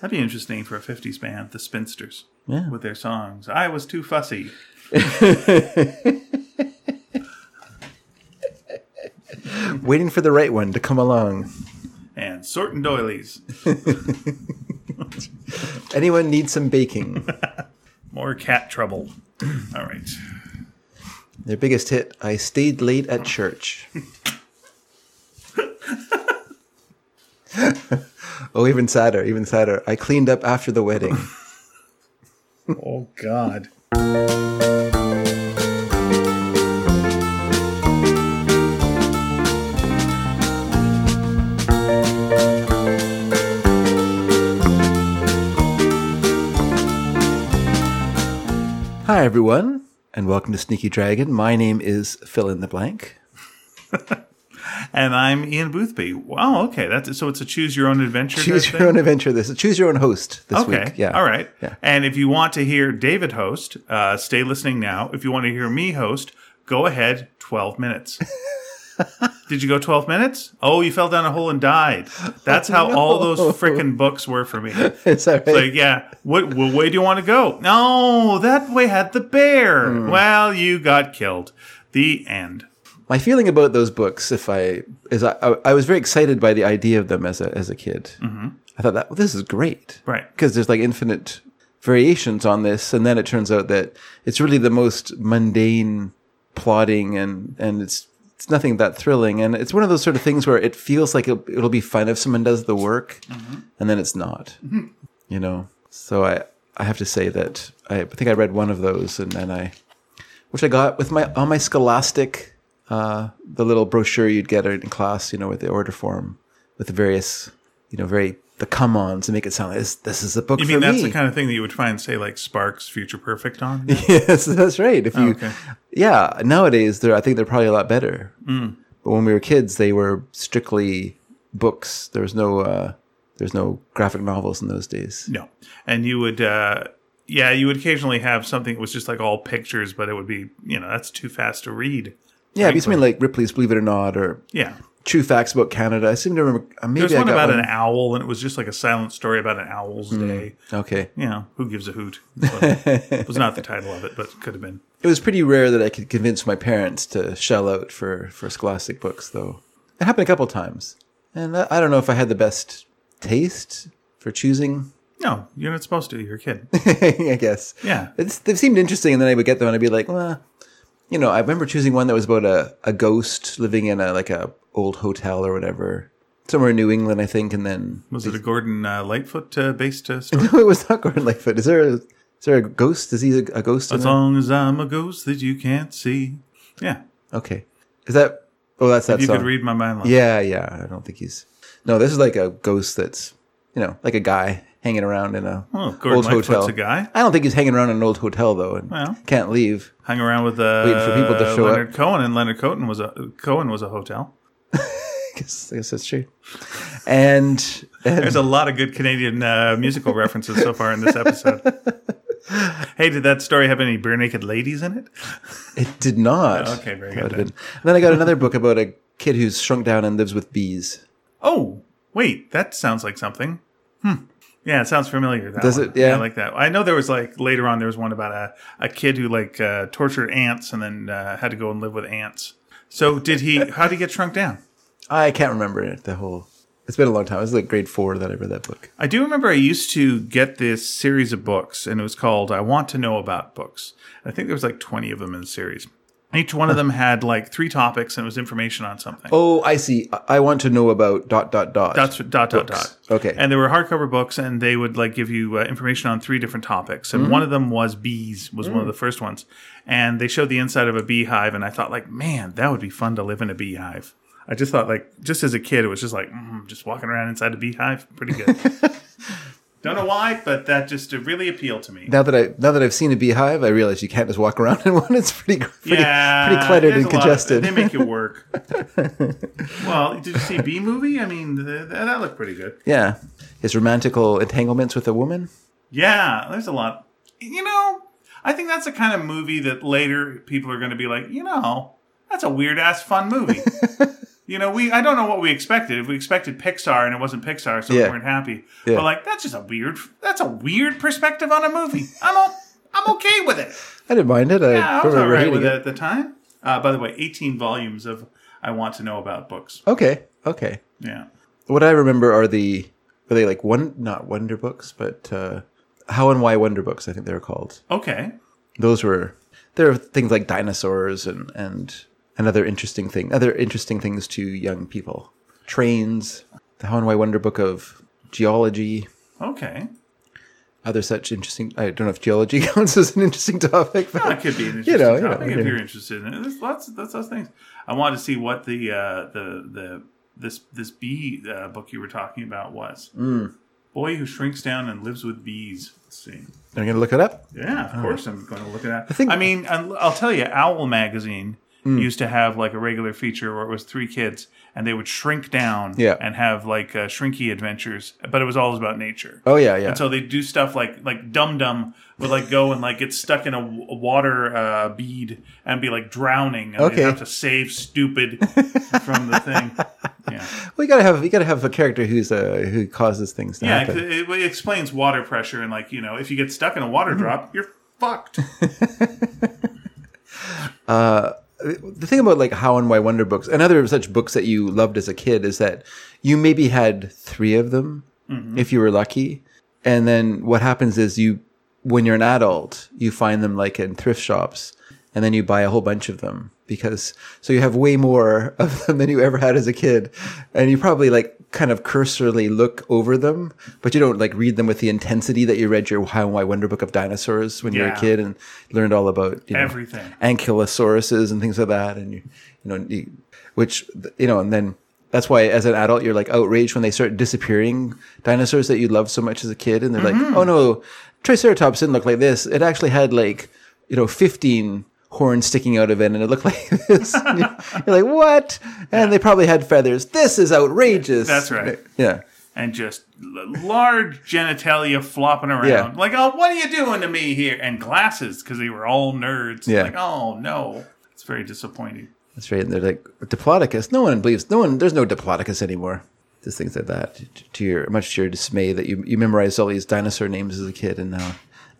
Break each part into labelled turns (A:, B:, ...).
A: That'd be interesting for a 50s band, the Spinsters,
B: Yeah.
A: with their songs. I was too fussy.
B: Waiting for the right one to come along.
A: And sorting doilies.
B: Anyone need some baking?
A: More cat trouble. All right.
B: Their biggest hit, I Stayed Late at Church. oh, even sadder, even sadder. I cleaned up after the wedding.
A: Oh, God.
B: Hi, everyone, and welcome to Sneaky Dragon. My name is Fill in the Blank.
A: And I'm Ian Boothby. Wow, okay. That's So it's a choose your own adventure. type
B: Choose your
A: thing?
B: own adventure. This choose your own host this
A: Okay.
B: week. Yeah.
A: All right.
B: Yeah.
A: And if you want to hear David host, uh, stay listening now. If you want to hear me host, go ahead 12 minutes. Did you go 12 minutes? Oh, you fell down a hole and died. That's how all those frickin' books were for me.
B: It's all
A: It's
B: right.
A: like, yeah, what, what way do you want to go? No, that way had the bear.
B: Hmm.
A: Well, you got killed. The end.
B: my feeling about those books, if I is I, I, I was very excited by the idea of them as a as a kid. Mm-hmm. I thought that well, this is great,
A: Right.
B: Because there's like infinite variations on this, and then it turns out that it's really the most mundane plotting, and and it's it's nothing that thrilling, and it's one of those sort of things where it feels like it'll, it'll be fun if someone does the work, and then it's not, you know. So I I have to say that I think I read one of those, and then I which I got with my on my Scholastic, uh, the little brochure you'd get in class, you know, with the order form, with the various, you know, very the come ons and make it sound like this. This is a book
A: You mean
B: for
A: that's
B: me.
A: the kind of thing that you would find, say, like Sparks Future Perfect on?
B: yes, that's right. If you,
A: okay.
B: yeah, nowadays they're I think they're probably a lot better.
A: Mm.
B: But when we were kids, they were strictly books. There was no uh, there's no graphic novels in those days.
A: No. And you would, uh, yeah, you would occasionally have something that was just like all pictures, but it would be, you know, that's too fast to read.
B: Yeah, it'd be something like Ripley's Believe It or Not or
A: Yeah.
B: True Facts About Canada. I seem to remember uh, maybe
A: There's
B: I
A: one
B: got
A: about
B: one. Hmm.
A: an owl, and it was just like a silent story about an owl's day.
B: okay.
A: You know, who gives a hoot? It was not the title of it, but could have been.
B: It was pretty rare that I could convince my parents to shell out for, for scholastic books, though. It happened a couple times. And I, I don't know if I had the best taste for choosing,
A: No, you're not supposed to. You're a kid.
B: I guess.
A: Yeah.
B: It's, they seemed interesting, and then I would get them and I'd be like, well, you know, I remember choosing one that was about a, a ghost living in a like a old hotel or whatever, somewhere in New England, I think. And then
A: Was it a Gordon uh, Lightfoot uh, based uh, story?
B: no, it was not Gordon Lightfoot. Is there a, is there a ghost? Is he a, a ghost? In
A: As
B: it?
A: long as I'm a ghost that you can't see. Yeah.
B: Okay, is that? Oh, that's that
A: You
B: song.
A: could read my mind. Like,
B: Yeah, yeah. I don't think he's. No, this is like a ghost that's, you know, like a guy hanging around in a
A: Oh, Gordon
B: old
A: Lightfoot's
B: hotel.
A: a guy?
B: I don't think he's hanging around in an old hotel though, and
A: Well.
B: can't leave.
A: Hung around with uh,
B: Waiting for people to show up.
A: Leonard Cohen, and Leonard Cohen was a Cohen was a hotel.
B: I guess, I guess that's true. And, and
A: There's a lot of good Canadian uh, musical references so far in this episode. hey, did that story have any bare naked ladies in it?
B: it did not.
A: Oh, Okay, very
B: That
A: good
B: would've been- And then I got another book about a kid who's shrunk down and lives with bees.
A: Oh, wait, that sounds like something. Hmm. Yeah, it sounds familiar. That
B: Does
A: one.
B: it? Yeah.
A: I like that. I know there was like later on there was one about a, a kid who like uh, tortured ants and then uh, had to go and live with ants. So did he? How did he get shrunk down?
B: I can't remember it. The whole. It's been a long time. It was like grade four that I read that book.
A: I do remember I used to get this series of books, and it was called I Want to Know About Books. I think there was like 20 of them in the series. Each one of them had like three topics, and it was information on something.
B: Oh, I see. I- I want to know about dot dot dot.
A: That's what- dot dot
B: Books.
A: dot.
B: Okay.
A: And there were hardcover books, and they would like give you uh, information on three different topics,
B: Mm-hmm.
A: and one of them was bees. Was one
B: Mm.
A: of the first ones, and they showed the inside of a beehive, and I thought like, man, that would be fun to live in a beehive. I just thought like, just as a kid, it was just like, mm, just walking around inside a beehive, pretty good. Don't know why, but that just uh, really appealed to me.
B: now that I now that I've seen a beehive, I realize you can't just walk around in one. It's pretty pretty,
A: yeah,
B: pretty cluttered
A: there's
B: and
A: a lot of-
B: congested.
A: they make you work. well, did you see Bee Movie? I mean, th- th- that looked pretty good.
B: yeah, his romantical entanglements with a woman.
A: Yeah, there's a lot. You know, I think that's the kind of movie that later people are going to be like, you know, that's a weird ass fun movie. You know, we I don't know what we expected. If we expected Pixar and it wasn't Pixar, so we
B: Yeah.
A: weren't happy.
B: Yeah.
A: But like that's just a weird that's a weird perspective on a movie. I'm o- I'm okay with it.
B: I didn't mind it. I
A: Yeah, I was
B: remember
A: all right
B: hating
A: with it
B: it.
A: at the time. Uh, by the way, 18 volumes of I want to know about books.
B: Okay, okay.
A: Yeah.
B: What I remember are the were they like one not Wonder Books, but uh, How and Why Wonder Books. I think they were called.
A: Okay.
B: Those were there are things like dinosaurs and and and other interesting thing other interesting things to young people. Trains, the How and Why Wonder Book of Geology.
A: Okay.
B: Other such interesting. I don't know if geology counts as an interesting topic, but
A: That could be an interesting
B: You know, you know,
A: topic
B: you
A: if
B: know.
A: you're interested in it. There's lots of that's those things. I wanted to see what the uh, the the this this bee uh, book you were talking about was.
B: Mm.
A: Boy who shrinks down and lives with bees. Let's see.
B: I'm going to look it up.
A: Yeah, of course I'm going to look at that. I,
B: think- Mm.
A: mean, I'll I'll tell you, Owl magazine used to have like a regular feature where it was three kids and they would shrink down
B: Yeah.
A: and have like uh, shrinky adventures, but it was always about nature.
B: Oh yeah, yeah.
A: And so they do stuff like like Dum Dum would like go and like get stuck in a, w- a water uh, bead and be like drowning, and
B: Okay.
A: they have to save stupid from the thing. Yeah,
B: we gotta have we gotta have a character who's uh who causes things to
A: yeah. It,
B: happen.
A: it- it explains water pressure and like you know if you get stuck in a water
B: Mm-hmm.
A: drop, you're fucked.
B: The thing about like How and Why Wonder books and other such books that you loved as a kid is that you maybe had three of them
A: Mm-hmm.
B: if you were lucky, and then what happens is you when you're an adult you find them like in thrift shops, and then you buy a whole bunch of them because so you have way more of them than you ever had as a kid, and you probably like kind of cursorily look over them, but you don't like read them with the intensity that you read your How and Why Wonder book of dinosaurs when you were
A: Yeah.
B: a kid and learned all about you know,
A: Everything.
B: ankylosauruses and things like that and you you know you, which you know and then that's why as an adult you're like outraged when they start disappearing dinosaurs that you loved so much as a kid and they're
A: Mm-hmm.
B: like oh no triceratops didn't look like this it actually had like you know 15 horns sticking out of it and it looked like this And you're you're like what and they probably had feathers this is outrageous
A: That's right.
B: yeah
A: and just l- large genitalia flopping around.
B: Yeah.
A: Like, oh, what are you doing to me here? And glasses because they were all nerds.
B: Yeah.
A: Like, oh no, it's very disappointing.
B: that's right and they're like diplodocus no one believes no one there's no diplodocus anymore just things like that to- to your much to your dismay that you you memorized all these dinosaur names as a kid and now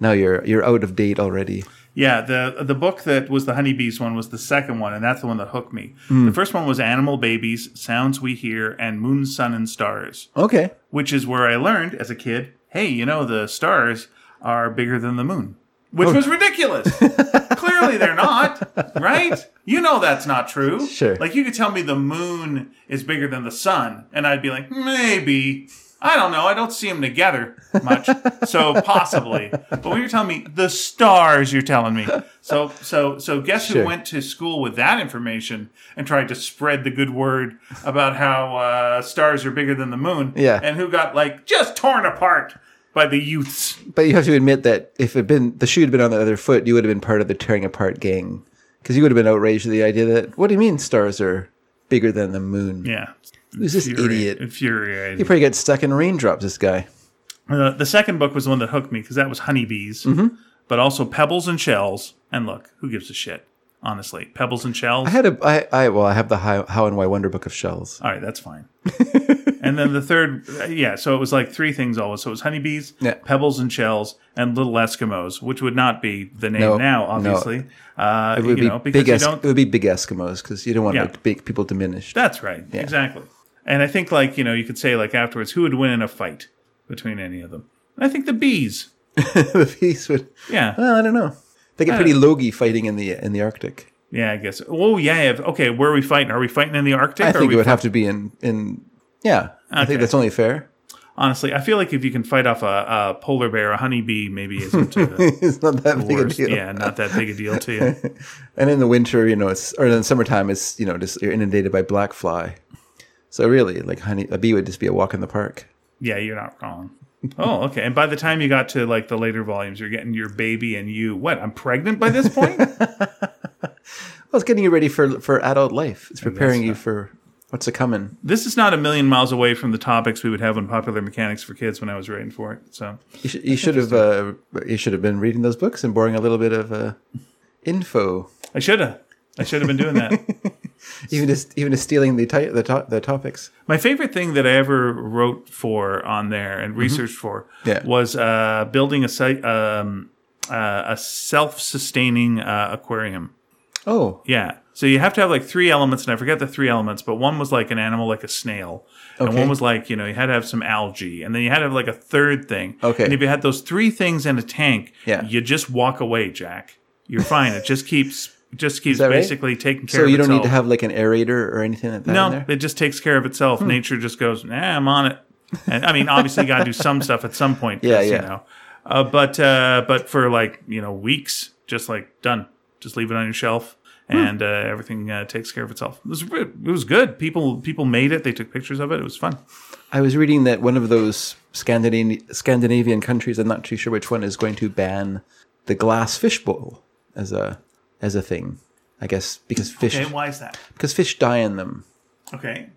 B: now you're you're out of date already
A: Yeah, the the book that was the honeybees one was the second one, and that's the one that hooked me. The first one was Animal Babies, Sounds We Hear, and Moon, Sun, and Stars,
B: okay
A: which is where I learned as a kid, hey, you know the stars are bigger than the moon, which was ridiculous. Clearly, they're not, right? You know that's not true.
B: Sure.
A: Like you could tell me the moon is bigger than the sun, and I'd be like, maybe. I don't know. I don't see them together much, so possibly. But when you're telling me the stars, you're telling me. So, so, so, guess
B: Sure.
A: who went to school with that information and tried to spread the good word about how uh, stars are bigger than the moon?
B: Yeah.
A: and who got like just torn apart by the youths.
B: but you have to admit that if it had been the shoe had been on the other foot you would have been part of the tearing apart gang because you would have been outraged at the idea that what do you mean stars are bigger than the moon
A: Yeah,
B: who's this idiot
A: Infuriated.
B: he probably gets stuck in raindrops this guy
A: Uh, the second book was the one that hooked me because that was honeybees,
B: Mm-hmm.
A: but also pebbles and shells. And look, who gives a shit? Honestly, pebbles and shells.
B: i had a i i well i have the how, how and why wonder book of shells
A: All right, that's fine. and then the third, uh, yeah. So it was like three things always. So it was honeybees,
B: Yeah.
A: pebbles and shells, and little Eskimos, which would not be the name
B: No,
A: now,
B: no.
A: obviously. Uh,
B: it would
A: you
B: be
A: know, because
B: big
A: you
B: Es-
A: don't
B: it would be big Eskimos because you don't want
A: Yeah.
B: like big people diminished.
A: That's right. Exactly. And I think like, you know, you could say like afterwards who would win in a fight between any of them. And I think the bees.
B: the bees would.
A: Yeah.
B: Well, I don't know. They get pretty logy fighting in the in the Arctic.
A: Yeah, I guess. Oh, yeah. if- Okay, where are we fighting? Are we fighting in the Arctic?
B: I
A: Are
B: think
A: we
B: it would have to be in in. Yeah, I
A: Okay.
B: think that's only fair.
A: Honestly, I feel like if you can fight off a, a polar bear, a honeybee maybe isn't uh, the
B: it's not that big a
A: worst.
B: deal.
A: Yeah, not that big a deal to you.
B: And in the winter, you know, it's or in the summertime, it's you know just you're inundated by black fly. So really, like honey, a bee would just be a walk in the park.
A: Yeah, you're not wrong. Oh, okay. And by the time you got to like the later volumes, you're getting your baby and you. What? I'm pregnant by this point?
B: Well, it's getting you ready for for adult life. It's preparing you for what's a coming.
A: this is not a million miles away from the topics we would have on popular mechanics for kids when I was writing for it. So
B: You, sh- you should have uh, you should have been reading those books and boring a little bit of uh, info.
A: I should have. I should have been doing that.
B: even just even just stealing the ti- the, to- the topics.
A: My favorite thing that I ever wrote for on there and researched for
B: Mm-hmm. Yeah.
A: was uh, building a site, um, uh, a self-sustaining uh, aquarium.
B: Oh,
A: Yeah. So you have to have like three elements, and I forget the three elements, but one was like an animal, like a snail, and
B: Okay.
A: one was like you know you had to have some algae, and then you had to have like a third thing.
B: Okay.
A: And if you had those three things in a tank,
B: Yeah.
A: you just walk away, Jack. You're fine. it just keeps just keeps
B: that right?
A: basically taking care.
B: so
A: of
B: you don't need to
A: itself.
B: have like an aerator or anything like that. in
A: No,
B: there? Hmm.
A: it just takes care of itself. Nature just goes, nah, I'm on it. And I mean, obviously, you got to do some stuff at some point. 'cause,
B: Yeah, yeah.
A: You know, uh, but uh, but for like you know weeks, just like done, just leave it on your shelf,
B: Hmm.
A: and uh, everything uh, takes care of itself. It was re- it was good. People people made it. They took pictures of it. It was fun.
B: I was reading that one of those Scandinavian Scandinavian countries, I'm not too sure which one, is going to ban the glass fish bowl as a as a thing. I guess because fish
A: Okay, why is that?
B: because fish die in them.
A: Okay,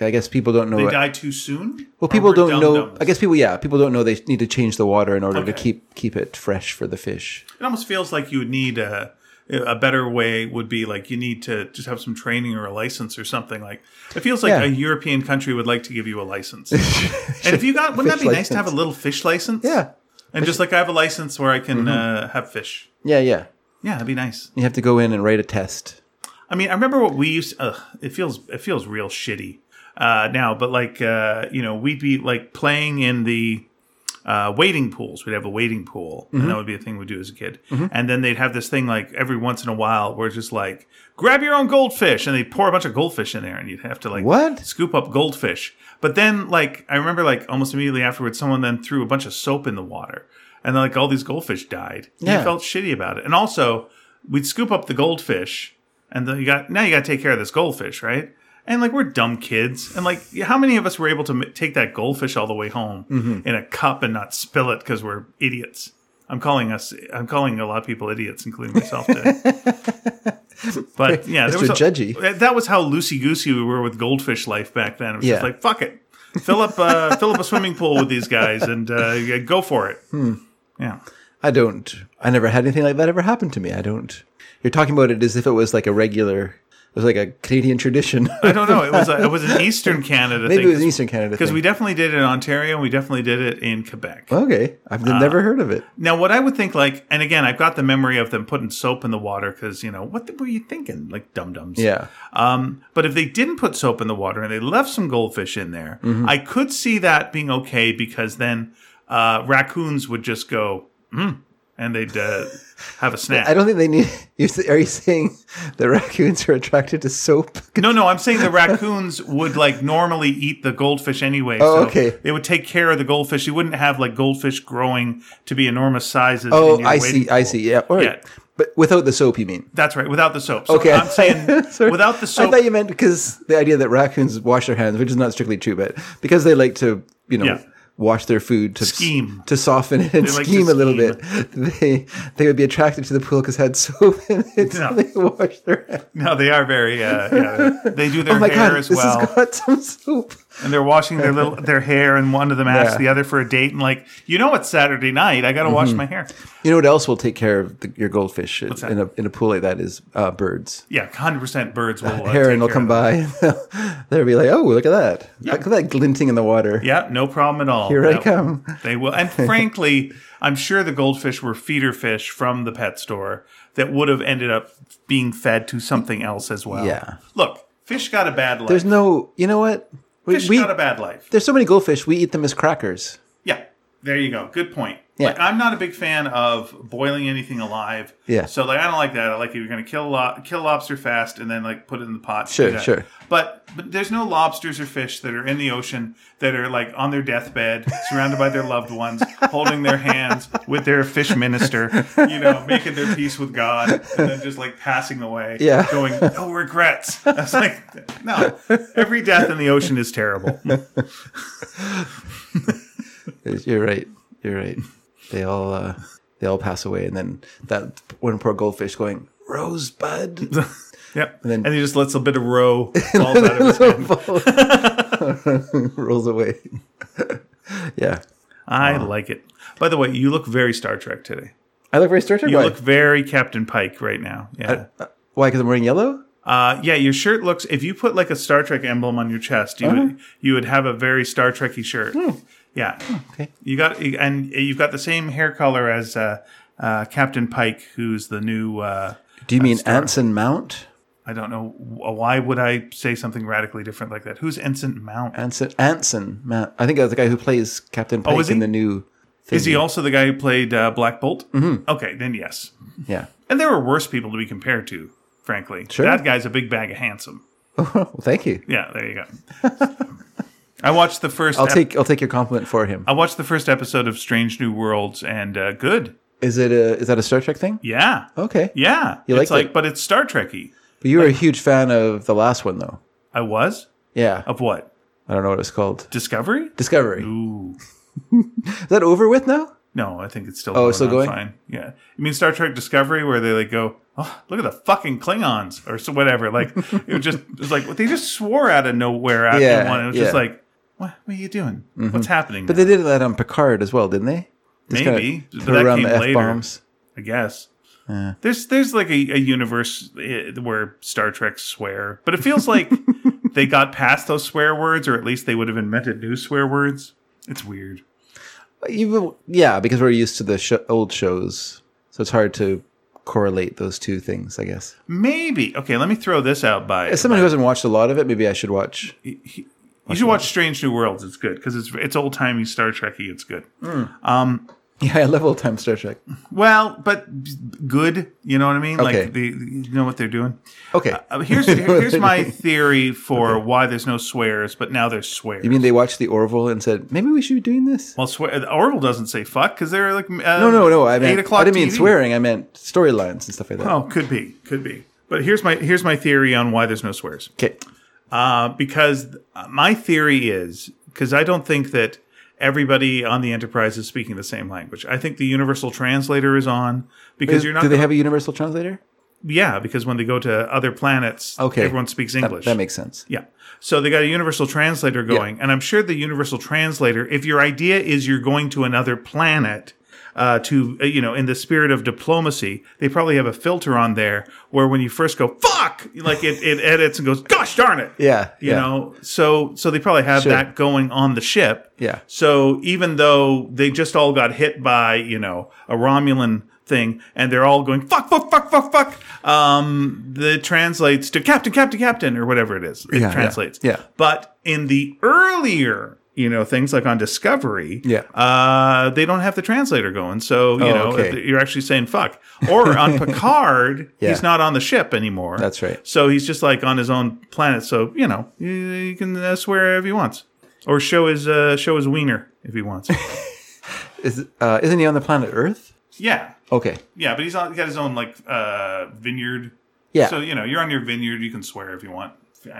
B: I guess people don't know.
A: they
B: it.
A: die too soon.
B: Well, people don't know. I guess people, yeah, people don't know they need to change the water in order to
A: Okay.
B: keep keep it fresh for the fish.
A: it almost feels like you would need a a better way would be like you need to just have some training or a license or something like it feels like
B: Yeah.
A: a european country would like to give you a license and if you got wouldn't that
B: Fish
A: be nice to have a little fish license
B: Yeah, Mm-hmm.
A: and just like i have a license where i can uh, have fish
B: yeah, yeah.
A: yeah that'd be nice
B: You have to go in and write a test.
A: i mean i remember what we used ugh, it feels it feels real shitty uh, now but like uh, you know we'd be like playing in the uh, wading pools. We'd have a wading pool, and that would be a thing we do as a kid. And then they'd have this thing like every once in a while where it's just like grab your own goldfish, and they'd pour a bunch of goldfish in there, and you'd have to like
B: What?
A: scoop up goldfish. But then like I remember like almost immediately afterwards, someone then threw a bunch of soap in the water, and then like all these goldfish died. And You
B: Yeah.
A: felt shitty about it, and also we'd scoop up the goldfish, and then you got now you got to take care of this goldfish, right? And like we're dumb kids, and like how many of us were able to m- take that goldfish all the way home
B: Mm-hmm.
A: in a cup and not spill it because we're idiots? I'm calling us. I'm calling a lot of people idiots, including myself. Today. but yeah, there
B: Mr.
A: was a-
B: Judgy.
A: That was how loosey goosey we were with goldfish life back then. It was just
B: Yeah.
A: like fuck it, fill up uh, fill up a swimming pool with these guys and uh, yeah, go for it.
B: Hmm.
A: Yeah,
B: I don't. I never had anything like that ever happen to me. I don't. You're talking about it as if it was like a regular. It was like a Canadian tradition.
A: I don't know. It was a, it was an Eastern Canada
B: Maybe
A: thing
B: it was an Eastern Canada
A: because
B: thing.
A: we definitely did it in Ontario. and We definitely did it in Quebec.
B: okay, I've never heard of it.
A: Now, what I would think, like, and again, I've got the memory of them putting soap in the water because you know what the, were you thinking, like dum dums?
B: Yeah.
A: Um, but if they didn't put soap in the water and they left some goldfish in there,
B: Mm-hmm.
A: I could see that being okay because then uh, raccoons would just go mm, and they'd uh, have a snack.
B: I don't think they need. You're, s- are you saying that raccoons are attracted to soap?
A: No, no, I'm saying the raccoons would like normally eat the goldfish anyway.
B: Oh, okay.
A: They would take care of the goldfish. You wouldn't have like goldfish growing to be enormous sizes. in
B: Oh,
A: your
B: I
A: wading
B: see. I
A: pool.
B: see. Yeah. All right.
A: Yeah.
B: But without the soap, you mean?
A: That's right. Without the soap. So
B: Okay,
A: I'm saying
B: Sorry.
A: without the
B: I
A: soap.
B: thought you meant because the idea that raccoons wash their hands, which is not strictly true, but because they like to, you know,
A: Yeah.
B: wash their food to
A: Scheme.
B: to soften it and
A: They like to
B: scheme a little bit, they they would be attracted to the pool because it had soap in it. so
A: Yeah.
B: they wash their hands.
A: No, they are very. Uh, yeah, they do their
B: Oh my
A: hair
B: god,
A: as
B: this
A: well,
B: has got some soap.
A: and they're washing their little their hair, and one of them asks
B: Yeah. Mm-hmm.
A: the other for a date, and like, you know, it's Saturday night. I got to wash my hair.
B: You know what else will take care of the, your goldfish in
A: that?
B: in a in a pool like that is uh, birds.
A: Yeah, hundred percent. Birds will uh,
B: Heron
A: take
B: will
A: care
B: come
A: of them.
B: by. And they'll, they'll be like, "Oh, look at that! Look at that glinting in the water."
A: Yeah, no problem at all.
B: Here I
A: That-
B: come.
A: They will, and frankly, I'm sure the goldfish were feeder fish from the pet store that would have ended up being fed to something else as well.
B: Yeah.
A: Look, fish got a bad life.
B: There's no. You know what? We,
A: fish
B: we-
A: got a bad life.
B: There's so many goldfish. We eat them as crackers.
A: Yeah, there you go. Good point.
B: Yeah.
A: Like, I'm not a big fan of boiling anything alive.
B: Yeah.
A: So like, I don't like that. I like if you're gonna kill lo- kill lobster fast and then like put it in the pot.
B: Sure,
A: do that.
B: sure.
A: But but there's no lobsters or fish that are in the ocean that are like on their deathbed, surrounded by their loved ones, holding their hands with their fish minister, you know, making their peace with God, and then just like passing away.
B: Yeah.
A: Going no regrets. I was like, no. Every death in the ocean is terrible.
B: Uh, You're right. You're right. They all uh, they all pass away, and then that one poor goldfish going rosebud.
A: Yep. And,
B: then-
A: he just lets a bit of roe fall out of his hand.
B: rolls away. yeah,
A: I like it. By the way, you look very Star Trek today.
B: I look very Star Trek.
A: You
B: Why?
A: look very Captain Pike right now. Yeah.
B: Uh, Why? Because I'm wearing yellow.
A: Uh, yeah, your shirt looks. If you put like a Star Trek emblem on your chest, you would you would have a very Star Trekky shirt. Yeah.
B: okay.
A: You got you- and you've got the same hair color as uh, uh, Captain Pike, who's the new. Uh,
B: Do you mean Anson Mount?
A: I don't know why would I say something radically different like that. Who's Ensign Mount?
B: Anson Anson Mount. I think that's the guy who plays Captain Pike
A: is he?
B: in the new. Thing.
A: Is he also the guy who played uh, Black Bolt? Mm-hmm. Okay, then yes.
B: Yeah.
A: And there were worse people to be compared to, frankly.
B: Sure.
A: That guy's a big bag of handsome.
B: well, Oh, thank you.
A: Yeah, there you go. I watched the 1st
B: I'll take I'll take your compliment for him.
A: I watched the first episode of Strange New Worlds and uh, good.
B: Is it a is that a Star Trek thing?
A: Yeah.
B: Okay.
A: Yeah.
B: Oh. You
A: it's
B: liked
A: like
B: it?
A: but it's Star Trekky.
B: But you were a huge fan of the last one though.
A: I was?
B: Yeah.
A: Of what?
B: I don't know what it's called.
A: Discovery?
B: Discovery.
A: Ooh.
B: Is that over with now?
A: No, I think it's still
B: Oh, it's still going?
A: fine. Yeah. You mean Star Trek Discovery where they like go, Oh, look at the fucking Klingons or so whatever. Like it was just it was like they just swore out of nowhere after
B: Yeah,
A: one. It was just
B: yeah. Mm-hmm.
A: like, What what are you doing? What's happening?
B: But they did that on Picard as well, didn't they? Just kinda
A: Maybe, but
B: throw
A: that
B: around
A: came
B: the
A: later.
B: f bombs.
A: I guess. There's there's like a, a universe eh, where Star Trek swear, but it feels like they got past those swear words, or at least they would have invented new swear words. It's weird.
B: Even yeah, because we're used to the sho old shows, so it's hard to correlate those two things. I guess
A: Maybe okay. Let me throw this out by.
B: as someone who hasn't watched a lot of it, maybe I should watch.
A: you should watch Strange New Worlds. It's good because it's it's old timey Star Trekky. It's good.
B: Yeah, I love old time Star Trek.
A: Well, but good. You know what I mean?
B: Okay.
A: Like the you know what they're doing.
B: Okay,
A: Uh, here's here's my theory for why there's no swears, but now there's swears.
B: you mean they watched the Orville and said maybe we should be doing this?
A: Well, swear Orville doesn't say fuck because they're like uh,
B: No, no, no. I meant
A: eight o'clock.
B: I didn't mean
A: TV.
B: swearing. I meant storylines and stuff like that.
A: Oh, could be, could be. But here's my here's my theory on why there's no swears.
B: Okay,
A: Uh, because my theory is because I don't think that everybody on the Enterprise is speaking the same language. I think the universal translator is on because you're not.
B: do they
A: gonna-
B: have a universal translator?
A: yeah, because when they go to other planets,
B: Okay,
A: everyone speaks
B: That-
A: English.
B: That, makes sense.
A: Yeah. So they got a universal translator going. And I'm sure the universal translator, if your idea is you're going to another planet, uh, to, uh, you know, in the spirit of diplomacy, they probably have a filter on there where when you first go, fuck, like it, it edits and goes, gosh darn it.
B: Yeah,
A: You
B: yeah.
A: know, so, so they probably have
B: Sure.
A: that going on the ship.
B: Yeah.
A: So even though they just all got hit by, you know, a Romulan thing and they're all going, fuck, fuck, fuck, fuck, fuck, um, that translates to captain, captain, captain, or whatever it is. It
B: Yeah, yeah,
A: translates.
B: yeah.
A: But in the earlier, you know, things like on Discovery,
B: Yeah.
A: uh, they don't have the translator going. So, you
B: Oh,
A: know,
B: okay.
A: if you're actually saying fuck. Or on Picard,
B: Yeah.
A: he's not on the ship anymore.
B: That's right.
A: So he's just like on his own planet. So, you know, you, you can uh, swear if he wants. Or show his uh, show his wiener if he wants.
B: Is uh, isn't he on the planet Earth?
A: yeah,
B: Okay.
A: yeah, but he's on, he's got his own like uh, vineyard.
B: Yeah.
A: So you know, you're on your vineyard. You can swear if you want.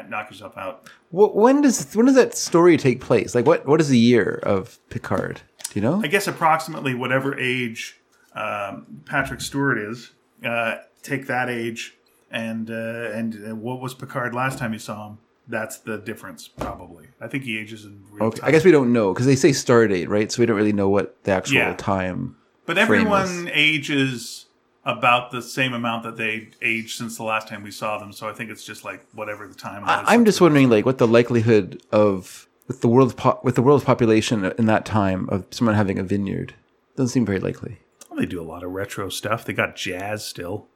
A: Knock yourself out.
B: Wh- when does when does that story take place? Like what what is the year of Picard? Do you know?
A: I guess approximately whatever age um, Patrick Stewart is, uh, take that age and uh, and uh, what was Picard last time you saw him? That's the difference, probably. I think he ages in real
B: Okay.
A: time.
B: I guess we don't know because they say star date, right? So we don't really know what the actual
A: Yeah.
B: time.
A: but
B: frame
A: everyone
B: was-
A: ages about the same amount that they aged since the last time we saw them. So I think it's just like whatever the time. Was.
B: I, I'm just wondering, like, what the likelihood of with the world's po- with the world's population in that time of someone having a vineyard doesn't seem very likely.
A: Well, they do a lot of retro stuff. They got jazz still.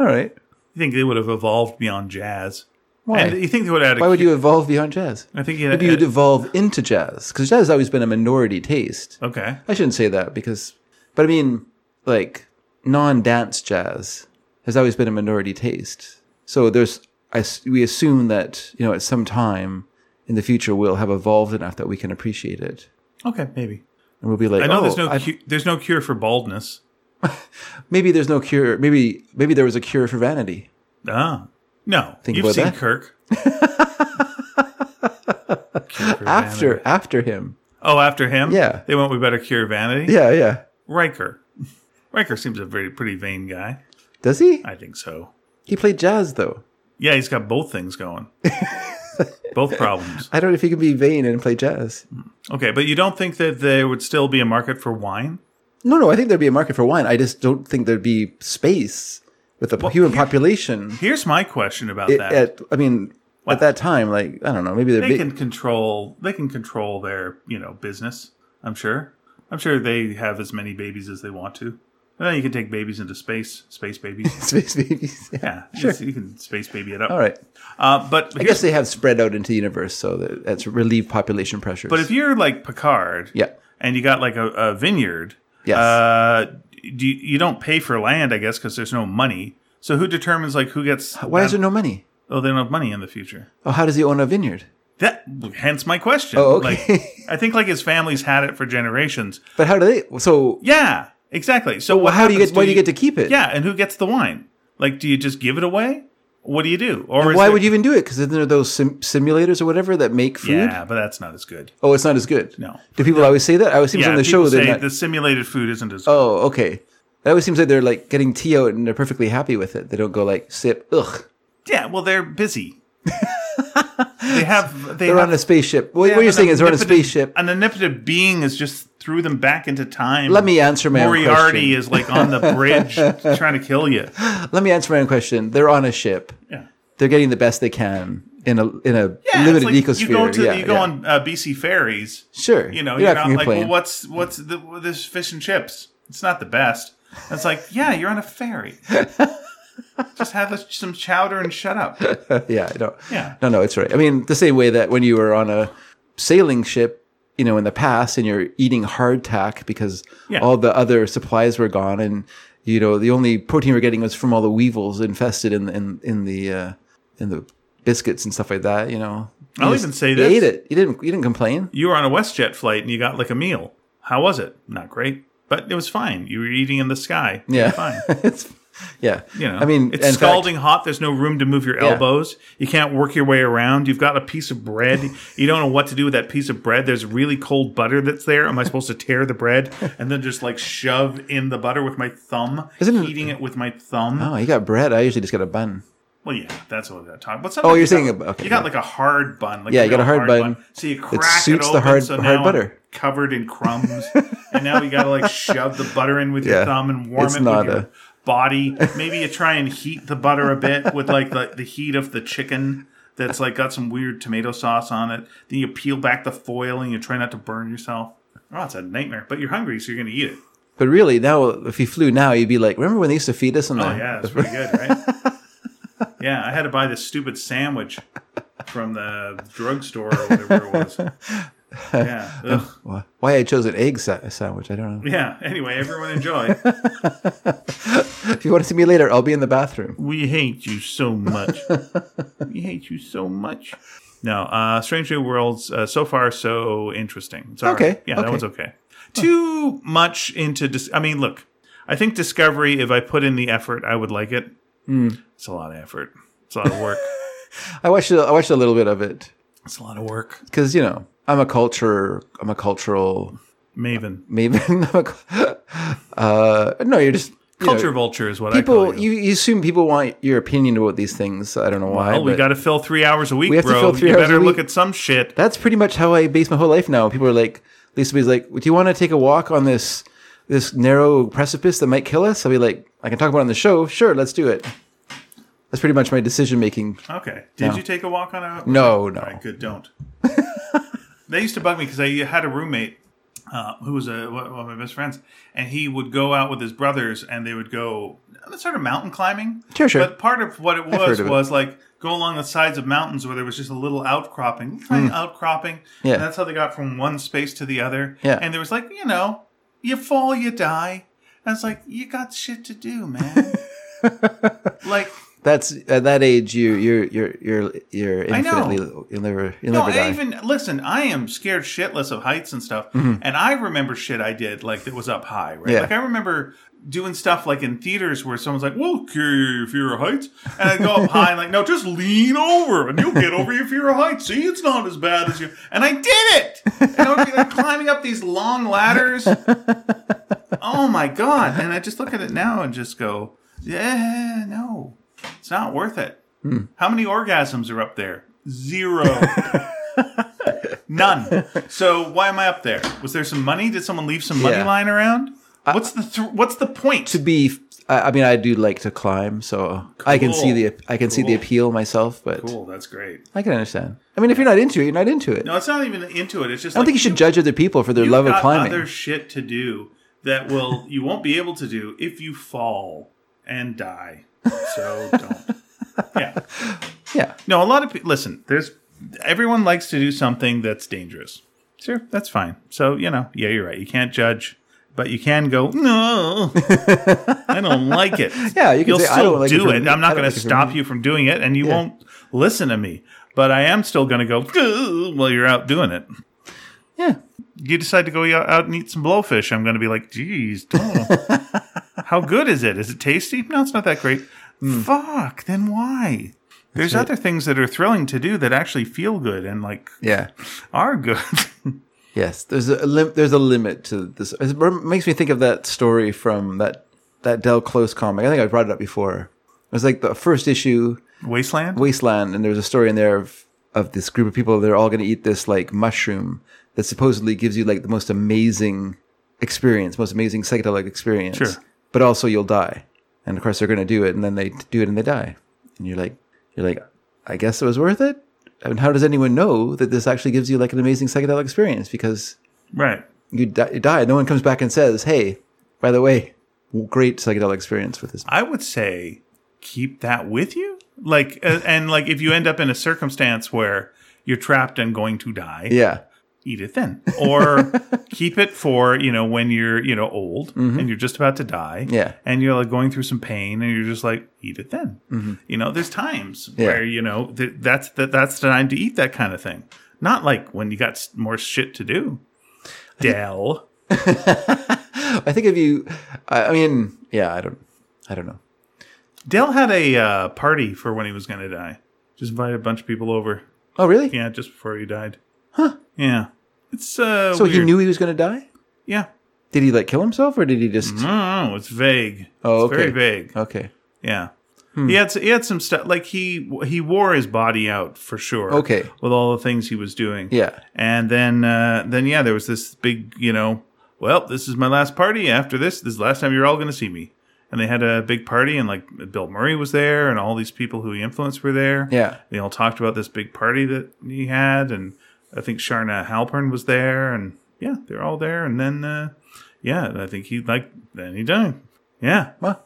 B: All right.
A: You think they would have evolved beyond jazz?
B: Why?
A: And you think they would have? had a
B: Why would
A: cu-
B: you evolve beyond jazz?
A: I think you
B: Maybe you'd evolve into jazz because jazz has always been a minority taste.
A: Okay.
B: I shouldn't say that because, but I mean, like non-dance jazz has always been a minority taste. So there's, I s we assume that you know at some time in the future we'll have evolved enough that we can appreciate it,
A: Okay, maybe.
B: and we'll be like,
A: I know
B: oh,
A: there's no
B: I-
A: cu- there's no cure for baldness.
B: maybe there's no cure. Maybe maybe there was a cure for vanity.
A: Ah, no.
B: Think
A: You've
B: about
A: seen
B: that.
A: Kirk. Cure for
B: After
A: vanity.
B: after him,
A: oh, after him.
B: Yeah.
A: they went. We better cure vanity.
B: yeah, yeah.
A: Riker. Riker seems a very pretty vain guy.
B: Does he?
A: I think so.
B: He played jazz though.
A: Yeah, he's got both things going. both problems.
B: I don't know if he can be vain and play jazz.
A: Okay, but you don't think that there would still be a market for wine?
B: No, no, I think there'd be a market for wine. I just don't think there'd be space with the human population.
A: Here's my question about
B: It,
A: that.
B: at, I mean, at that time, like I don't know, maybe they're
A: they
B: big,
A: can control they can control their you know business i'm sure i'm sure they have as many babies as they want to and then you can take babies into space space babies
B: space babies. Yeah.
A: yeah sure. you can space baby it up
B: All right.
A: uh, but
B: I guess they have spread out into the universe, so that, that's relieved population pressures.
A: but if you're like picard
B: yeah,
A: and you got like a, a vineyard
B: Yes.
A: uh, do you, you don't pay for land i guess because there's no money so who determines like who gets
B: why is there no money?
A: oh they don't have money in the future
B: Oh, how does he own a vineyard?
A: that hence my question
B: Oh, okay.
A: like i think like his family's had it for generations
B: But how do they? So
A: Yeah, exactly. So what
B: how do you
A: happens
B: get? Why do you get to keep it?
A: Yeah, and who gets the wine? Like, do you just give it away? What do you do? Or is
B: Why
A: there-
B: would you even do it? Because then there are those sim- simulators or whatever that make food.
A: Yeah, but that's not as good.
B: Oh, it's not as good.
A: No.
B: Do people always say that? I always seems
A: Yeah,
B: on the
A: people
B: show they're
A: say
B: not.
A: the simulated food isn't as.
B: oh, okay. That always seems like they're like getting tea out and they're perfectly happy with it. They don't go like sip. Ugh.
A: Yeah, well, they're busy. they have. They
B: They're
A: have,
B: on a spaceship. What,
A: they
B: what
A: have
B: you're
A: an
B: saying is they're on a
A: omnipotent-
B: spaceship.
A: An omnipotent being has just threw them back into time.
B: Let me answer my own
A: Moriarty
B: question.
A: is like on the bridge trying to kill you.
B: Let me answer my own question. They're on a ship.
A: Yeah.
B: They're getting the best they can in a in a
A: Yeah, it's
B: limited
A: like You
B: ecosphere.
A: go to
B: yeah,
A: you go
B: yeah.
A: on uh, BC ferries.
B: Sure.
A: you know,
B: You're
A: you're,
B: not
A: not,
B: gonna
A: like,
B: complain.
A: well, what's what's the well, this fish and chips? It's not the best. And it's like, yeah, you're on a ferry. Just have us some chowder and shut up.
B: yeah, no,
A: Yeah.
B: no, no, it's right. I mean, the same way that when you were on a sailing ship, you know, in the past, and you're eating hardtack because
A: Yeah.
B: all the other supplies were gone, and you know, the only protein you were getting was from all the weevils infested in in in the uh, in the biscuits and stuff like that. You know, You
A: I'll
B: just-
A: even say
B: you
A: this.
B: ate it. You didn't. You didn't complain.
A: You were on a WestJet flight and you got like a meal. How was it? Not great, but it was fine. You were eating in the sky. You were
B: Yeah,
A: fine.
B: it's yeah.
A: You know,
B: I mean,
A: it's
B: in fact-
A: scalding hot. There's no room to move your elbows. You can't work your way around. You've got a piece of bread. you don't know what to do with that piece of bread. There's really cold butter that's there. Am I supposed to tear the bread and then just like shove in the butter with my thumb,
B: Isn't it-
A: heating it with my thumb?
B: Oh, you got bread. I usually just got a bun.
A: Well, yeah, that's what that talking. But
B: Oh,
A: sometimes
B: you're
A: you got-
B: saying ab- okay,
A: you got
B: yeah.
A: like a hard bun. Like
B: Yeah,
A: a
B: you got a
A: real
B: hard bun
A: So you crack
B: suits
A: it
B: the
A: open,
B: hard-
A: so
B: hard
A: now I'm
B: butter.
A: covered in crumbs, and now you got to like shove the butter in with
B: Yeah,
A: your thumb and warm
B: it's
A: it
B: not
A: with your
B: a-
A: body. Maybe you try and heat the butter a bit with like the, the heat of the chicken that's like got some weird tomato sauce on it. Then you peel back the foil and you try not to burn yourself. Oh, it's a nightmare. But you're hungry, so you're gonna eat it.
B: But really, now if you flew now, you'd be like, remember when they used to feed us on the
A: Oh yeah, that's pretty good, right? yeah, I had to buy this stupid sandwich from the drugstore or whatever it was. Yeah. Ugh.
B: Why why I chose an egg sa- sandwich, I don't know.
A: Yeah. Anyway, everyone enjoy.
B: If you want to see me later, I'll be in the bathroom.
A: we hate you so much. we hate you so much. No, uh, Strange New Worlds. Uh, so far, so interesting. It's all
B: Okay,
A: right. Yeah,
B: okay.
A: that one's okay. Too much into. Dis- I mean, look. I think Discovery. If I put in the effort, I would like it. It's a lot of effort. It's a lot of work.
B: I watched a, I watched a little bit of it
A: it's a lot of work.
B: because you know I'm a culture I'm a cultural
A: Maven.
B: maybe I'm a cul- uh, no you're just you know,
A: Culture vulture is what I
B: people
A: call you.
B: you, you assume people want your opinion about these things. I don't know why.
A: well, we
B: but
A: got to fill three hours a week,
B: have to
A: bro.
B: fill three
A: you
B: hours a
A: better look
B: week.
A: at some shit.
B: that's pretty much how I base my whole life now. People are like, Lisa's like, do you want to take a walk on this this narrow precipice that might kill us? I'll be like, I can talk about it on the show. Sure, let's do it. That's pretty much my decision making.
A: Okay. Did
B: No.
A: you take a walk on a?
B: No, no.
A: All right, good. Don't. they used to bug me because I had a roommate uh, who was a, one of my best friends, and he would go out with his brothers, and they would go uh, sort of mountain climbing.
B: Sure, sure.
A: But part of what it was
B: heard of it.
A: was like go along the sides of mountains where there was just a little outcropping, tiny outcropping.
B: Mm. Yeah.
A: And that's how they got from one space to the other.
B: Yeah.
A: And there was like you know, you fall, you die. And it's like you got shit to do, man. like.
B: That's at that age, you you're you're you're you're
A: know.
B: infinitely you'll never you'll
A: No,
B: never die.
A: I even listen. I am scared shitless of heights and stuff, and I remember shit I did like that was up high, right?
B: Mm-hmm. Yeah.
A: Like I remember doing stuff like in theaters where someone's like, "Well, okay, if you're a heights," and I would go up high and like, "No, just lean over and you'll get over your fear of heights. See, it's not as bad as you." And I did it. And I would be like climbing up these long ladders. Oh my god! And I just look at it now and just go, "Yeah, no, it's not worth it."
B: Hmm.
A: How many orgasms are up there? Zero. None. So why am I up there? Was there some money? Did someone leave some money
B: Yeah.
A: lying around? What's the th- what's the point?
B: to be I, I mean, I do like to climb, so I can see the I can see the
A: Cool.
B: appeal myself, but
A: Cool, that's great.
B: I can understand. I mean, if you're not into it, you're not into it.
A: No, it's not even into it. It's just
B: I don't think you should judge other people for their
A: You've
B: love of
A: got
B: climbing.
A: Other shit to do that will you won't be able to do if you fall and die. So don't. Yeah.
B: Yeah,
A: No, a lot of people listen. There's everyone likes to do something that's dangerous. Sure, that's fine. So you know, yeah, you're right. You can't judge, but you can go. No, I don't like it.
B: Yeah, you can
A: You'll
B: say,
A: still
B: "I don't like it
A: do
B: for
A: it.
B: me.
A: I'm not
B: I don't
A: going
B: like
A: to
B: it for
A: stop
B: me."
A: you from doing it, and you won't listen to me. But I am still going to go "Ugh," while you're out doing it.
B: yeah.
A: You decide to go out and eat some blowfish. I'm going to be like, geez, Tom, how good is it? Is it tasty? No, it's not that great.
B: Hmm.
A: Fuck. Then why? There's other things that are thrilling to do that actually feel good and like
B: Yeah.
A: are good.
B: Yes. There's a lim- there's a limit to this. It rem- makes me think of that story from that that Del Close comic. I think I brought it up before. It was like the first issue
A: Wasteland.
B: Wasteland, and there's a story in there of of this group of people. They're all going to eat this like mushroom that supposedly gives you like the most amazing experience, most amazing psychedelic experience.
A: Sure.
B: But also you'll die, and of course they're going to do it, and then they do it and they die, and you're like, you're like, I guess it was worth it. I mean, how does anyone know that this actually gives you like an amazing psychedelic experience? Because
A: Right.
B: you die, you die. No one comes back and says, "Hey, by the way, great psychedelic experience with this."
A: I would say keep that with you. Like, uh, and like if you end up in a circumstance where you're trapped and going to die,
B: Yeah,
A: eat it then or keep it for you know when you're you know old and you're just about to die
B: Mm-hmm. Yeah.
A: and you're like going through some pain and you're just like eat it then you know there's times
B: Mm-hmm. Yeah.
A: where you know th- that's the, that's the time to eat that kind of thing not like when you got s- more shit to do dell
B: I think if you, I, I mean, yeah, I don't, I don't know.
A: dell had a uh, party for when he was going to die just invited a bunch of people over
B: Oh, really?
A: yeah just before he died huh yeah it's uh
B: so he
A: weird.
B: knew he was going to die.
A: yeah
B: Did he like kill himself, or did he just?
A: oh it's vague
B: Oh,
A: it's very
B: okay. Hmm.
A: vague
B: Okay,
A: Yeah. He had he had some stuff like he he wore his body out for sure.
B: Okay.
A: with all the things he was doing.
B: Yeah.
A: and then uh, then yeah, there was this big you know, well, this is my last party. After this, this is the last time you're all going to see me. And they had a big party, and like Bill Murray was there, and all these people who he influenced were there.
B: Yeah.
A: they all talked about this big party that he had, and I think Sharna Halpern was there, and yeah, they're all there. And then uh, yeah, and I think he like then he died. Yeah,
B: well,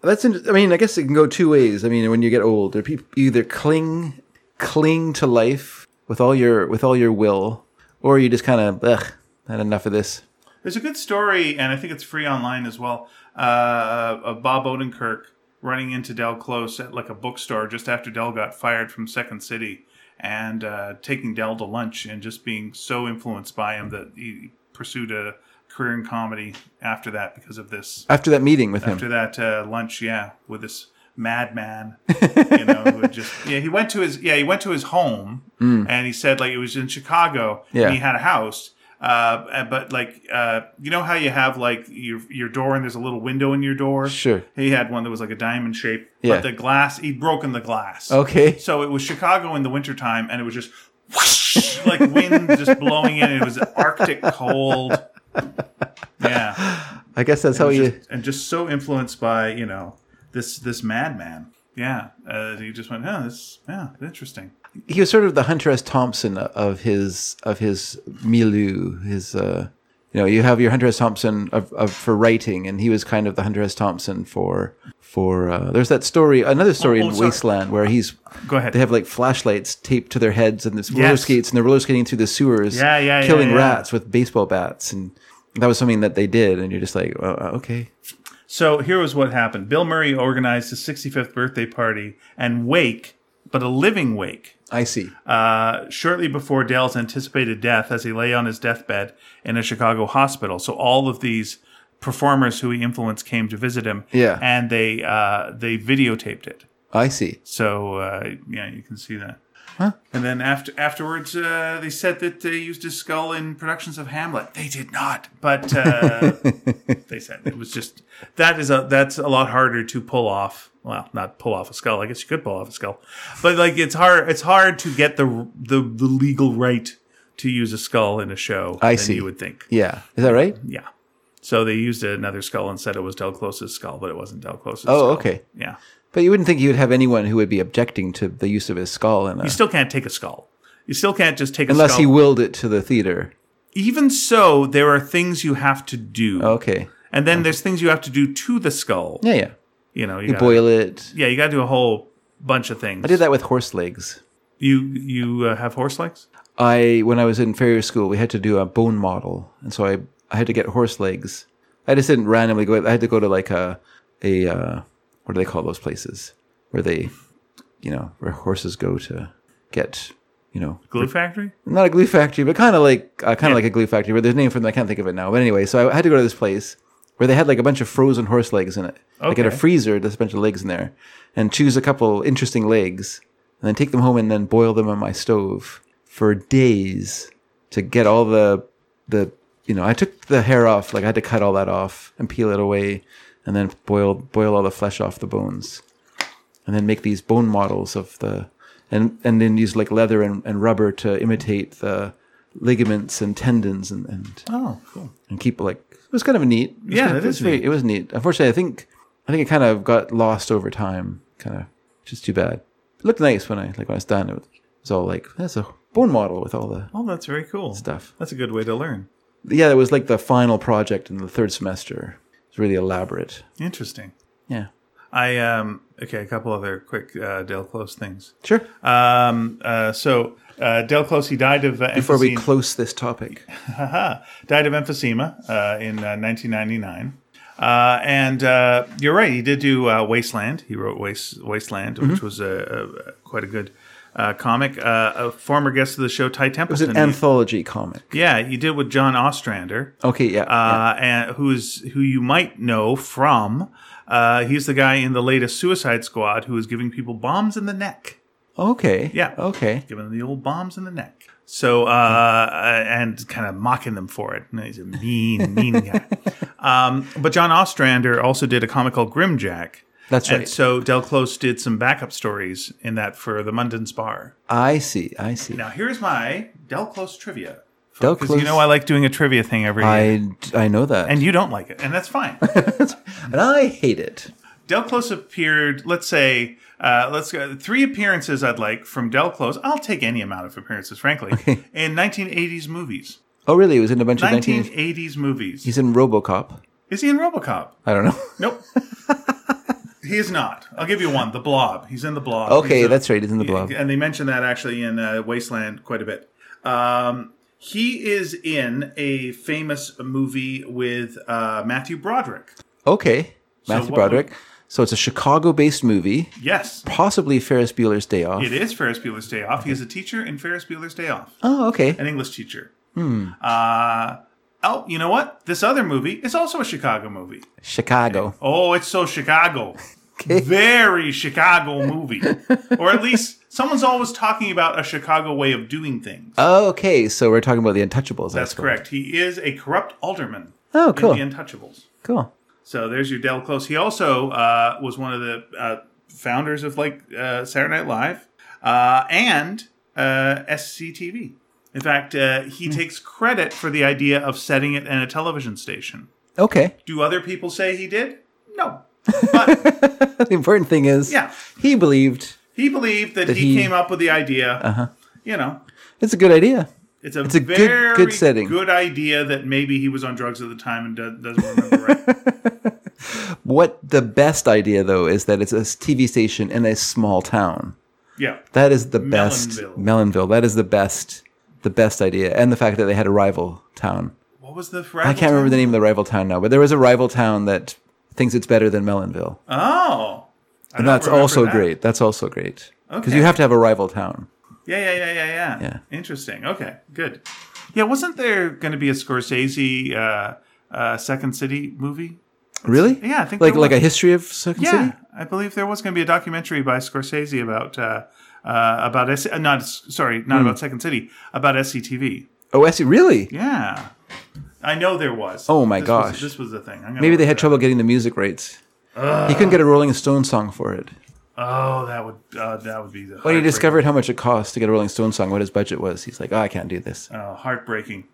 B: that's. Inter- I mean, I guess it can go two ways. I mean, when you get old, there people either cling, cling to life with all your with all your will, or you just kind of ugh, had enough of this.
A: There's a good story, and I think it's free online as well, uh, of Bob Odenkirk running into Del Close at like a bookstore just after Del got fired from Second City and uh, taking Del to lunch and just being so influenced by him that he pursued a career in comedy after that because of this.
B: After that meeting with him,
A: After that uh, lunch, yeah, with this madman, you know, who had just yeah, he went to his yeah, he went to his home, and he said like it was in Chicago,
B: Mm. Yeah.
A: and he had a house, uh, and- but like uh, you know how you have like your your door and there's a little window in your door.
B: Sure.
A: he had one that was like a diamond shape,
B: Yeah.
A: but the glass he'd broken the glass.
B: okay,
A: So it was Chicago in the wintertime, and it was just whoosh, like wind just blowing in. And it was Arctic cold. Yeah
B: I guess that's how you.
A: just- and just so influenced by you know this this madman. Yeah, uh, he just went, oh, this yeah, interesting.
B: he was sort of the Hunter S. Thompson of his of his milieu. His uh, you know, you have your Hunter S. Thompson of, of for writing, and he was kind of the Hunter S. Thompson for for. Uh, there's that story, another story
A: Oh, oh,
B: in
A: sorry.
B: Wasteland where he's
A: Go ahead.
B: they have like flashlights taped to their heads and this roller
A: Yes.
B: skates, and they're roller skating through the sewers,
A: Yeah, yeah, yeah,
B: killing
A: yeah.
B: rats with baseball bats, and that was something that they did. And you're just like, well, uh, okay,
A: So here was what happened. Bill Murray organized his 65th birthday party and wake, but a living wake.
B: I see.
A: uh, shortly before Dale's anticipated death as he lay on his deathbed in a Chicago hospital. So all of these performers who he influenced came to visit him.
B: Yeah.
A: And they uh, they videotaped it.
B: I see.
A: So uh, yeah, you can see that. And then after afterwards, uh, they said that they used his skull in productions of Hamlet. They did not, but uh, they said it was just that is a that's a lot harder to pull off. Well, not pull off a skull. I guess you could pull off a skull, but like it's hard it's hard to get the the, the legal right to use a skull in a show.
B: I
A: than
B: see.
A: You would think,
B: Yeah, is that right?
A: yeah. So they used another skull and said it was Del Close's skull, but it wasn't Del Close's
B: Oh,
A: skull.
B: okay.
A: Yeah.
B: But you wouldn't think you would have anyone who would be objecting to the use of his skull, in a,
A: You still can't take a skull. You still can't just take
B: unless
A: a
B: he
A: skull.
B: willed it to the theater.
A: Even so, there are things you have to do.
B: Oh, Okay.
A: And then there's things you have to do to the skull.
B: Yeah, yeah.
A: You know, you,
B: You
A: gotta,
B: boil it.
A: Yeah, you got to do a whole bunch of things.
B: I did that with horse legs.
A: You you uh, have horse legs?
B: I when I was in farrier school, we had to do a bone model, and so I I had to get horse legs. I just didn't randomly go. I had to go to like a a uh, what do they call those places where they, you know, where horses go to get, you know,
A: Glue factory?
B: not a glue factory, but kind of like uh, kind of like a glue factory. But there's a name for them. I can't think of it now. But anyway, so I had to go to this place where they had like a bunch of frozen horse legs in it. Like at a
A: Okay.
B: freezer, there's a bunch of legs in there, and choose a couple interesting legs, and then take them home and then boil them on my stove for days to get all the the you know I took the hair off. Like I had to cut all that off and peel it away, and then boil boil all the flesh off the bones and then make these bone models of the and and then use like leather and, and rubber to imitate the ligaments and tendons and and,
A: Oh, cool.
B: and keep like it was kind of neat. It was
A: Yeah,
B: kind of-
A: that
B: it was
A: is
B: very-
A: neat.
B: It was neat. Unfortunately, I think I think it kind of got lost over time. Kind of just too bad. It looked nice when I like when I was done. It was, it was all like that's a bone model with all the
A: Oh, that's very cool.
B: stuff.
A: That's a good way to learn.
B: Yeah, it was like the final project in the third semester. It's really elaborate.
A: Interesting.
B: Yeah,
A: I um okay, a couple other quick uh, Del Close things.
B: sure.
A: Um uh so uh, Del Close he died of uh,
B: Before we
A: emphysema-
B: close this topic,
A: Haha. died of emphysema uh, in uh, 1999. Uh, and uh, you're right, he did do uh, Wasteland. He wrote Waste, Wasteland,
B: Mm-hmm.
A: which was a, a, quite a good uh, comic. Uh, a former guest of the show, Ty
B: it was
A: Templeton.
B: an anthology comic.
A: yeah, he did with John Ostrander,
B: Okay, yeah.
A: uh, and who's who you might know from. Uh, he's the guy in the latest Suicide Squad who is giving people bombs in the neck.
B: Okay.
A: Yeah.
B: Okay.
A: giving them the old bombs in the neck. So uh, and kind of mocking them for it. And He's a mean, mean guy. Um, but John Ostrander also did a comic called Grimjack.
B: That's
A: and
B: right.
A: so Del Close did some backup stories in that for the Munden's Bar.
B: I see. I see.
A: Now here's my Del Close trivia.
B: Del
A: Because you know I like doing a trivia thing every year.
B: I, I know that. And,
A: And you don't like it, and that's fine.
B: I hate it.
A: Del Close appeared, let's say, uh, let's go three appearances I'd like from Del Close. I'll take any amount of appearances, frankly, in 1980s movies.
B: Oh, really? It was in a bunch of 19...
A: 1980s movies.
B: He's in Robocop.
A: Is he in RoboCop?
B: I don't know.
A: Nope. he is not. I'll give you one. The Blob. He's in the Blob.
B: Okay,
A: He's a-
B: that's right. He's in the blob.
A: And they mention that actually in uh, Wasteland quite a bit. Um, he is in a famous movie with uh, Matthew Broderick.
B: Okay. Matthew
A: what
B: Broderick. So it's a Chicago-based movie,
A: Yes,
B: possibly Ferris Bueller's Day Off.
A: it is Ferris Bueller's Day Off. He is a teacher in Ferris Bueller's Day Off.
B: Oh, okay.
A: an English teacher.
B: Hmm.
A: Uh, oh, you know what? This other movie is also a Chicago movie.
B: Chicago.
A: Oh, it's so Chicago. Very Chicago movie. or at least someone's always talking about a Chicago way of doing things.
B: Okay, so we're talking about The Untouchables. I
A: That's
B: suppose.
A: correct. He is a corrupt alderman
B: Oh, cool.
A: in The Untouchables.
B: Cool.
A: So there's your Del Close. He also uh, was one of the uh, founders of like uh, Saturday Night Live uh, and uh, SCTV. In fact, uh,
B: Hmm.
A: he takes credit for the idea of setting it in a television station.
B: Okay.
A: Do other people say he did? No. But
B: The important thing is
A: Yeah.
B: he believed
A: he believed that,
B: That
A: he,
B: he-
A: came up with the idea. You know,
B: it's a good idea.
A: it's a,
B: a good-
A: very
B: good setting.
A: good idea that maybe he was on drugs at the time and do- doesn't remember right.
B: What the best idea, though, is that it's a TV station in a small town.
A: Yeah.
B: That is the best
A: Mellonville.
B: Mellonville. That is the best the best idea. And the fact that they had a rival town.
A: What was the
B: I can't remember the name of the rival town now, but there was a rival town that thinks it's better than Mellonville.
A: Oh. I don't
B: and that's
A: remember
B: also
A: that.
B: great. That's also great. Because
A: Okay.
B: you have to have a rival town.
A: Yeah, yeah, yeah, yeah, yeah.
B: Yeah.
A: Interesting. Okay, good. Yeah, wasn't there going to be a Scorsese uh, uh, Second City movie?
B: Really?
A: Yeah, I think
B: Like
A: there
B: like a
A: was.
B: history of Second
A: Yeah,
B: City?
A: I believe there was going to be a documentary by Scorsese about uh, uh, about S- uh, not sorry, not
B: Hmm.
A: about Second City, about SCTV.
B: Oh, I see. Really?
A: Yeah, I know there was.
B: Oh my
A: This was-
B: gosh.
A: this was the thing. I'm gonna
B: Maybe
A: look
B: they
A: it
B: had
A: up.
B: trouble getting the music rights. He couldn't get a Rolling Stone song for it.
A: Oh, that would uh, that would be the.
B: When he
A: heartbreak-
B: discovered how much it cost to get a Rolling Stone song, what his budget was, he's like, oh, I can't do this.
A: Oh, heartbreaking.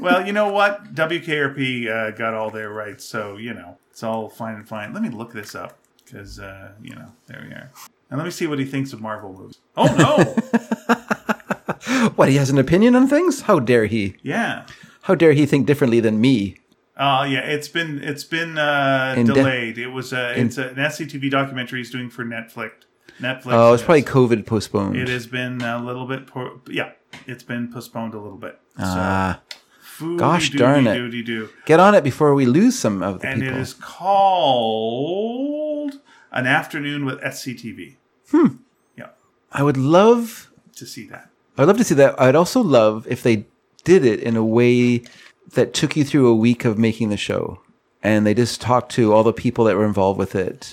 A: well, you know what? WKRP uh, got all their rights, so you know it's all fine and fine. Let me look this up because uh, you know there we are, and let me see what he thinks of Marvel movies. Oh no!
B: What, he has an opinion on things? How dare he?
A: yeah.
B: How dare he think differently than me?
A: Uh, yeah, it's been it's been uh,
B: In de-
A: delayed. it was uh, it's a, an SCTV documentary he's doing for Netflix. Netflix.
B: Oh, it's
A: yes.
B: probably COVID postponed.
A: It has been a little bit. Por- yeah, it's been postponed a little bit.
B: Ah,
A: so,
B: gosh darn it.
A: Doody doo.
B: get on it before we lose some of the
A: and
B: people.
A: it is called An Afternoon with SCTV. Hmm. Yeah,
B: I would love
A: to see that.
B: I'd love to see that. I'd also love if they did it in a way that took you through a week of making the show and they just talked to all the people that were involved with it.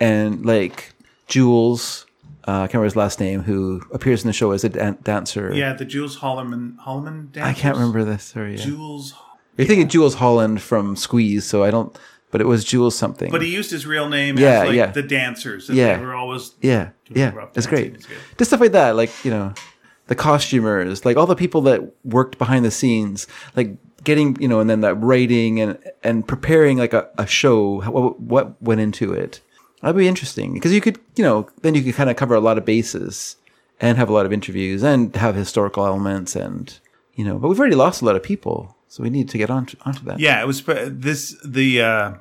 B: And like Jules, uh, I can't remember his last name, who appears in the show as a dan- dancer.
A: Yeah, the Jules Holloman Holloman dance.
B: I can't remember this. Sorry. Yeah.
A: Jules,
B: You're thinking Jules Holland from Squeeze, so I don't, but it was Jules something.
A: but he used his real name
B: Yeah,
A: as like
B: yeah.
A: the dancers. And
B: Yeah.
A: they were always
B: Yeah, yeah,
A: rough
B: it's
A: dancing
B: great.
A: is good.
B: Just stuff like that, like you know, the costumers, like all the people that worked behind the scenes, like getting you know, and then that writing and and preparing like a, a show, how- what, what went into it. That'd be interesting because you could you know then you could kind of cover a lot of bases and have a lot of interviews and have historical elements and you know, but we've already lost a lot of people, so we need to get on to, onto that.
A: Yeah, it was pre- this the uh,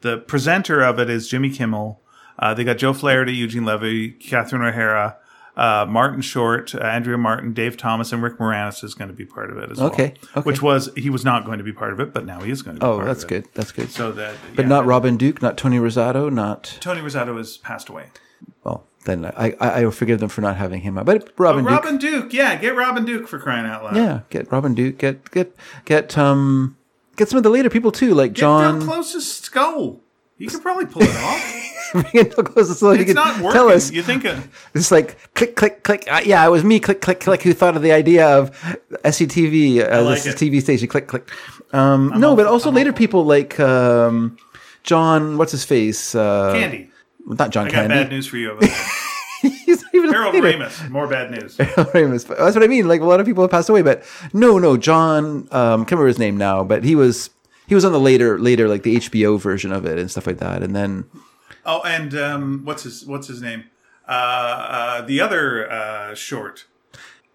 A: the presenter of it is Jimmy Kimmel. Uh, they got Joe Flaherty, Eugene Levy, Catherine O'Hara, uh, Martin Short, uh, Andrea Martin, Dave Thomas, and Rick Moranis is going to be part of it as
B: Okay,
A: well.
B: okay.
A: Which was he was not going to be part of it, but now he is going to. be
B: Oh,
A: part
B: that's
A: of it.
B: good. That's good.
A: So that,
B: but not Robin Duke, not Tony Rosato, not
A: Tony Rosato has passed away.
B: well, then I, I, I forgive them for not having him. on. But Robin, Duke,
A: Robin Duke, yeah, get Robin Duke for crying out loud.
B: yeah, get Robin Duke, get get get um, get some of the later people too, like
A: Get John.
B: John.
A: Phil Close's skull. You can probably pull it off.
B: Bring it so close so you
A: it's
B: can
A: not working.
B: tell us.
A: You think of,
B: It's like click, click, click. Uh, yeah, it was me. Click, click, click. Who thought of the idea of SCTV? Uh,
A: like
B: this is
A: it.
B: TV station. Click, click. Um, no, but also later people like um, John. What's his face? Uh,
A: Candy.
B: Not John
A: I got bad
B: Candy.
A: news for you over there.
B: He's not even a
A: Harold
B: leader.
A: Ramis, more bad news.
B: famous. But that's what I mean. Like a lot of people have passed away, but no, no, John. Um, can't remember his name now, but he was he was on the later later like the HBO version of it and stuff like that. And then
A: Oh, and um, what's his what's his name? Uh, uh, the other uh, short,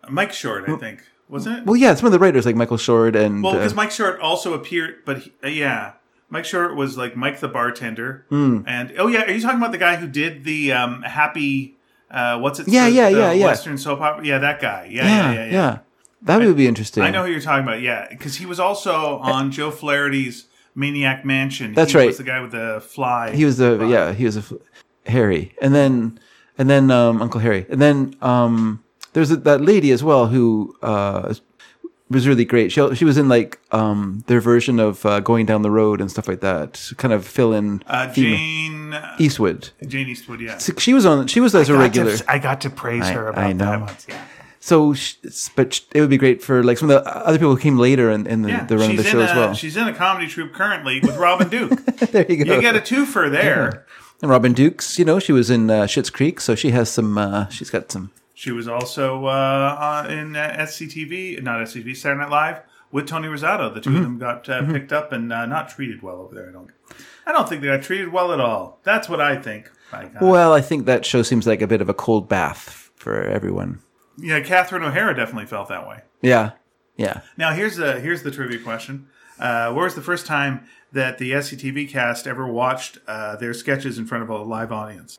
A: Mike Short, I think, wasn't it?
B: Mm. well, yeah, some of the writers like Michael Short and
A: Well,
B: uh,
A: because Mike Short also appeared, but he, uh, yeah, Mike Short was like Mike the bartender,
B: Hmm.
A: and oh yeah, are you talking about the guy who did the um, Happy? Uh, what's it?
B: Yeah,
A: the-
B: yeah,
A: the
B: yeah, yeah.
A: Western soap opera. Yeah, that guy. Yeah,
B: yeah,
A: yeah,
B: yeah, that would be interesting.
A: I know who you're talking about. Yeah, because he was also on Joe Flaherty's Maniac Mansion.
B: That's
A: He
B: right.
A: Was the guy with the fly.
B: he was the yeah he was a f- Harry, and then and then um, Uncle Harry, and then um, there's a, that lady as well who uh, was really great. She she was in like um, their version of uh, going down the road and stuff like that, kind of fill in
A: uh,
B: female-
A: Jane. uh,
B: Eastwood.
A: Jane Eastwood. Yeah.
B: So she was on. She was as a
A: got to-
B: regular.
A: I got to praise her about
B: I
A: that
B: know.
A: once. Yeah.
B: So, sh but sh- it would be great for like some of the other people who came later in, in the,
A: Yeah,
B: the run of the
A: in
B: show
A: a,
B: as well.
A: She's in a comedy troupe currently with Robin Duke.
B: there you go.
A: you get a twofer there.
B: and Robin Dukes, you know, she was in uh, Schitt's Creek, so she has some. Uh, she's got some.
A: She was also uh, on- in uh, SCTV, not SCTV, Saturday Night Live with Tony Rosato. The
B: Mm-hmm.
A: 2 of them got uh, picked up and uh, not treated well over there. I don't. I don't think they got treated well at all. That's what I think. uh, My God.
B: Well, I think that show seems like a bit of a cold bath for everyone.
A: yeah, Catherine O'Hara definitely felt that way.
B: Yeah, yeah.
A: Now here's the here's the trivia question. Uh, where was the first time that the SCTV cast ever watched uh, their sketches in front of a live audience?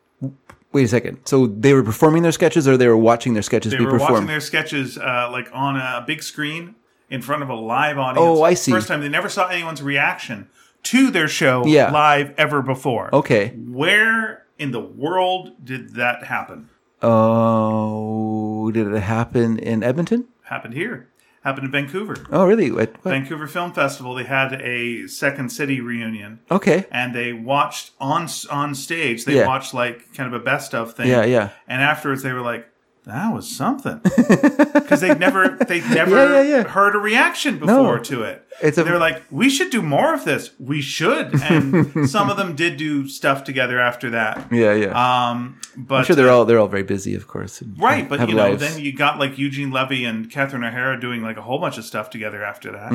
B: Wait a second. So they were performing their sketches, or they were watching their sketches
A: They
B: be
A: were watching
B: performed.
A: their sketches uh, like on a big screen in front of a live audience.
B: Oh, I see.
A: First time they never saw anyone's reaction to their show
B: Yeah.
A: live ever before.
B: okay.
A: Where in the world did that happen?
B: Oh, did it happen in Edmonton?
A: Happened here. Happened in Vancouver.
B: Oh, really? What, what?
A: Vancouver Film Festival. They had a Second City reunion.
B: Okay.
A: and they watched on on stage. They
B: Yeah.
A: watched like kind of a best of thing.
B: Yeah, yeah.
A: And afterwards, they were like, that was something because they'd never they'd never
B: Yeah, yeah, yeah.
A: heard a reaction before to it.
B: It's a-
A: they're like, we should do more of this. We should, and some of them did do stuff together after that.
B: Yeah, yeah.
A: Um, but
B: I'm sure they're all they're all very busy, of course. and
A: right, but
B: have
A: you know,
B: lives.
A: then you got like Eugene Levy and Catherine O'Hara doing like a whole bunch of stuff together after that.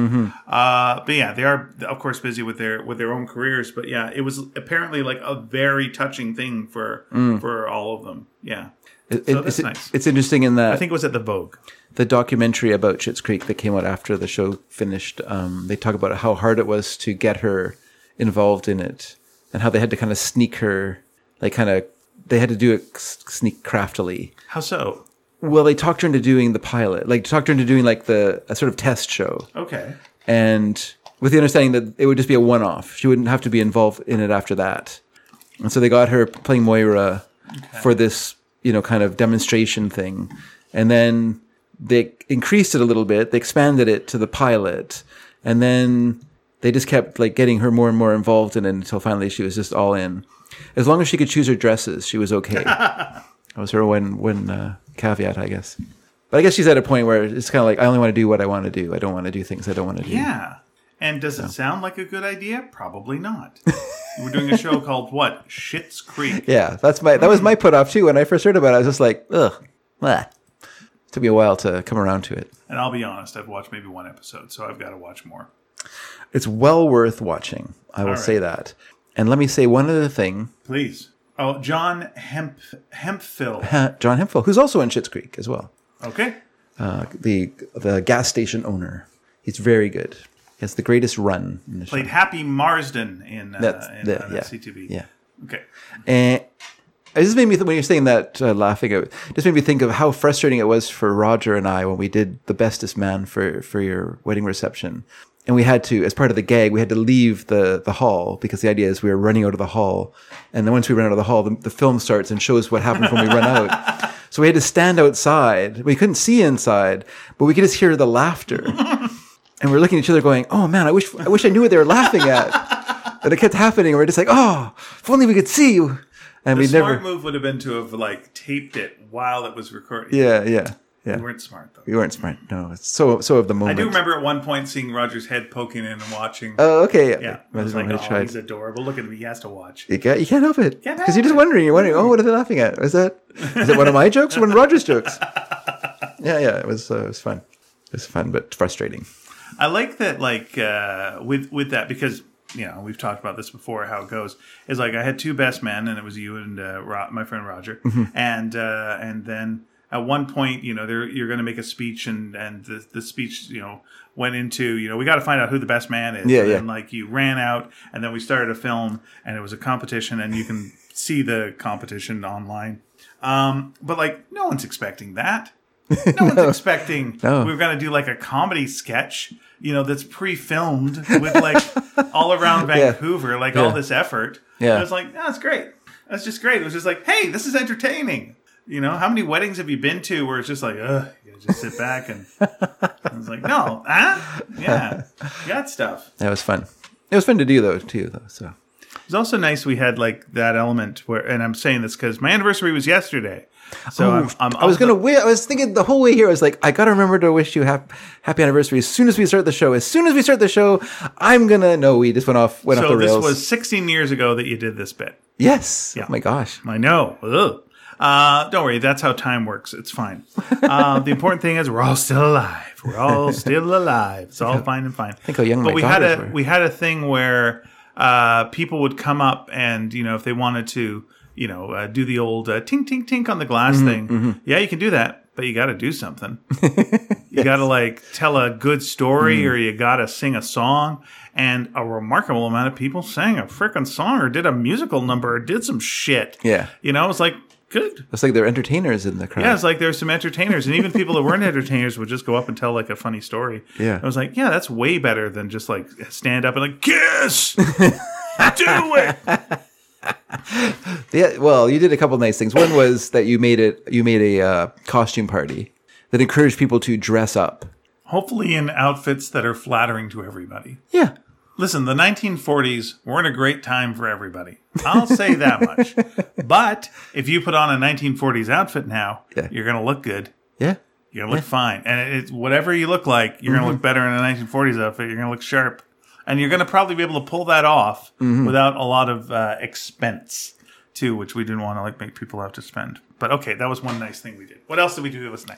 A: Uh, but yeah, they are of course busy with their with their own careers. But yeah, it was apparently like a very touching thing for for all of them. Yeah,
B: It-
A: so
B: it-
A: that's
B: it's,
A: nice.
B: it's interesting in that
A: I think it was at the Vogue.
B: the documentary about Schitt's Creek that came out after the show finished, um, they talk about how hard it was to get her involved in it and how they had to kind of sneak her, like kind of, they had to do it s- sneak craftily.
A: How so?
B: Well, they talked her into doing the pilot, like talked her into doing like the a sort of test show,
A: Okay.
B: and with the understanding that it would just be a one-off. She wouldn't have to be involved in it after that. And so they got her playing Moira for this, you know, kind of demonstration thing. And then they increased it a little bit, they expanded it to the pilot, and then they just kept like getting her more and more involved in it until finally she was just all in. As long as she could choose her dresses, she was okay. that was her one one uh, caveat, I guess. But I guess she's at a point where it's kind of like I only want to do what I want to do. I don't want to do things I don't want to do.
A: Yeah. And does it sound like a good idea? Probably not. We're doing a show called what? Shits Creek.
B: Yeah, that's my that was my put off too. When I first heard about it, I was just like, ugh, bleh. Took me a while to come around to it.
A: And I'll be honest, I've watched maybe one episode, so I've got to watch more.
B: It's well worth watching. I will
A: right.
B: say that. And let me say one other thing.
A: Please. Oh, John Hemp Hemphill.
B: Uh, John Hemphill, who's also in Schitt's Creek as well,
A: Okay.
B: uh, the the gas station owner. He's very good. He has the greatest run in the show.
A: Played Happy Marsden in, uh,
B: That's
A: in
B: the-
A: uh,
B: yeah.
A: CTV.
B: Yeah.
A: Okay.
B: And it just made me th- when you're saying that, uh, laughing. It just made me think of how frustrating it was for Roger and I when we did the bestest man for for your wedding reception, and we had to, as part of the gag, we had to leave the the hall because the idea is we were running out of the hall, and then once we run out of the hall, the, the film starts and shows what happens when we run out. So we had to stand outside. We couldn't see inside, but we could just hear the laughter. And we're looking at each other going, oh man, I wish, I wish I knew what they were laughing at. and it kept happening. And we're just like, oh, if only we could see you. And we
A: The smart
B: never,
A: move would have been to have like taped it while it was recording.
B: yeah, yeah, yeah.
A: We weren't smart though.
B: We weren't smart. No, it's so, so of the
A: I
B: moment.
A: do remember at one point seeing Roger's head poking in and watching.
B: Oh, okay.
A: yeah. I
B: I
A: was like,
B: I
A: oh,
B: tried.
A: he's adorable. Look at him. He has to watch.
B: You can't, you can't help it
A: Can't
B: because you're
A: help
B: just
A: it.
B: wondering. You're wondering, oh, what are they laughing at? Is that is that one of my jokes? or One of Roger's jokes? Yeah, yeah. It was uh, it was fun. It was fun, but frustrating.
A: I like that, like uh, with with that because you know we've talked about this before. How it goes is like I had two best men, and it was you and uh, Ro- my friend Roger,
B: Mm-hmm.
A: and uh, and then at one point, you know, they're, you're going to make a speech, and and the, the speech, you know, went into you know we got to find out who the best man is.
B: Yeah,
A: and
B: yeah.
A: then, like you ran out, and then we started a film, and it was a competition, and you can see the competition online. Um, but like no one's expecting that. No one's expecting
B: No.
A: we were gonna do like a comedy sketch, you know, that's pre-filmed with like all around Vancouver, like all
B: Yeah.
A: this effort.
B: Yeah.
A: And I was like, "Oh, that's great. That's just great. It was just like, hey, this is entertaining. You know, how many weddings have you been to where it's just like, ugh, you gotta just sit back and I was like, no, huh? Yeah, you got stuff.
B: That was fun. It was fun to do though too though. So
A: It's also nice we had like that element where, and I'm saying this because my anniversary was yesterday, so I'm, I'm
B: I was
A: up-
B: gonna. Wi- I was thinking the whole way here. I was like, I gotta remember to wish you hap- happy anniversary as soon as we start the show. As soon as we start the show, I'm gonna. No, we just went off. Went off
A: So
B: the
A: this
B: rails.
A: was 16 years ago that you did this bit.
B: yes.
A: Yeah.
B: Oh my gosh.
A: I know. Ugh. Uh, don't worry, that's how time works. It's fine. Uh, the important thing is we're all still alive. We're all still alive. It's all fine and fine.
B: think how young
A: but
B: my
A: we had a
B: daughters were.
A: we had a thing where uh, people would come up and you know if they wanted to you know uh, do the old uh, tink tink tink on the glass
B: Mm-hmm,
A: thing. Yeah, you can do that, but you got to do something. You got to like tell a good story
B: Mm.
A: or you got to sing a song. And a remarkable amount of people sang a freaking song or did a musical number or did some shit.
B: Yeah.
A: You know, it's like, good.
B: It's like they're entertainers in the crowd.
A: Yeah, it's like there's some entertainers, and even people that weren't entertainers would just go up and tell like a funny story.
B: Yeah.
A: I was like, yeah, that's way better than just like stand up and like kiss, do it.
B: Yeah, well, you did a couple nice things. One was that you made it. You made a uh, costume party that encouraged people to dress up.
A: Hopefully, in outfits that are flattering to everybody.
B: Yeah,
A: Listen, the 1940s weren't a great time for everybody. I'll say that much. But if you put on a 1940s outfit now,
B: Yeah.
A: you're going to look good.
B: Yeah. Mm-hmm.
A: You're going to look fine. And it's whatever you look like, you're going to look better in a 1940s outfit. You're going to look sharp. And you're going to probably be able to pull that off
B: Mm-hmm.
A: without a lot of uh, expense, too, which we didn't want to like make people have to spend. But okay, that was one nice thing we did. What else did we do that was nice?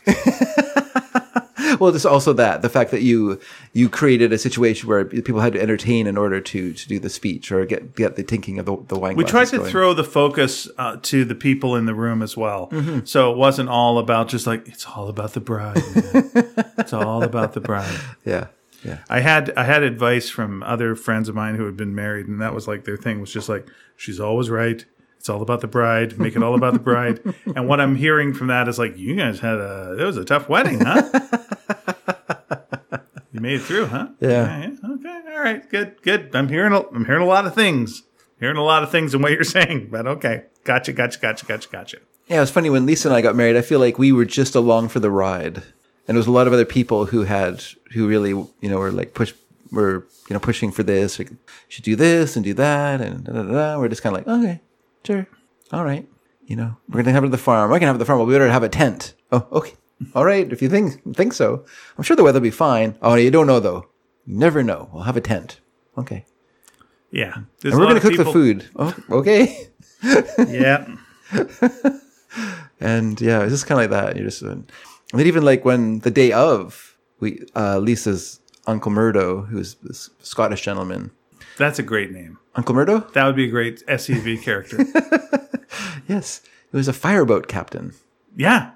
B: Well, there's also that the fact that you you created a situation where people had to entertain in order to to do the speech or get get the tinking of the, the wine.
A: We tried to throw the focus uh, to the people in the room as well, so it wasn't all about just like it's all about the bride. man. it's all about the bride.
B: Yeah. Yeah.
A: I had I had advice from other friends of mine who had been married, and that was like their thing was just like she's always right. It's all about the bride. Make it all about the bride. and what I'm hearing from that is like you guys had a it was a tough wedding, huh? you made it through, huh?
B: Yeah.
A: yeah. Okay. All right. Good. Good. I'm hearing a, I'm hearing a lot of things. Hearing a lot of things in what you're saying, but okay. Gotcha. Gotcha. Gotcha. Gotcha. Gotcha.
B: Yeah, it was funny when Lisa and I got married. I feel like we were just along for the ride, and it was a lot of other people who had who really you know were like push were you know pushing for this. Like, should do this and do that, and da, da, da, da. we're just kind of like, okay, sure, all right. You know, we're gonna have it at the farm. I can have it at the farm. Well, we better have a tent. Oh, okay, all right. If you think think so, I'm sure the weather'll be fine. Oh, you don't know though. You never know. We'll have a tent. Okay,
A: Yeah. There's
B: and
A: a
B: we're
A: lot
B: gonna
A: of
B: cook the
A: people-
B: food. Oh, okay.
A: Yeah.
B: And yeah, it's just kind of like that. You're just, and then even like when the day of, we uh, Lisa's uncle Murdo, who's this Scottish gentleman,
A: That's a great name.
B: Uncle Murdo,
A: That would be a great SEV character.
B: yes, he was a fireboat captain.
A: Yeah.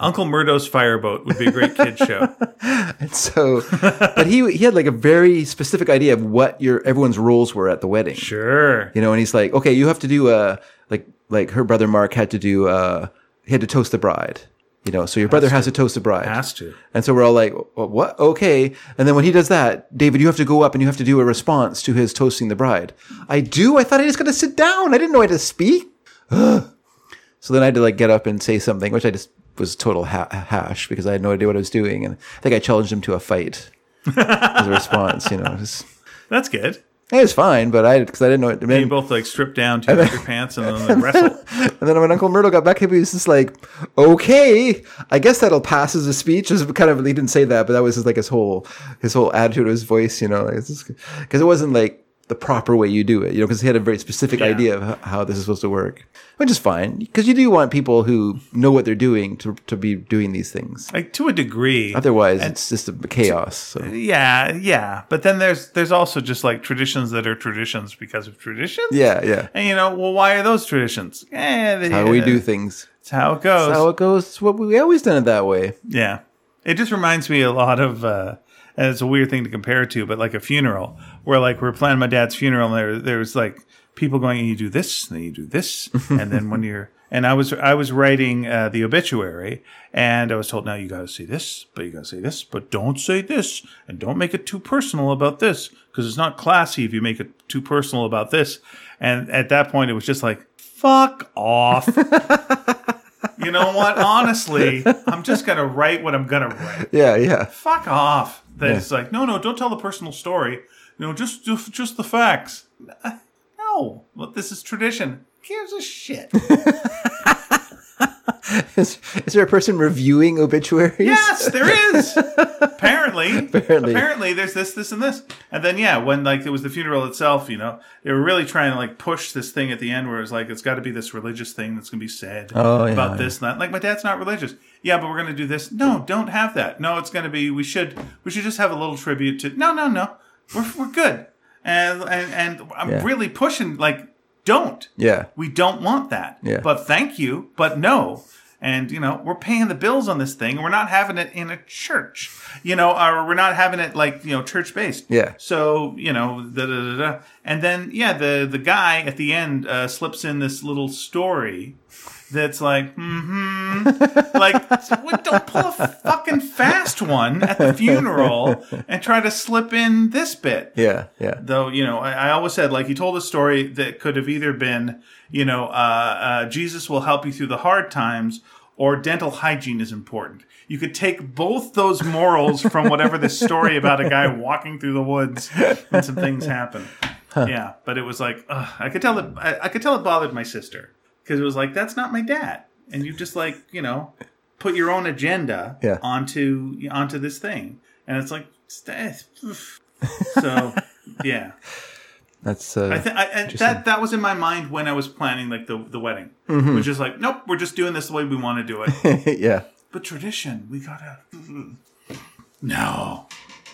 A: Uncle Murdo's Fireboat would be a great kid show.
B: And so, but he he had like a very specific idea of what your everyone's roles were at the wedding.
A: Sure.
B: you know and he's like okay you have to do a like like her brother mark had to do uh he had to toast the bride you know so your brother has to toast the bride
A: Has to.
B: and so we're all like "Wha- what okay and then when he does that david you have to go up and you have to do a response to his toasting the bride i do i thought i just got to sit down i didn't know i had to speak Ugh. so then i had to like get up and say something which i just was total ha- hash because i had no idea what i was doing and i think i challenged him to a fight as a response you know just
A: That's good.
B: it was fine but i because i didn't know what it meant
A: You both like strip down to your pants and then like, wrestle.
B: And then when Uncle Myrtle got back, he was just like, "Okay, I guess that'll pass as a speech." It was kind of he didn't say that, but that was just like his whole his whole attitude, his voice, you know, because it wasn't like the proper way you do it, you know, because he had a very specific idea of h- how this is supposed to work, which is fine because you do want people who know what they're doing to to be doing these things.
A: Like to a degree.
B: Otherwise, it's just a chaos. So.
A: Yeah, yeah. But then there's there's also just like traditions that are traditions because of traditions.
B: Yeah, yeah.
A: And you know, well, why are those traditions? Eh, they-
B: How we do things.
A: It's how it goes.
B: How it goes. It's what we always done it that way.
A: Yeah. It just reminds me a lot of, uh, and it's a weird thing to compare it to, but like a funeral where like we're planning my dad's funeral and there, there was like people going, you do this, and then you do this. and then when you're, and I was, I was writing, uh, the obituary and I was told, now you got to say this, but you got to say this, but don't say this and don't make it too personal about this because it's not classy if you make it too personal about this. And at that point, it was just like, fuck off. You know what? Honestly, I'm just gonna write what I'm gonna write.
B: Yeah, yeah.
A: Fuck off. That it's like, no, no, don't tell the personal story. No, just just, just the facts. Uh, No, well, this is tradition. Who Gives a shit.
B: Is, is there a person reviewing obituaries?
A: yes, there is. Apparently,
B: Apparently.
A: there's this, this, and this. And then, yeah, when like it was the funeral itself, you know, they were really trying to like push this thing at the end where it was like it's got to be this religious thing that's gonna be said
B: Oh, yeah,
A: about
B: yeah.
A: this, and that. Like my dad's not religious. Yeah, but we're gonna do this. No, don't have that. No, it's gonna be. We should. We should just have a little tribute to. No, no, no. We're we're good. And and and I'm
B: Yeah.
A: really pushing like don't.
B: Yeah.
A: We don't want that.
B: Yeah.
A: But thank you, but no. And you know, we're paying the bills on this thing. and We're not having it in a church, you know, or we're not having it like you know church based.
B: Yeah.
A: So you know, da, da, da, da. and then yeah, the the guy at the end uh, slips in this little story that's like, mm-hmm, like what, don't pull a fucking fast one at the funeral and try to slip in this bit
B: Yeah, yeah.
A: though you know I, I always said like he told a story that could have either been you know uh, uh, jesus will help you through the hard times or dental hygiene is important. You could take both those morals from whatever this story about a guy walking through the woods and some things happen. Yeah, but it was like ugh, I could tell that I, I could tell it bothered my sister because it was like that's not my dad, and you just like you know put your own agenda
B: Yeah.
A: onto onto this thing, and it's like st- so yeah.
B: That's uh,
A: I, th- I, and that that was in my mind when I was planning like the the wedding, which is like, nope, we're just doing this the way we want to do it.
B: yeah.
A: but tradition, we gotta. mm-hmm. No,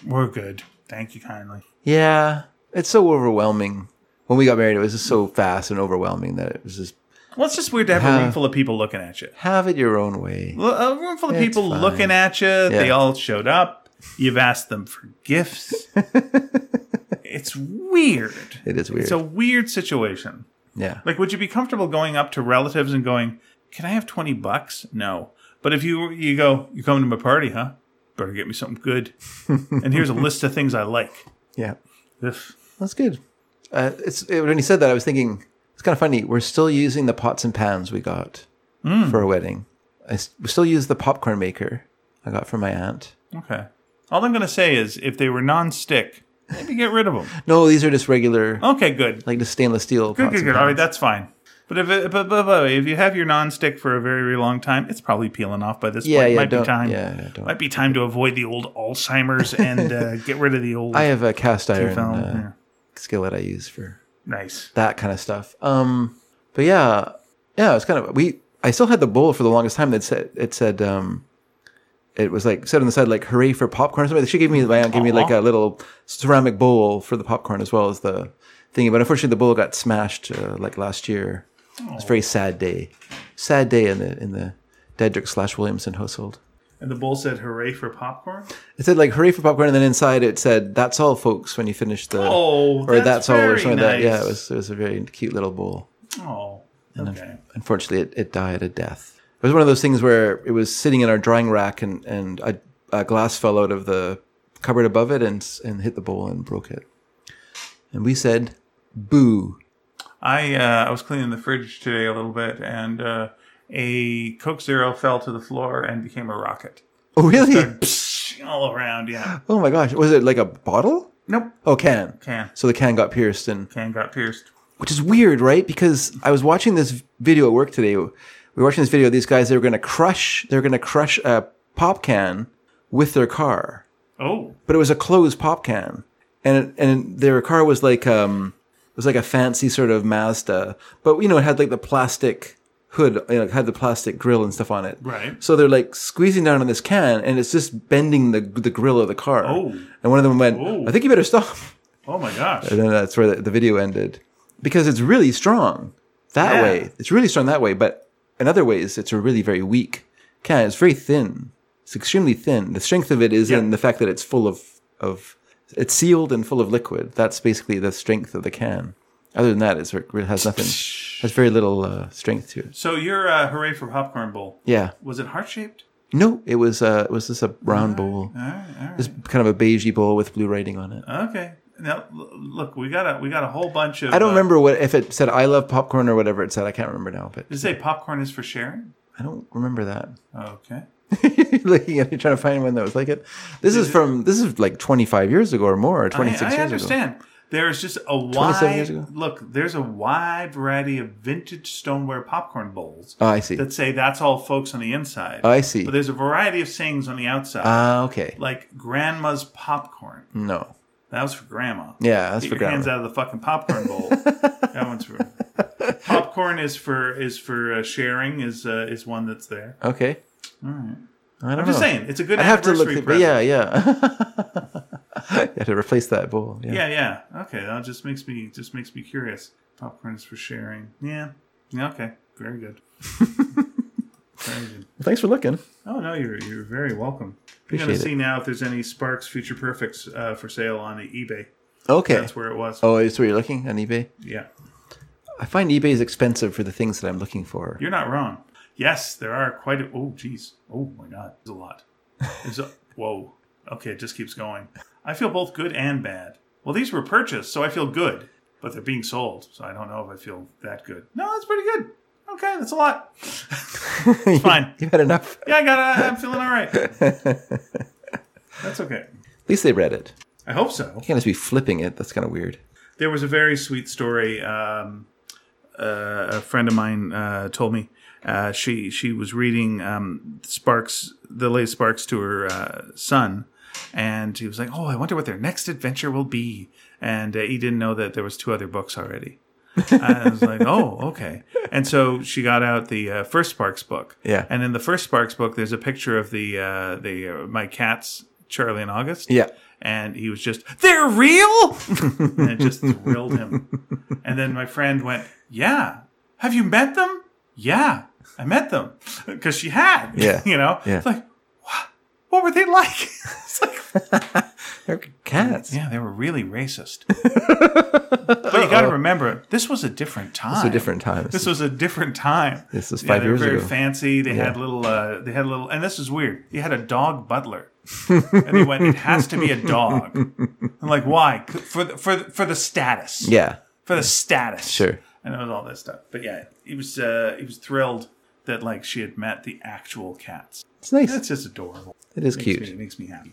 A: we're good. Thank you kindly.
B: Yeah, it's so overwhelming. When we got married, it was just so fast and overwhelming that it was just
A: Well, it's just weird to have a room full of people looking at you.
B: have it your own way.
A: Well, a room full of
B: It's
A: people
B: fine.
A: looking at you. They all showed up. You've asked them for gifts. it's weird.
B: It is weird.
A: It's a weird situation.
B: yeah,
A: Like, would you be comfortable going up to relatives and going, "Can I have twenty bucks?" No, but if you you go, you come to my party, huh? Better get me something good. and here's a list of things I like.
B: yeah,
A: Ugh.
B: that's good. Uh, it's it, when he said that, I was thinking it's kind of funny. We're still using the pots and pans we got
A: Mm.
B: for a wedding. I s- we still use the popcorn maker I got from my aunt.
A: Okay. All I'm gonna say is, if they were non-stick, maybe get rid of them.
B: No, these are just regular,
A: Okay, good,
B: like the stainless steel.
A: Oh. good,
B: pots
A: good,
B: and
A: good. All right,
B: pans.
A: that's fine. But if it, but, but, but if you have your non-stick for a very very long time, it's probably peeling off by this
B: yeah,
A: point.
B: yeah,
A: Might
B: don't,
A: be time.
B: yeah, yeah, don't.
A: Might be time to avoid the old Alzheimer's and uh, get rid of the old.
B: I have a cast iron
A: film,
B: uh,
A: yeah.
B: skillet I use for
A: nice.
B: that kind of stuff. Um, but yeah, yeah, it's kind of we. I still had the bowl for the longest time. That said, it said, um, it was like said on the side like "Hooray for popcorn" or something. She gave me my aunt gave me like
A: Aw.
B: a little ceramic bowl for the popcorn as well as the thingy. But unfortunately, the bowl got smashed uh, like last year. It's a very sad day, sad day in the in the Dedrick slash Williamson household.
A: And the bowl said, "Hooray for popcorn."
B: It said like "Hooray for popcorn," and then inside it said "That's all, folks." When you finish the
A: Oh,
B: or that's, all or
A: very
B: something like that. Yeah,
A: nice.
B: it was it was a very cute little bowl.
A: Oh, okay.
B: unfortunately, it, it died a death. It was one of those things where it was sitting in our drying rack, and and a, a glass fell out of the cupboard above it and s- and hit the bowl and broke it. And we said, "Boo!"
A: I uh, I was cleaning the fridge today a little bit, and uh, a Coke Zero fell to the floor and became a rocket
B: Oh really?
A: Psh, all around. Yeah.
B: Oh my gosh! Was it like a bottle?
A: Nope.
B: Oh, can.
A: Can
B: So the can got pierced, and
A: can got pierced.
B: which is weird, right? Because I was watching this video at work today. We were watching this video. of These guys they were going to crush. They were going to crush a pop can with their car.
A: Oh,
B: but it was a closed pop can, and and their car was like um it was like a fancy sort of Mazda, but you know it had like the plastic hood, you know, it had the plastic grill and stuff on it.
A: Right.
B: So they're like squeezing down on this can, and it's just bending the the grill of the car.
A: Oh.
B: And one of them went,
A: Oh.
B: "I think you better stop."
A: oh my gosh.
B: And then that's where the, the video ended, because it's really strong that
A: Yeah.
B: way. It's really strong that way, but in other ways, it's a really very weak can. It's very thin. It's extremely thin. The strength of it is
A: Yeah.
B: in the fact that it's full of of it's sealed and full of liquid. That's basically the strength of the can. Other than that, it's, it has nothing. Has very little uh, strength to it.
A: So your uh, hooray for popcorn bowl
B: Yeah.
A: was it heart shaped?
B: No, it was uh, it was just a round bowl.
A: All right, Uh, all
B: It's kind of a beigey bowl with blue writing on it.
A: right. Okay. Now l- look, we got a we got a whole bunch of.
B: I don't
A: uh,
B: remember what if it said "I love popcorn" or whatever it said. I can't remember now, but
A: Did it say popcorn is for sharing?
B: I don't remember that.
A: Okay.
B: looking at it, trying to find one that was like it. This is from this is like 25 years ago or more, or 26
A: I, I
B: years ago.
A: understand. There's just a
B: 27
A: wide
B: years ago?
A: look. There's a wide variety of vintage stoneware popcorn bowls
B: Oh, I see. Oh,
A: that say "That's all, folks" on the inside.
B: I see.
A: But there's a variety of sayings on the outside,
B: Ah, okay.
A: like "Grandma's popcorn."
B: No.
A: That was for Grandma.
B: Yeah, that's
A: Get
B: for
A: your hands out
B: grandma.
A: of the fucking popcorn bowl. that one's for popcorn is for is for uh, sharing is uh, is one that's there.
B: Okay. All right. I don't
A: I'm just
B: know.
A: saying it's a good.
B: I Oh. have to look.
A: anniversary
B: the- but yeah,
A: present.
B: yeah. you have to replace that bowl. Yeah.
A: yeah, yeah. Okay, that just makes me just makes me curious. Popcorn is for sharing. Yeah. Yeah, Okay. Very good. very good.
B: Well, thanks for looking.
A: Oh no, you're you're very welcome. You're
B: Appreciate
A: gonna
B: it.
A: see now if there's any Sparks Future Perfects uh, for sale on eBay.
B: Okay.
A: That's where it was.
B: oh, it's where you're looking on eBay.
A: Yeah.
B: I find eBay is expensive for the things that I'm looking for.
A: You're not wrong. Yes, there are quite a. Oh, geez. Oh, my God. There's a lot. There's a, whoa. Okay, it just keeps going. I feel both good and bad. Well, these were purchased, so I feel good, but they're being sold, so I don't know if I feel that good. No, that's pretty good. okay, that's a lot. it's fine.
B: You've had enough.
A: Yeah, I got. I'm feeling all right. That's okay.
B: At least they read it.
A: I hope so.
B: You can't just be flipping it. That's kind of weird.
A: There was a very sweet story. Um, uh, a friend of mine uh, told me uh, she she was reading um, Sparks, the latest Sparks to her uh, son, and he was like, "Oh, I wonder what their next adventure will be." And uh, he didn't know that there was two other books already. I was like, "Oh, okay." And so she got out the uh, first Sparks book.
B: Yeah.
A: And in the first Sparks book, there's a picture of the uh, the uh, my cats Charlie and August.
B: Yeah.
A: And he was just, "They're real," and it just thrilled him. And then my friend went, "Yeah, have you met them?" "Yeah, I met them," because she had.
B: Yeah.
A: You know.
B: Yeah.
A: It's like, "Wha- what were they like? it's like,
B: They're cats.
A: yeah, they were really racist. but you got to remember, this was a different time.
B: It's a different time.
A: This was a different time.
B: This was
A: Yeah,
B: five
A: they were
B: years
A: very
B: ago.
A: fancy. They had little. Uh, they had little. And this is weird. They had a dog butler. and they went. It has to be a dog. I'm like, why? C- For the, for the, for the status.
B: yeah.
A: For the status.
B: Sure.
A: And it was all that stuff. But yeah, he was. Uh, he was thrilled that like she had met the actual cats.
B: It's nice.
A: That's just adorable.
B: It is
A: Makes
B: cute.
A: Me, it makes me happy.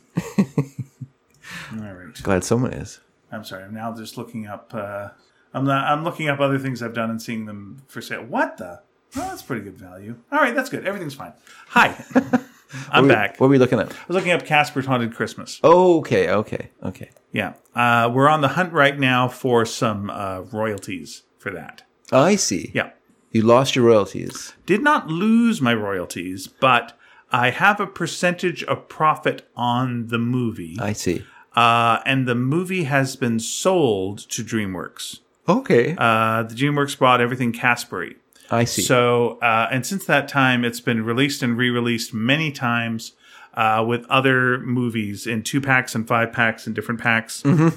A: all right.
B: Glad someone is.
A: I'm sorry. I'm now just looking up. Uh, I'm not. I'm looking up other things I've done and seeing them for sale. What the? Well, that's pretty good value. All right, that's good. Everything's fine. Hi, I'm
B: What were-
A: back. I
B: What were we looking at? Oh,
A: was looking up Casper's Haunted Christmas.
B: Okay. Okay. Okay.
A: Yeah, uh, we're on the hunt right now for some uh, royalties for that.
B: I see.
A: Yeah,
B: You lost your royalties.
A: did not lose my royalties, but I have a percentage of profit on the movie,
B: I see.
A: uh, and the movie has been sold to DreamWorks.
B: Okay.
A: Uh, the DreamWorks bought everything Caspery.
B: I see.
A: So, uh, and since that time, it's been released and re released many times uh, with other movies in two packs and five packs and different packs.
B: Mm-hmm.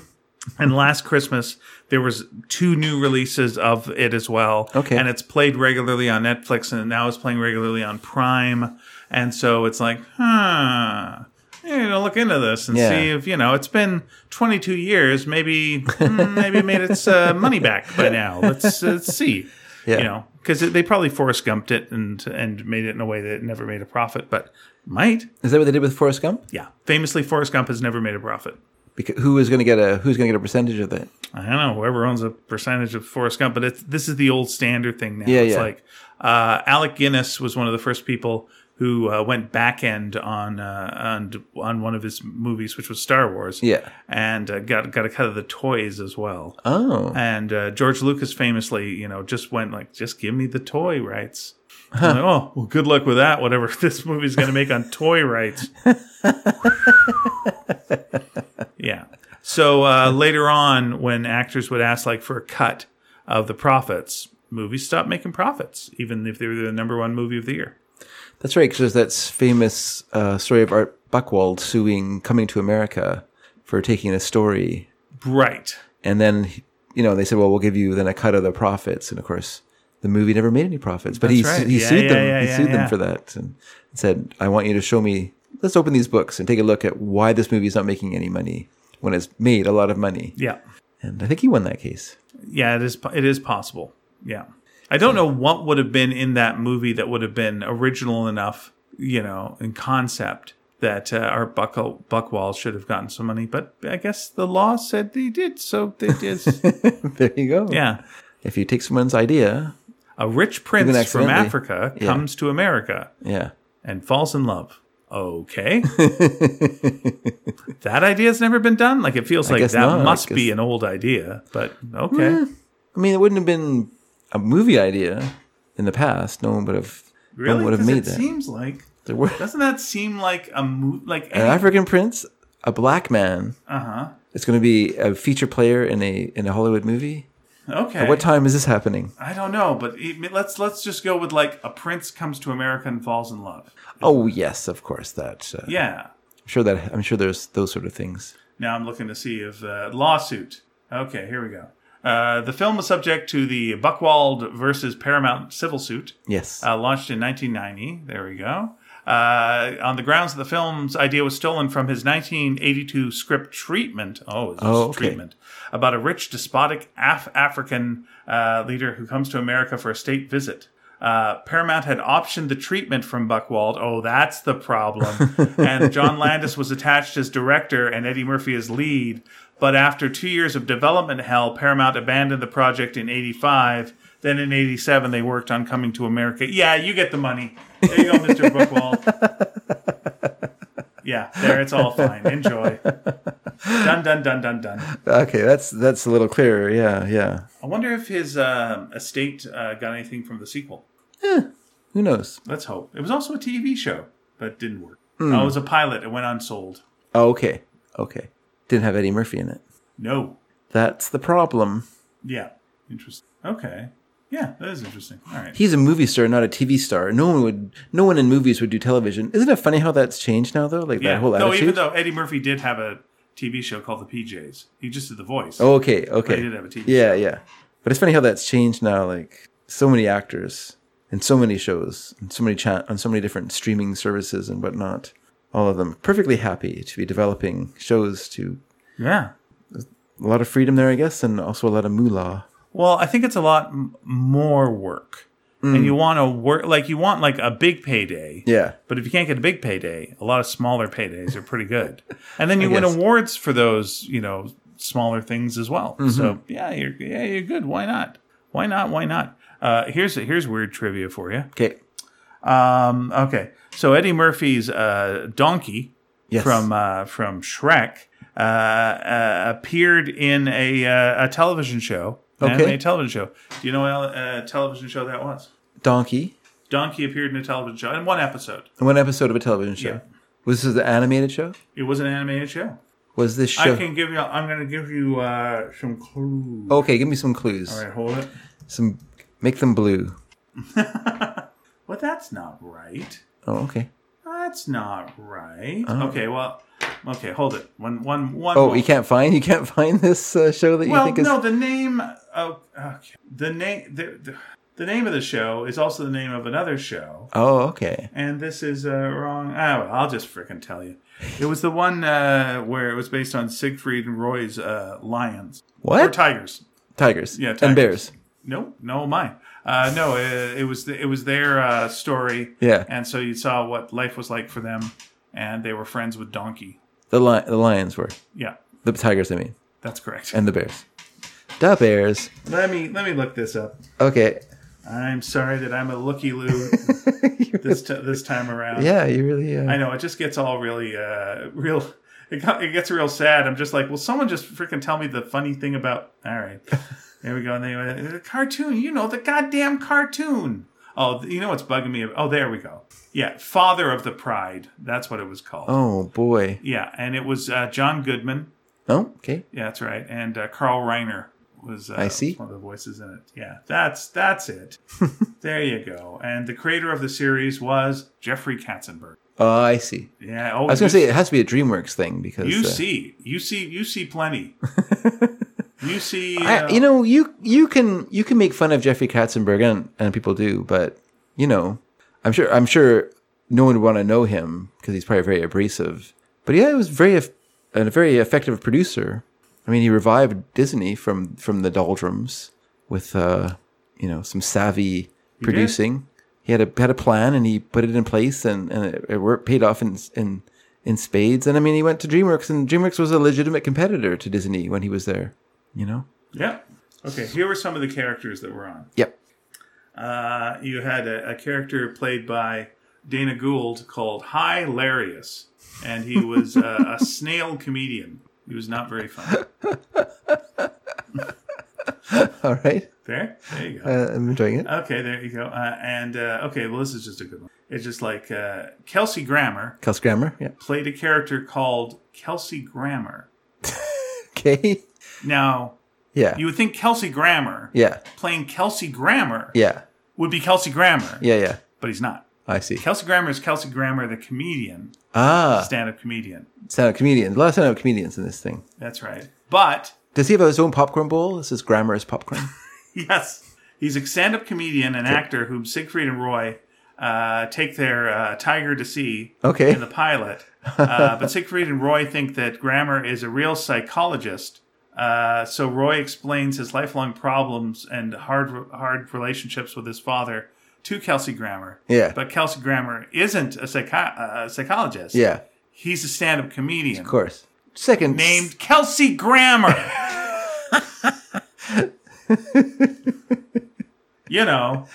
A: And last Christmas, there was two new releases of it as well.
B: Okay.
A: and it's played regularly on Netflix, and now it's playing regularly on Prime. And so it's like, huh, you know, look into this and
B: Yeah.
A: see if you know. It's been 22 years, maybe, mm, maybe it made its uh, money back by now. Let's, uh see.
B: Yeah.
A: You know, because they probably Forrest Gumped it and and made it in a way that it never made a profit, but might.
B: is that what they did with Forrest Gump?
A: Yeah, famously, Forrest Gump has never made a profit.
B: Because who is going to get a who's going to get a percentage of that?
A: I don't know whoever owns a percentage of Forrest Gump, but it's, this is the old standard thing now.
B: Yeah,
A: it's
B: yeah.
A: like uh, Alec Guinness was one of the first people who uh, went back end on uh, on on one of his movies, which was Star Wars.
B: Yeah.
A: and uh, got got a cut of the toys as well.
B: Oh,
A: And uh, George Lucas famously, you know, just went like, just give me the toy rights. I'm like, oh, well, good luck with that. Whatever this movie's going to make on toy rights. yeah. So uh, later on, when actors would ask like for a cut of the profits, movies stopped making profits, even if they were the number one movie of the year.
B: that's right. Because there's that famous uh, story of Art Buckwald suing Coming to America for taking a story,
A: Right.
B: and then you know they said, "Well, we'll give you then a cut of the profits." And of course, the movie never made any profits, but he
A: That's right.
B: he
A: Yeah,
B: sued
A: yeah,
B: them.
A: yeah,
B: he
A: yeah,
B: sued
A: yeah.
B: them for that and said, "I want you to show me. Let's open these books and take a look at why this movie is not making any money when it's made a lot of money."
A: Yeah.
B: And I think he won that case.
A: Yeah, it is. po- It is possible. Yeah, I don't know what would have been in that movie that would have been original enough, you know, in concept that uh, Art Buckle, Buckwall should have gotten some money. But I guess the law said they did, so they did.
B: there you go.
A: yeah,
B: If you take someone's idea,
A: a rich prince from
B: accidentally.
A: Africa
B: Yeah.
A: comes to America
B: yeah.
A: and falls in love. Okay, that idea's never been done. Like it feels like
B: guess
A: that
B: not. I
A: must be
B: guess- Eh,
A: an old idea, but okay.
B: I mean, it wouldn't have been a movie idea in the past. No one would have. No
A: Really,
B: one would have
A: 'Cause
B: made
A: it
B: that.
A: seems like
B: there were
A: Doesn't that seem like a move? Like
B: an
A: uh
B: African prince, a black man.
A: huh.
B: It's going to be a feature player in a in a Hollywood movie.
A: Okay.
B: At what time is this happening?
A: I don't know, but it, let's let's just go with like a prince comes to America and falls in love.
B: Oh yes, of course. That uh,
A: Yeah.
B: I'm sure that I'm sure there's those sort of things.
A: Now I'm looking to see if uh, lawsuit. Okay, here we go. Uh, the film was subject to the Buckwald versus Paramount civil suit,
B: Yes.
A: uh, launched in 1990. There we go. Uh, on the grounds that the film's idea was stolen from his 1982 script treatment. Oh, it's
B: Oh, okay.
A: treatment about a rich, despotic Af- African uh, leader who comes to America for a state visit. Uh, Paramount had optioned the treatment from Buckwald. Oh, that's the problem. and John Landis was attached as director and Eddie Murphy as lead. But after two years of development hell, Paramount abandoned the project in 85. Then in 87, they worked on Coming to America. Yeah, you get the money. There you go, Mr. Buckwald. Yeah, there, it's all fine. Enjoy. Done, done, done, done, done.
B: Okay, that's that's a little clearer. Yeah, yeah.
A: I wonder if his um estate uh, got anything from the sequel.
B: Who knows?
A: Let's hope. It was also a TV show, but it didn't work.
B: Hmm.
A: Oh, it was a pilot. It went unsold.
B: Oh, okay, okay. Didn't have Eddie Murphy in it.
A: No.
B: That's the problem.
A: Yeah. Interesting. Okay. Yeah, that is interesting. All right.
B: He's a movie star, not a TV star. No one would, no one in movies would do television. Isn't it funny how that's changed now, though? Like
A: Yeah.
B: that whole
A: No,
B: attitude.
A: even though Eddie Murphy did have a TV show called The PJs, he just did the voice.
B: Oh, okay, okay.
A: he did have a TV
B: yeah, yeah. But it's funny how that's changed now. Like so many actors and so many shows and so many cha- on so many different streaming services and whatnot. All of them perfectly happy to be developing shows to
A: Yeah.
B: a lot of freedom there, I guess, and also a lot of moolah.
A: Well, I think it's a lot m- more work,
B: Hmm.
A: and you want to work like you want like a big payday.
B: Yeah,
A: But if you can't get a big payday, a lot of smaller paydays are pretty good. And then you win
B: guess.
A: awards for those, you know, smaller things as well.
B: Mm-hmm.
A: So yeah, you're yeah you're good. Why not? Why not? Why not? Uh, here's here's weird trivia for you.
B: okay.
A: Um, okay, so Eddie Murphy's uh, donkey
B: Yes.
A: from uh, from Shrek uh, uh, appeared in a uh, a television show, an
B: Okay.
A: anime television show. Do you know what uh, television show that was?
B: Donkey
A: Donkey appeared in a television show in one episode.
B: in one episode of a television show.
A: Yeah.
B: Was this the animated show?
A: It was an animated show.
B: Was this show?
A: I can give you. I'm going to give you uh, some clues.
B: Okay, give me some clues.
A: All right, hold it.
B: Some make them blue.
A: Well, that's not right.
B: Oh, okay.
A: That's not right. Okay, well, okay, hold it. One, one, one.
B: Oh,
A: moment.
B: you can't find you can't find this uh, show that you
A: Well,
B: think is
A: no, the name. Oh, okay. the name. The, the, the name of the show is also the name of another show,
B: Oh, okay.
A: and this is uh, wrong. Oh, well, I'll just frickin' tell you. It was the one uh, where it was based on Siegfried and Roy's uh, lions or
B: What?
A: tigers.
B: tigers.
A: Yeah,
B: And
A: tigers.
B: bears.
A: No, no, mine. Uh, no, it, it was it was their uh, story.
B: Yeah.
A: and so you saw what life was like for them, and they were friends with Donkey.
B: The li- the lions were.
A: Yeah,
B: The tigers, I mean.
A: that's correct.
B: And the bears. The bears.
A: Let me let me look this up.
B: Okay.
A: I'm sorry that I'm a looky loo this t- this time around.
B: Yeah, you really
A: I
B: uh,
A: know it just gets all really uh real. It, got, it gets real sad. I'm just like, will someone just freaking tell me the funny thing about? All right, there we go. And they the cartoon, you know, the goddamn cartoon. Oh, you know what's bugging me? Oh, there we go. Yeah, Father of the Pride. That's what it was called.
B: Oh boy.
A: Yeah, and it was uh, John Goodman.
B: Oh, okay.
A: Yeah, that's right. And uh, Carl Reiner was uh,
B: I see.
A: one of the voices in it. Yeah, that's that's it. there you go. And the creator of the series was Jeffrey Katzenberg.
B: Oh, I see.
A: Yeah, oh,
B: I was going to say it has to be a DreamWorks thing because
A: you
B: uh,
A: see, you see, you see plenty. you see,
B: I,
A: uh,
B: you know, you you can you can make fun of Jeffrey Katzenberg and, and people do, but you know, I'm sure I'm sure no one would want to know him because he's probably very abrasive. But yeah, he was very eff- and a very effective producer. I mean, he revived Disney from from the doldrums with uh, you know some savvy producing. He had a had a plan and he put it in place and and it, it worked, paid off in in in spades. And I mean, he went to DreamWorks and DreamWorks was a legitimate competitor to Disney when he was there. You know.
A: yeah. Okay, here were some of the characters that were on.
B: Yep.
A: Uh, you had a, a character played by Dana Gould called Hilarious, and he was uh, a snail comedian. He was not very funny.
B: All right.
A: There, there you go.
B: Uh, I'm enjoying it.
A: Okay, there you go. Uh, and uh, okay, well, this is just a good one. It's just like uh, Kelsey Grammer
B: Kels Grammar. Yeah.
A: played a character called Kelsey Grammer.
B: Okay.
A: Now,
B: Yeah.
A: you would think Kelsey Grammer
B: yeah.
A: playing Kelsey Grammer
B: Yeah.
A: would be Kelsey Grammer,
B: Yeah. Yeah.
A: but he's not.
B: I see.
A: Kelsey Grammer is Kelsey Grammer, the comedian,
B: Ah,
A: stand up comedian.
B: stand-up comedians. A lot of stand-up comedians in this thing.
A: That's right. But,
B: Does he have his own popcorn bowl? This is Grammar's popcorn.
A: yes, he's a stand up comedian and actor whom Siegfried and Roy uh, take their uh, tiger to see.
B: Okay.
A: in the pilot. Uh, but Siegfried and Roy think that Grammer is a real psychologist. Uh, so Roy explains his lifelong problems and hard hard relationships with his father to Kelsey Grammer.
B: Yeah.
A: But Kelsey Grammer isn't a, psycho- uh, a psychologist.
B: Yeah,
A: He's a stand up comedian
B: of course. Second
A: named Kelsey Grammer. you know,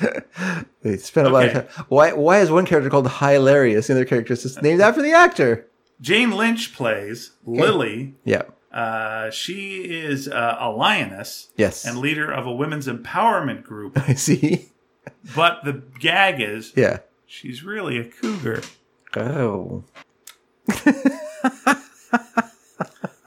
B: They spent a lot
A: Okay.
B: of time. Why? Why is one character called Hilarious? The other character is just named after the actor.
A: Jane Lynch plays Lily.
B: Yeah.
A: Uh, she is uh, a lioness
B: Yes.
A: and leader of a women's empowerment group.
B: I see.
A: But the gag is
B: Yeah.
A: she's really a cougar.
B: Oh.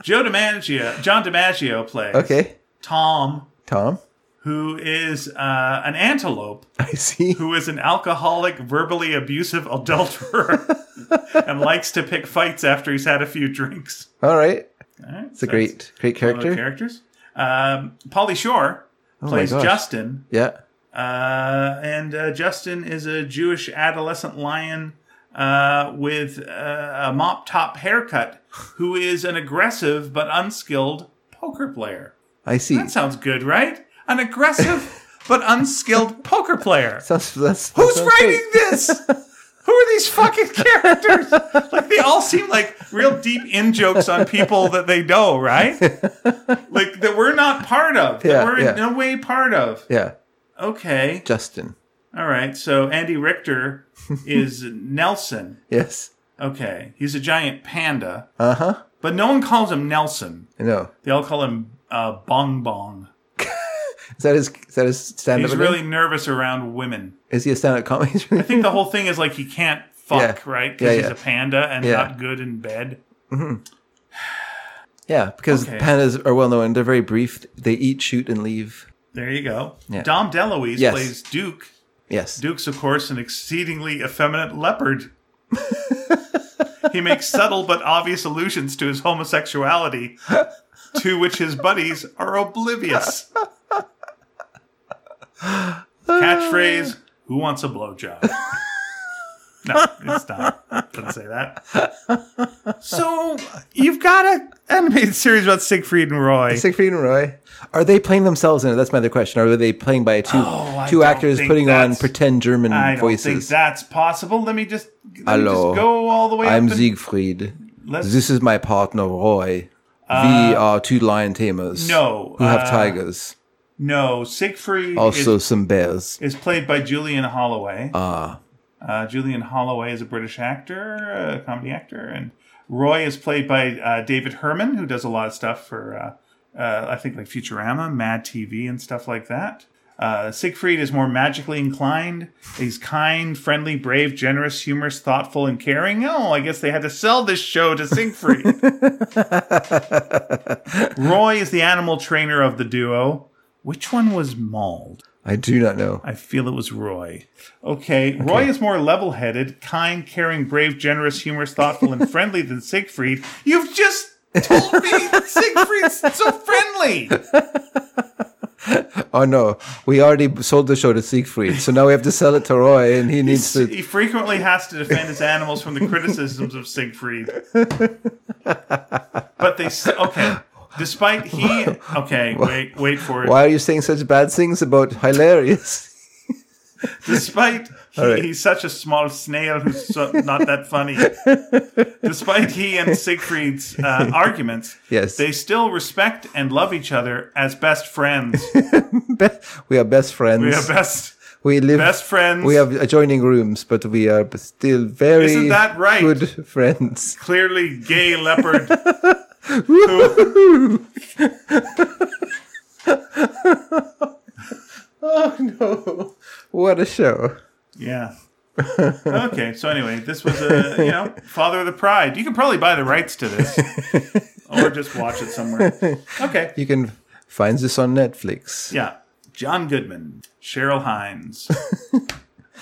A: Joe DiMaggio, John DiMaggio plays
B: Okay.
A: Tom,
B: Tom.
A: who is uh, an antelope,
B: I see.
A: who is an alcoholic, verbally abusive adulterer, and likes to pick fights after he's had a few drinks.
B: All right.
A: All right,
B: It's a great, great character. Oh
A: characters. Um, Polly Shore
B: my
A: plays
B: gosh.
A: Justin,
B: Yeah.
A: uh, and uh, Justin is a Jewish adolescent lion uh, with uh, a mop top haircut, who is an aggressive but unskilled poker player.
B: I see.
A: That sounds good, right? An aggressive but unskilled poker player.
B: Sounds. That's. that
A: Who's
B: sounds
A: writing
B: great.
A: this? Who are these fucking characters? Like they all seem like real deep in jokes on people that they know, right? Like that we're not part of. That
B: Yeah,
A: we're in
B: yeah.
A: no way part of.
B: Yeah.
A: Okay.
B: Justin.
A: All right. So Andy Richter is Nelson.
B: Yes.
A: Okay. He's a giant panda.
B: Uh huh.
A: But no one calls him Nelson.
B: I know.
A: They all call him uh, Bong Bong.
B: Is that his? Is that his stand-up?
A: He's
B: again?
A: really nervous around women.
B: Is he a stand-up comedy?
A: I think the whole thing is like he can't fuck,
B: Yeah.
A: right? Because
B: Yeah,
A: he's
B: yeah.
A: a panda and
B: Yeah.
A: not good in bed.
B: yeah, because
A: Okay.
B: pandas are well known. They're very brief. They eat, shoot, and leave.
A: There you go.
B: Yeah.
A: Dom DeLuise
B: Yes.
A: plays Duke.
B: Yes.
A: Duke's, of course, an exceedingly effeminate leopard. he makes subtle but obvious allusions to his homosexuality, to which his buddies are oblivious. Catchphrase Who wants a blowjob? No, it's not. Doesn't say that. So you've got an animated series about Siegfried and Roy.
B: Siegfried and Roy. Are they playing themselves in it? That's my other question. Are they playing by two
A: Oh, I
B: two
A: don't
B: actors
A: think
B: putting on
A: that's-
B: pretend German
A: I don't think
B: voices?
A: that's possible. Let me just, let me
B: Hello.
A: just go all the way
B: I'm
A: up. and-
B: Siegfried.
A: Let's-
B: This is my partner Roy. we are two lion tamers.
A: Uh, no,
B: who have
A: uh,
B: tigers.
A: no, Siegfried
B: Also
A: is,
B: some bears.
A: is played by Julian Holloway.
B: Ah,
A: Uh, Julian Holloway is a British actor, a comedy actor, and Roy is played by uh, David Herman, who does a lot of stuff for, uh, uh, I think, like Futurama, Mad TV, and stuff like that. Uh, Siegfried is more magically inclined. He's kind, friendly, brave, generous, humorous, thoughtful, and caring. Oh, I guess they had to sell this show to Siegfried. Roy is the animal trainer of the duo. Which one was mauled?
B: I do not know.
A: I feel it was Roy. Okay, Roy is more level headed, kind, caring, brave, generous, humorous, thoughtful, and friendly than Siegfried. You've just told me that Siegfried's so friendly.
B: Oh no, we already sold the show to Siegfried, so now we have to sell it to Roy, and he needs to.
A: He frequently has to defend his animals from the criticisms of Siegfried. But they, s- okay, despite he, okay, wait, wait for it.
B: Why are you saying such bad things about hilarious?
A: Despite he,
B: right.
A: he's such a small snail who's so, not that funny. Despite he and Siegfried's uh, arguments,
B: Yes.
A: they still respect and love each other as best friends.
B: Be- we are best friends.
A: We are best
B: We live.
A: best friends.
B: We have adjoining rooms, but we are still very
A: Isn't that right?
B: good friends.
A: clearly gay leopard.
B: Oh no! What a show!
A: yeah. Okay, so anyway, this was a you know father of the pride. You can probably buy the rights to this, or just watch it somewhere. Okay,
B: You can find this on Netflix.
A: yeah. John Goodman, Cheryl Hines,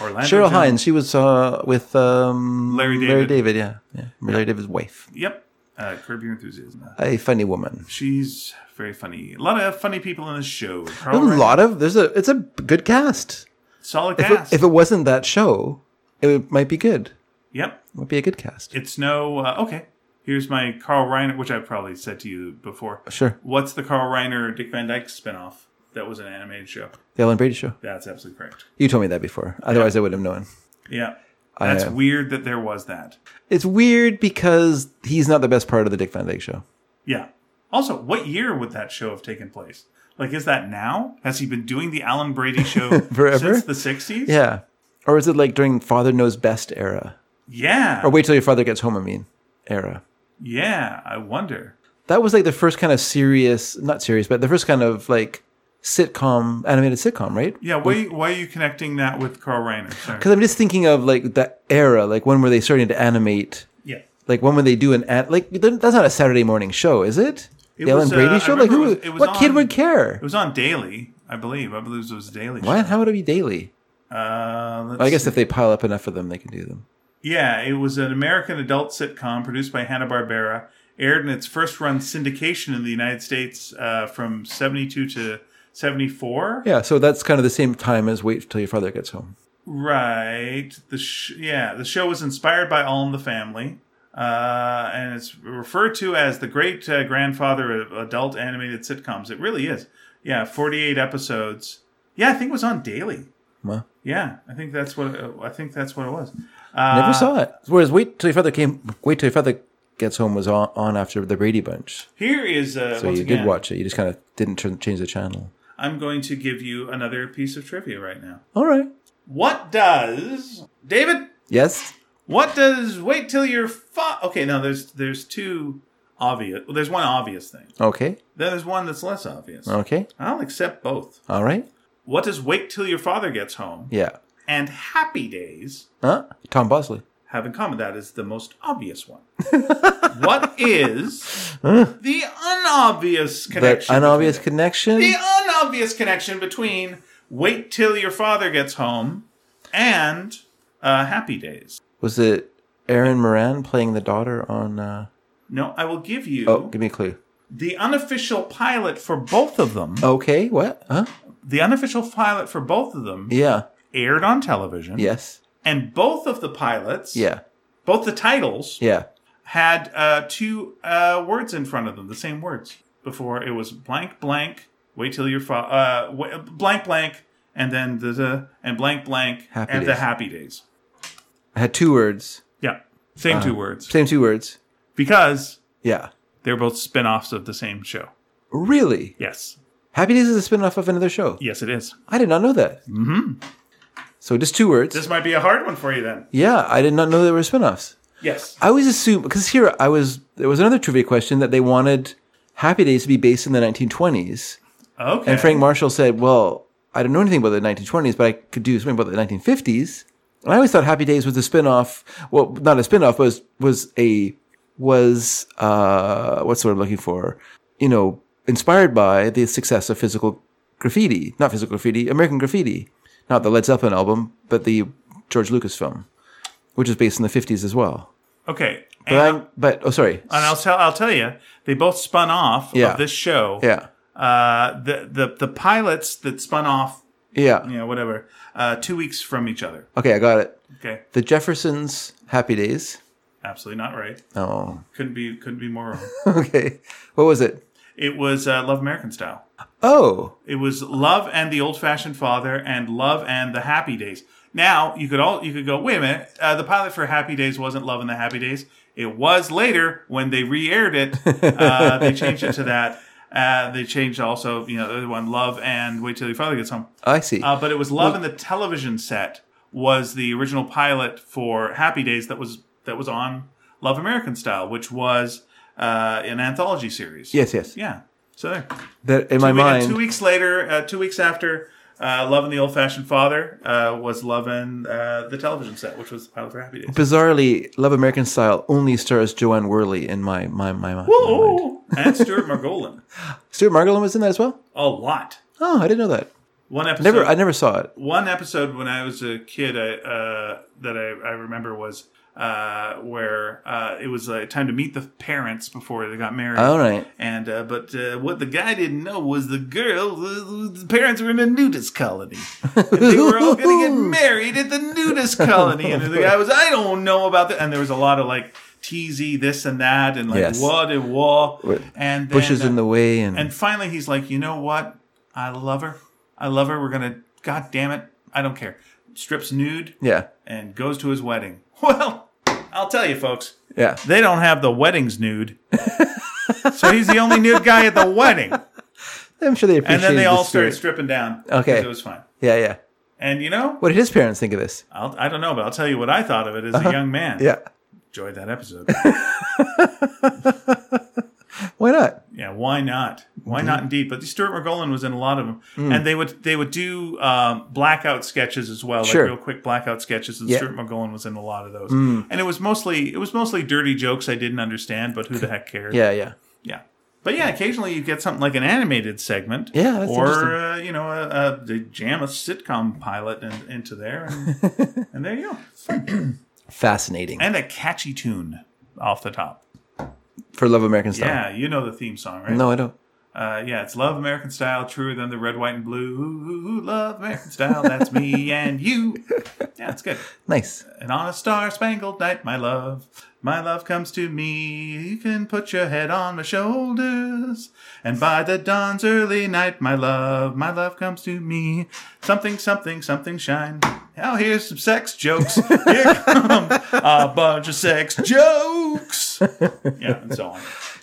A: Orlando.
B: Cheryl
A: Jones.
B: Hines, she was uh, with um,
A: Larry
B: Larry
A: David.
B: David, yeah, yeah. Larry David's wife.
A: Yep. Uh, Curb Your Enthusiasm.
B: A funny woman.
A: She's very funny. A lot of funny people in this show.
B: A
A: Carl Reiner,
B: lot of there's a. It's a good cast.
A: solid
B: If it,
A: cast.
B: if it wasn't that show, it would, might be good.
A: yep.
B: It might be a good cast.
A: It's no. Uh, okay. Here's my Carl Reiner, which I've probably said to you before.
B: Uh, Sure.
A: What's the Carl Reiner Dick Van Dyke spinoff? That was an animated show.
B: The Ellen Brady Show.
A: That's absolutely correct.
B: You told me that before. Otherwise, I would have known.
A: Yeah. That's
B: uh,
A: weird that there was that.
B: It's weird because he's not the best part of the Dick Van Dyke Show.
A: Yeah. Also, what year would that show have taken place? Like, is that now? Has he been doing the Alan Brady show
B: Forever?
A: since the 60s?
B: Yeah. Or is it like during Father Knows Best era?
A: Yeah.
B: Or wait till your father gets home, I mean, era.
A: Yeah, I wonder.
B: That was like the first kind of serious, not serious, but the first kind of like sitcom, animated sitcom, right?
A: Yeah, why, why are you connecting that with Carl Reiner? Sorry.
B: Because I'm just thinking of like the era, like when were they starting to animate?
A: Yeah.
B: Like when were they do an ad? Like th- that's not a Saturday morning show, is it?
A: It
B: the Ellen
A: was, uh,
B: Brady
A: I
B: show? Like who?
A: remember it was- it was
B: what kid
A: on-
B: would care?
A: It was on Daily, I believe. I believe it was Daily.
B: What? How would it be daily?
A: Show. Uh, let's
B: Well, I guess if they pile up enough of them, they can do them.
A: Yeah, it was an American adult sitcom produced by Hanna Barbera, aired in its first run syndication in the United States uh, from seventy two to seventy four.
B: Yeah, so that's kind of the same time as Wait Till Your Father Gets Home.
A: Right. The sh- yeah, the show was inspired by All in the Family, uh, and it's referred to as the great uh, grandfather of adult animated sitcoms. It really is. Yeah, forty eight episodes. Yeah, I think it was on daily.
B: Well,
A: Yeah, I think that's what I think that's what it was.
B: never
A: Uh,
B: saw it. Whereas Wait Till Your Father Came, Wait Till Your Father Gets Home was on, on after the Brady Bunch.
A: here is uh,
B: So
A: once
B: you
A: again,
B: did watch it. You just kind of didn't turn, change the channel.
A: I'm going to give you another piece of trivia right now.
B: All right.
A: What does David?
B: Yes.
A: What does wait till you're fa- okay? No, there's there's two obvious. Well, there's one obvious thing.
B: Okay.
A: Then there's one that's less obvious.
B: Okay.
A: I'll accept both.
B: All right.
A: What does wait till your father gets home
B: Yeah.
A: and happy days
B: Huh? Tom Bosley.
A: have in common? That is the most obvious one. what is the unobvious
B: That
A: connection?
B: unobvious
A: between-
B: connection.
A: the unobvious connection between wait till your father gets home and uh, happy days.
B: Was it Aaron Moran playing the daughter on? Uh...
A: No, I will give you
B: Oh, give me a clue.
A: the unofficial pilot for both of them.
B: Okay. What? Huh?
A: The unofficial pilot for both of them
B: Yeah.
A: aired on television.
B: Yes.
A: And both of the pilots,
B: Yeah.
A: both the titles,
B: Yeah.
A: had uh, two uh, words in front of them, the same words. Before it was blank, blank, wait till your father, uh, wa- blank, blank, and then the, the and blank, blank,
B: Happy
A: and the
B: days.
A: happy days.
B: I had two words.
A: Yeah. Same two
B: Uh,
A: words.
B: Same two words.
A: Because
B: Yeah.
A: they're both spin offs of the same show.
B: Really?
A: Yes.
B: Happy Days is a spin-off of another show.
A: Yes, it is.
B: I did not know that. Mm-hmm. So just two words.
A: This might be a hard one for you then.
B: yeah, I did not know there were spin-offs.
A: Yes.
B: I always assume because here I was there was another trivia question that they wanted Happy Days to be based in the 1920s,
A: Okay.
B: and Frank Marshall said, "Well, I don't know anything about the 1920s, but I could do something about the 1950s." And I always thought Happy Days was a spin-off. Well, not a spin-off, but was was a was uh what's the word I'm looking for? You know, inspired by the success of physical graffiti, not physical graffiti, American graffiti, not the Led Zeppelin album, but the George Lucas film, which is based in the 50s as well.
A: okay.
B: But,
A: And,
B: I'm, but oh, sorry.
A: and I'll tell I'll tell you, they both spun off
B: Yeah.
A: of this show.
B: Yeah,
A: Uh, the the the pilots that spun off,
B: yeah.
A: you know, whatever, uh, two weeks from each other.
B: Okay, I got it.
A: Okay.
B: The Jeffersons, Happy Days.
A: Absolutely not right.
B: Oh,
A: Couldn't be couldn't be more wrong.
B: okay. What was it?
A: it was uh, Love American Style.
B: Oh,
A: It was Love and the Old Fashioned Father and Love and the Happy Days. Now you could all you could go. Wait a minute. Uh, the pilot for Happy Days wasn't Love and the Happy Days. It was later when they re-aired it. Uh, they changed it to that. Uh, they changed also, you know, the other one, Love and Wait Till Your Father Gets Home.
B: I see.
A: Uh, but it was Love and the television set was the original pilot for Happy Days that was that was on Love American Style, which was uh, an anthology series.
B: yes, yes.
A: Yeah. So there.
B: That in my
A: We had two
B: mind.
A: weeks later, uh, two weeks after uh, Love and the Old Fashioned Father uh, was Love and uh, the television set, which was the pilot for Happy Days.
B: Bizarrely, Love American Style only stars Joanne Worley in my my my, my, my mind.
A: Ooh, Oh, and Stuart Margolin.
B: Stuart Margolin was in that as well.
A: A lot.
B: Oh, I didn't know that.
A: One episode.
B: Never, I never saw it.
A: one episode when I was a kid I, uh, that I, I remember was uh, where uh, it was uh, time to meet the parents before they got married.
B: All right.
A: And uh, but uh, what the guy didn't know was the girl, the, the parents were in a nudist colony. And they were all going to get married at the nudist colony, and the guy was, I don't know about that. And there was a lot of like teasy this and that, and like
B: Yes.
A: what and what,
B: Right.
A: and then,
B: Bushes in the way, and,
A: and finally, he's like, you know what? I love her. I love her. We're gonna. God damn it. I don't care. Strips nude
B: Yeah.
A: and goes to his wedding. Well, I'll tell you, folks.
B: Yeah.
A: They don't have the weddings nude. so he's the only nude guy at the wedding.
B: I'm sure they appreciate
A: And then they
B: the
A: all
B: spirit.
A: started stripping down.
B: Okay.
A: 'cause It was fine.
B: Yeah, yeah.
A: And you know,
B: What did his parents think of this?
A: I'll, I don't know, but I'll tell you what I thought of it as a young man.
B: Uh-huh. Yeah.
A: Enjoyed that episode.
B: Why not?
A: Yeah, why not? Why
B: Mm-hmm.
A: not indeed? But Stuart McGolan was in a lot of them,
B: Mm.
A: and they would they would do um, blackout sketches as well,
B: Sure.
A: like real quick blackout sketches. And
B: Yeah. Mm.
A: Stuart McGolan was in a lot of those, and it was mostly it was mostly dirty jokes I didn't understand, but who the heck cared?
B: Yeah, yeah.
A: Yeah. But yeah, occasionally you get something like an animated segment,
B: Yeah, that's
A: or uh, you know, uh, uh, they jam a sitcom pilot in, into there, and, and there you go,
B: Fascinating.
A: and a catchy tune off the top.
B: For Love American Style.
A: Yeah, you know the theme song, right?
B: No, I don't.
A: Uh, yeah, it's Love American Style, truer than the red, white, and blue. Ooh, love American Style, that's me and you. Yeah, it's good.
B: Nice.
A: And on a star spangled night, my love, my love comes to me. You can put your head on my shoulders. And by the dawn's early night, my love, my love comes to me. Something, something, something shine. Now here's some sex jokes. Here come a bunch of sex jokes. Yeah, and so on.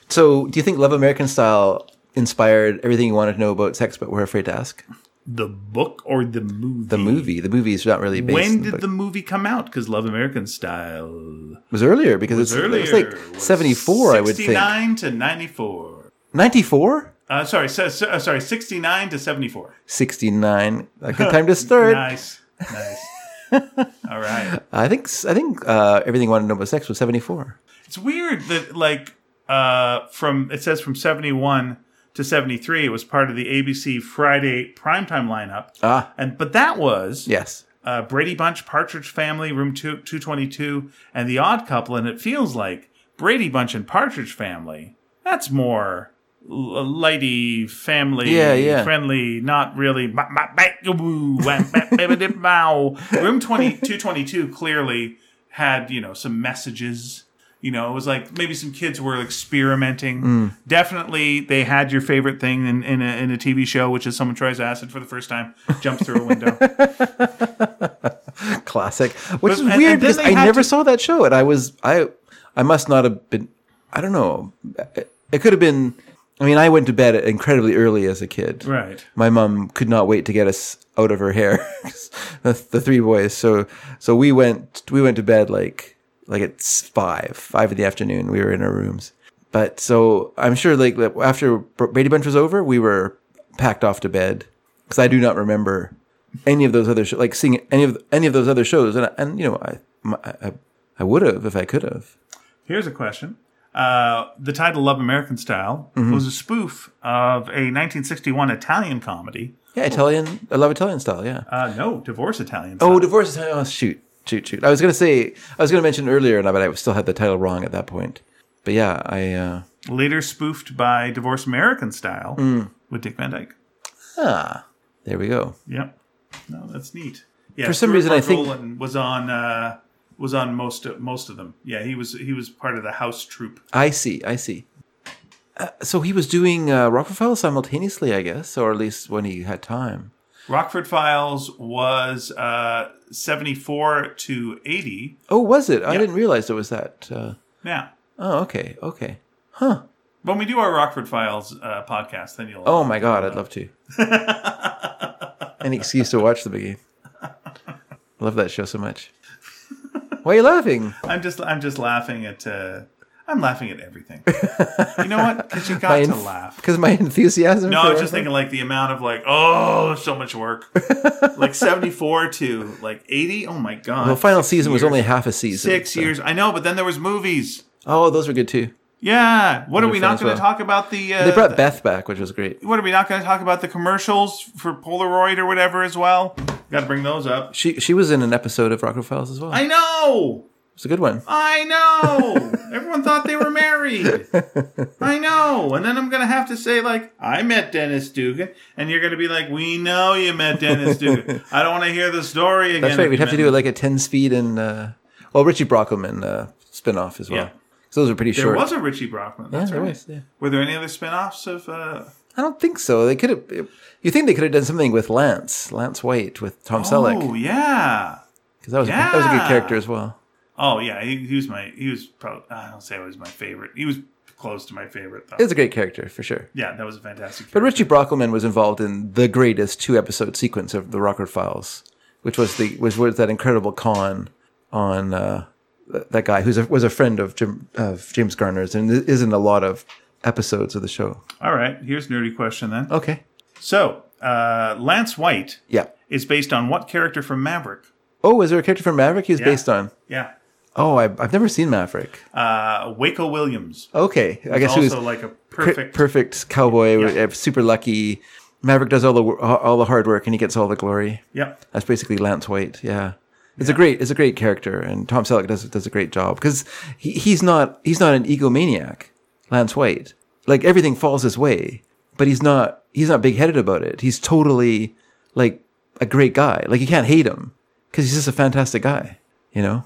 B: So, do you think Love American Style inspired everything you wanted to know about sex, but were afraid to ask?
A: The book or the movie?
B: The movie. The movie is not really based. on
A: When
B: the
A: did
B: book.
A: the movie come out? Because Love American Style
B: It was earlier because it's
A: earlier
B: it was like seventy four. I would think
A: Sixty-nine to ninety-four.
B: ninety four.
A: Uh, sorry, so, so, uh, sorry, sixty-nine to seventy-four.
B: 69 a good time to start
A: Nice, nice. All right.
B: i think i think uh, everything you wanted to know about sex was 74
A: It's weird that like uh, from it says from seventy-one to seventy-three, it was part of the ABC Friday primetime lineup.
B: ah
A: and but that was
B: yes
A: uh, Brady Bunch, Partridge Family, Room two, 222, and The Odd Couple. And it feels like Brady Bunch and Partridge Family, that's more l- lighty, family
B: Yeah, yeah.
A: friendly, not really. ma- ma- ba- woo, wah, ba- ba- ba- dip, bow. Room 20, 222 clearly had, you know, some messages. You know, it was like maybe some kids were experimenting.
B: Hmm.
A: Definitely, they had your favorite thing in, in, a, in a TV show, which is someone tries acid for the first time, jumps through a window.
B: classic which is
A: and- and
B: weird
A: then
B: because
A: they
B: i
A: had
B: never
A: to-
B: saw that show and i was i i must not have been i don't know it, it could have been i mean i went to bed incredibly early as a kid
A: Right.
B: my mom could not wait to get us out of her hair the, the three boys so so we went we went to bed like like at s- five five in the afternoon we were in our rooms but so i'm sure like after brady bunch was over we were packed off to bed because i do not remember any of those other shows like seeing any of any of those other shows and I- and you know i my- i, I would have if i could have
A: Here's a question. Uh, the title Love American Style
B: Mm-hmm.
A: was a spoof of a 1961 Italian comedy.
B: yeah italian i love italian style yeah
A: Uh, no, Divorce Italian Style.
B: Oh, divorce is oh, shoot, shoot, shoot. I was gonna say I was gonna mention earlier, and I but I still had the title wrong at that point. But yeah, I uh,
A: Later spoofed by Divorce American Style
B: Mm.
A: with Dick Van Dyke.
B: ah, there we go.
A: Yep. No, that's neat. Yeah,
B: For some
A: Stuart
B: reason, I think-
A: McGowan was on uh, was on most of, most of them. Yeah, he was he was part of the house troupe.
B: I see, I see. Uh, so he was doing uh, Rockefeller simultaneously, I guess, or at least when he had time.
A: Rockford Files was uh, 74 to 80.
B: Oh, was it? I didn't realize it was that. Uh,
A: Yeah.
B: oh, okay, okay.
A: When we do our Rockford Files uh, podcast, then you'll
B: Oh my God, I'd love to. Any excuse to watch them again. Love that show so much. Why are you laughing?
A: I'm just I'm just laughing at uh, I'm laughing at everything. you know what? Because you got to laugh.
B: Because my enthusiasm.
A: No,
B: for
A: I was just
B: Rockefeller-
A: thinking like the amount of like oh so much work, like seventy four to like eighty. Oh my god!
B: The final season was
A: years.
B: only half a season.
A: six
B: so-
A: years. I know, but then there was movies.
B: Oh, those were good too.
A: Yeah, what are we
B: fun
A: not
B: as
A: going to
B: well.
A: talk about the? Uh,
B: They brought Beth back, which was great.
A: what are we not going to talk about the commercials for Polaroid or whatever as well? Got to bring those up.
B: She she was in an episode of Rockford Files as well.
A: I know.
B: It's a good one.
A: I know. Everyone thought they were married. I know. And then I'm going to have to say, like, I met Dennis Dugan. And you're going to be like, we know you met Dennis Dugan. I don't want to hear the story again.
B: That's right.
A: if
B: We'd
A: you
B: have to
A: met
B: do like a ten speed and uh, well, Richie Brockelman uh, spinoff as well.
A: Yeah.
B: So those are pretty
A: There
B: short.
A: was a Richie Brockman. That's
B: there
A: right.
B: was, yeah.
A: Were there any other spin-offs of uh,
B: I don't think so. They could have. You think they could have done something with Lance, Lance White, with Tom Selleck,
A: Oh yeah.
B: because that was a, that was a good
A: yeah.
B: character as well.
A: Oh yeah. He, he was my. He was probably. I don't say it was my favorite. He was close to my favorite though.
B: It was a great character for sure.
A: yeah, that was a fantastic.
B: But
A: character.
B: Richie Brockelman was involved in the greatest two episode sequence of the Rockford Files, which was the was, was that incredible con on uh, th- that guy who's a, was a friend of Jim of James Garner's and is in a lot of episodes of the show.
A: All right. Here's a nerdy question then.
B: Okay,
A: So uh, Lance White
B: yeah.
A: is based on what character from Maverick?
B: Oh, is there a character from Maverick he was based on?
A: Yeah.
B: Oh, I, I've never seen Maverick.
A: Uh, Waco Williams.
B: Okay, I guess he
A: also
B: was
A: like a
B: per-
A: perfect.
B: perfect cowboy, uh, super lucky. Maverick does all the wo- all the hard work and he gets all the glory.
A: yep.
B: That's basically Lance White. Yeah. It's a great, it's a great character, and Tom Selleck does does a great job because he, he's not he's not an egomaniac, Lance White. Like everything falls his way, but he's not he's not big headed about it. He's totally like a great guy. Like you can't hate him because he's just a fantastic guy. You know?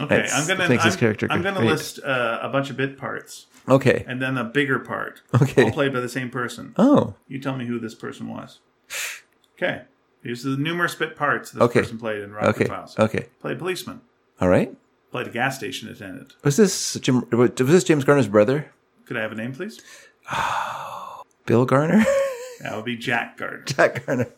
A: Okay.
B: That's-
A: I'm gonna.
B: that makes
A: I'm,
B: his character
A: I'm gonna
B: great.
A: list uh, a bunch of bit parts
B: Okay.
A: and then a bigger part,
B: Okay.
A: all played by the same person.
B: Oh,
A: You tell me who this person was. Okay. Here's the numerous bit parts this
B: Okay.
A: person played in Rocket
B: okay,
A: Files.
B: okay.
A: Played a policeman.
B: All right.
A: Played a gas station attendant.
B: Was this Jim? Was this James Garner's brother,
A: Could I have a name, please?
B: Bill Garner?
A: That would be Jack Gardner.
B: Jack Garner.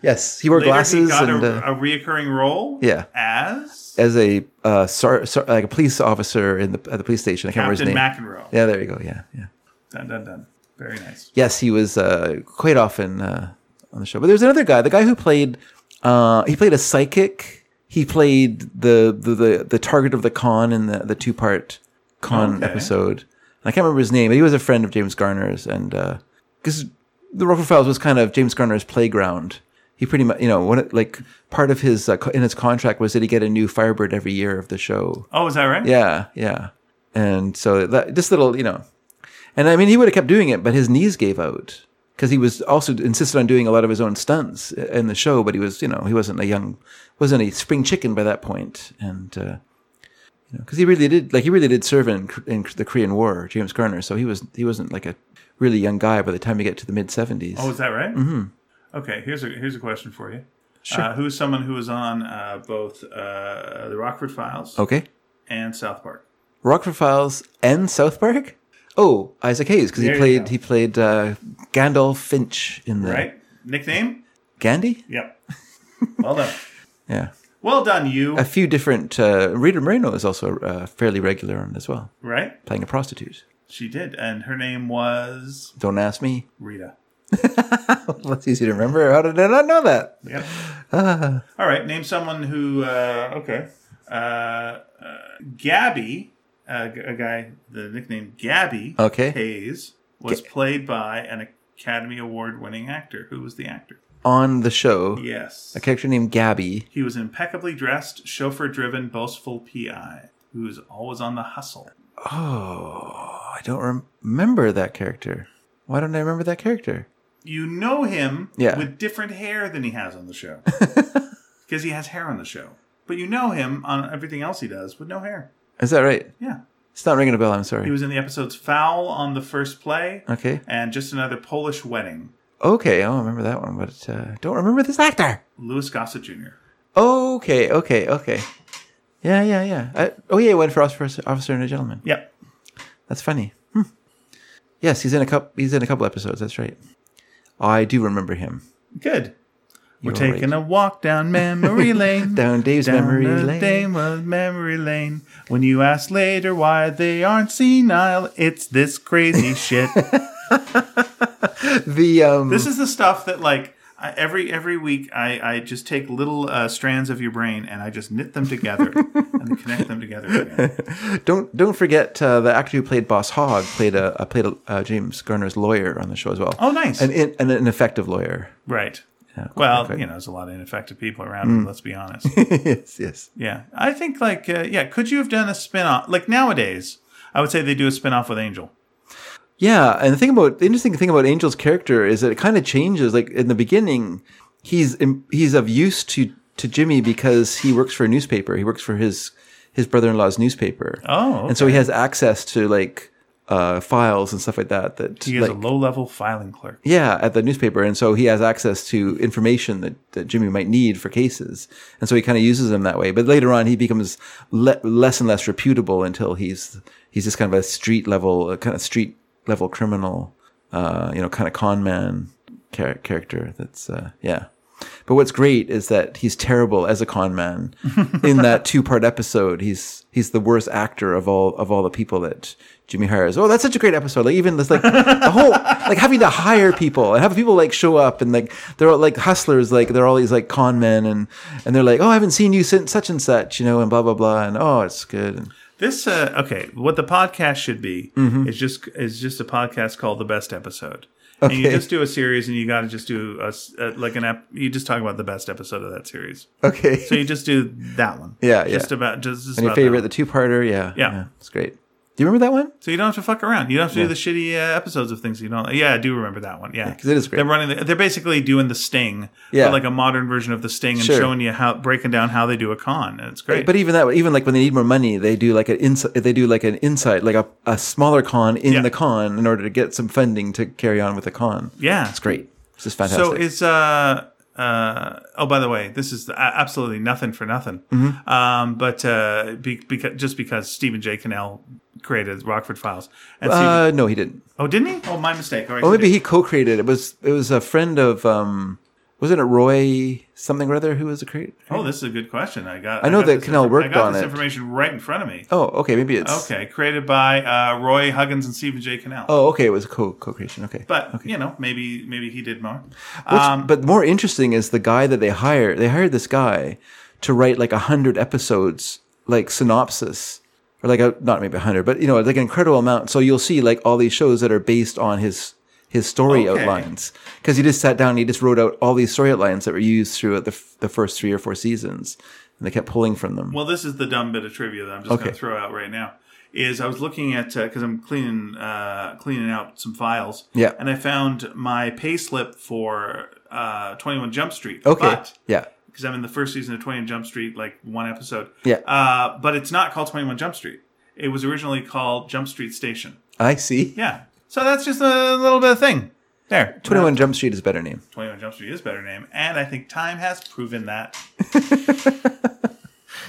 B: Yes, he wore
A: Later,
B: glasses
A: he got
B: and. uh,
A: a, a reoccurring role.
B: Yeah.
A: As
B: as a uh, sar- sar- like a police officer in the at the police station. I can't
A: Captain
B: remember his name.
A: McEnroe.
B: yeah, there you go. Yeah, yeah.
A: Dun dun dun. Very nice.
B: Yes, he was uh, quite often uh, on the show. But there's another guy, the guy who played uh, he played a psychic. He played the the the, the target of the con in the the two part con
A: Okay.
B: episode. And I can't remember his name, but he was a friend of James Garner's, and because the Rockford Files was kind of James Garner's playground. He pretty much, you know, one of- like part of his uh, co- in his contract was that he get a new Firebird every year of the show.
A: Oh, is that right?
B: Yeah, yeah. And so that this little, you know, and I mean, he would have kept doing it, but his knees gave out because he was also insisted on doing a lot of his own stunts uh, in the show. But he was, you know, he wasn't a young, wasn't a spring chicken by that point, and uh, you know, because he really did, like, he really did serve in in the Korean War, James Garner. So he was, he wasn't like a really young guy by the time you get to the mid seventies.
A: Oh, is that right? Mm-hmm. Okay. Here's a here's a question for you. Sure. Uh, who's someone who was on uh, both uh, the Rockford Files
B: okay,
A: and South Park?
B: Rockford Files and South Park. Oh, Isaac Hayes, because he
A: There you
B: played
A: go.
B: he played uh, Gandalf Finch in the
A: Right. Nickname?
B: Gandhi.
A: Yep. well done.
B: Yeah.
A: Well done, you.
B: A few different. Uh, Rita Moreno is also uh, fairly regular on as well,
A: Right?
B: playing a prostitute.
A: She did, and her name was
B: Don't ask me.
A: Rita.
B: That's easy to remember. How did I not know that?
A: Yep.
B: Ah.
A: All right. Name someone who. Uh, okay. Uh, uh, Gabby, uh, g- a guy, the nickname Gabby
B: Okay.
A: Hayes, was played by an Academy Award winning actor. Who was the actor?
B: On the show,
A: Yes.
B: a character named Gabby.
A: He was impeccably dressed, chauffeur driven, boastful PI who's always on the hustle.
B: Oh, I don't rem- remember that character. Why don't I remember that character?
A: You know him
B: Yeah.
A: with different hair than he has on the show because he has hair on the show. But you know him on everything else he does with no hair.
B: Is that right?
A: Yeah.
B: It's not ringing a bell. I'm
A: He
B: sorry.
A: was in the episodes Foul on the First Play
B: Okay.
A: and Just Another Polish Wedding.
B: Okay. I don't remember that one, but uh, don't remember this actor.
A: Louis Gossett Jr.
B: Okay. Okay. Okay. Yeah. Yeah. Yeah. I, oh yeah, he went for officer, officer and a gentleman.
A: Yep.
B: That's funny. Hmm. Yes, he's in a couple. He's in a couple episodes. That's right. I do remember him.
A: Good. We're
B: You're
A: taking
B: right.
A: a walk down memory lane.
B: down Dave's
A: Down
B: memory
A: the
B: lane.
A: Dame- memory lane. When you ask later why they aren't senile, it's this crazy shit.
B: The um,
A: this is the stuff that like I, every every week I, I just take little uh, strands of your brain and I just knit them together and connect them together. Again.
B: don't don't forget uh, the actor who played Boss Hogg played a, uh, played a, uh, James Garner's lawyer on the show as well.
A: Oh, nice.
B: An in, an, an effective lawyer.
A: right.
B: Yeah, Mm.
A: Well,
B: quite-
A: you know, there's a lot of ineffective people around. Let's be honest.
B: yes, yes.
A: Yeah, I think like uh, yeah, could you have done a spin-off? Like nowadays, I would say they do a spin-off with Angel.
B: Yeah, and the thing about the interesting thing about Angel's character is that it kind of changes. Like in the beginning, he's he's of use to to Jimmy because he works for a newspaper. He works for his his brother in law's newspaper.
A: Oh,
B: and so he has access to like uh, files and stuff like that. That
A: He is
B: like-
A: a low level filing clerk.
B: yeah, at the newspaper, and so he has access to information that, that Jimmy might need for cases, and so he kind of uses him that way. But later on, he becomes le- less and less reputable until he's he's just kind of a street level, a kind of street level criminal, uh, you know, kind of con man char- character. That's uh, yeah. But what's great is that he's terrible as a con man. In that two part episode, he's he's the worst actor of all of all the people that Jimmy hires. Oh, that's such a great episode! Like even this like the whole like having to hire people and have people like show up and like they're all like hustlers, like they're all these like con men and and they're like, oh, I haven't seen you since such and such, you know, and blah blah blah, and oh, it's good. And,
A: This uh, okay. What the podcast should be
B: Mm-hmm.
A: is just is just a podcast called the best episode. And you
B: Okay.
A: just do a series, and you got to just do a, s- uh like an app. You just talk about the best episode of that series.
B: okay,
A: So you just do that one.
B: Yeah, yeah.
A: Just about just, just
B: and your
A: about that
B: favorite,
A: one.
B: the two parter, yeah,
A: Yeah.
B: it's great. Do you remember that one?
A: So you don't have to fuck around. You don't have to do the shitty uh, episodes of things you don't. Yeah, I do remember that one. Yeah,
B: 'cause it is great.
A: They're running. The, they're basically doing the Sting.
B: Yeah.
A: but like a modern version of the Sting and
B: Sure.
A: showing you how breaking down how they do a con. And it's great.
B: But even that, even like when they need more money, they do like an insight. They do like an insight, like a, a smaller con in
A: Yeah.
B: the con, in order to get some funding to carry on with the con.
A: yeah,
B: It's great. It's just
A: So
B: fantastic.
A: it's uh uh oh by the way this is uh, absolutely nothing for nothing
B: Mm-hmm.
A: um but uh be, beca- just because Stephen J Cannell created Rockford Files and Stephen,
B: uh, no, he didn't.
A: oh didn't he oh my mistake all right
B: Well,
A: he
B: maybe
A: did.
B: he co-created it. it. Was it was a friend of um, wasn't it Roy something or other who was a creator?
A: oh this is a good question I got
B: I know
A: got
B: that
A: this
B: Cannell
A: infor-
B: worked
A: I got
B: on
A: this
B: it.
A: information right in front of me
B: Oh, okay, maybe it's
A: okay created by uh Roy Huggins and Stephen J Cannell
B: Oh, okay, it was a co co-creation. Okay,
A: but you know maybe maybe he did more
B: What's,
A: Um,
B: but more interesting is the guy that they hired. They hired this guy to write like a hundred episodes, like synopsis, or like a not maybe a hundred, but you know, like an incredible amount. So you'll see like all these shows that are based on his his story
A: Okay.
B: outlines because he just sat down and he just wrote out all these story outlines that were used throughout the f- the first three or four seasons, and they kept pulling from them.
A: Well, this is the dumb bit of trivia that I'm just going
B: Okay.
A: to throw out right now. Is I was looking at because I'm cleaning uh, cleaning out some files.
B: Yeah.
A: And I found my pay slip for uh, 21 Jump Street.
B: okay, yeah,
A: Because I'm in the first season of 21 Jump Street, like one episode.
B: Yeah.
A: Uh, but it's not called 21 Jump Street. It was originally called Jump Street Station.
B: I see.
A: Yeah. So that's just a little bit of thing. There.
B: Twenty One Jump Street is a better name.
A: 21 Jump Street is a better name. And I think time has proven that.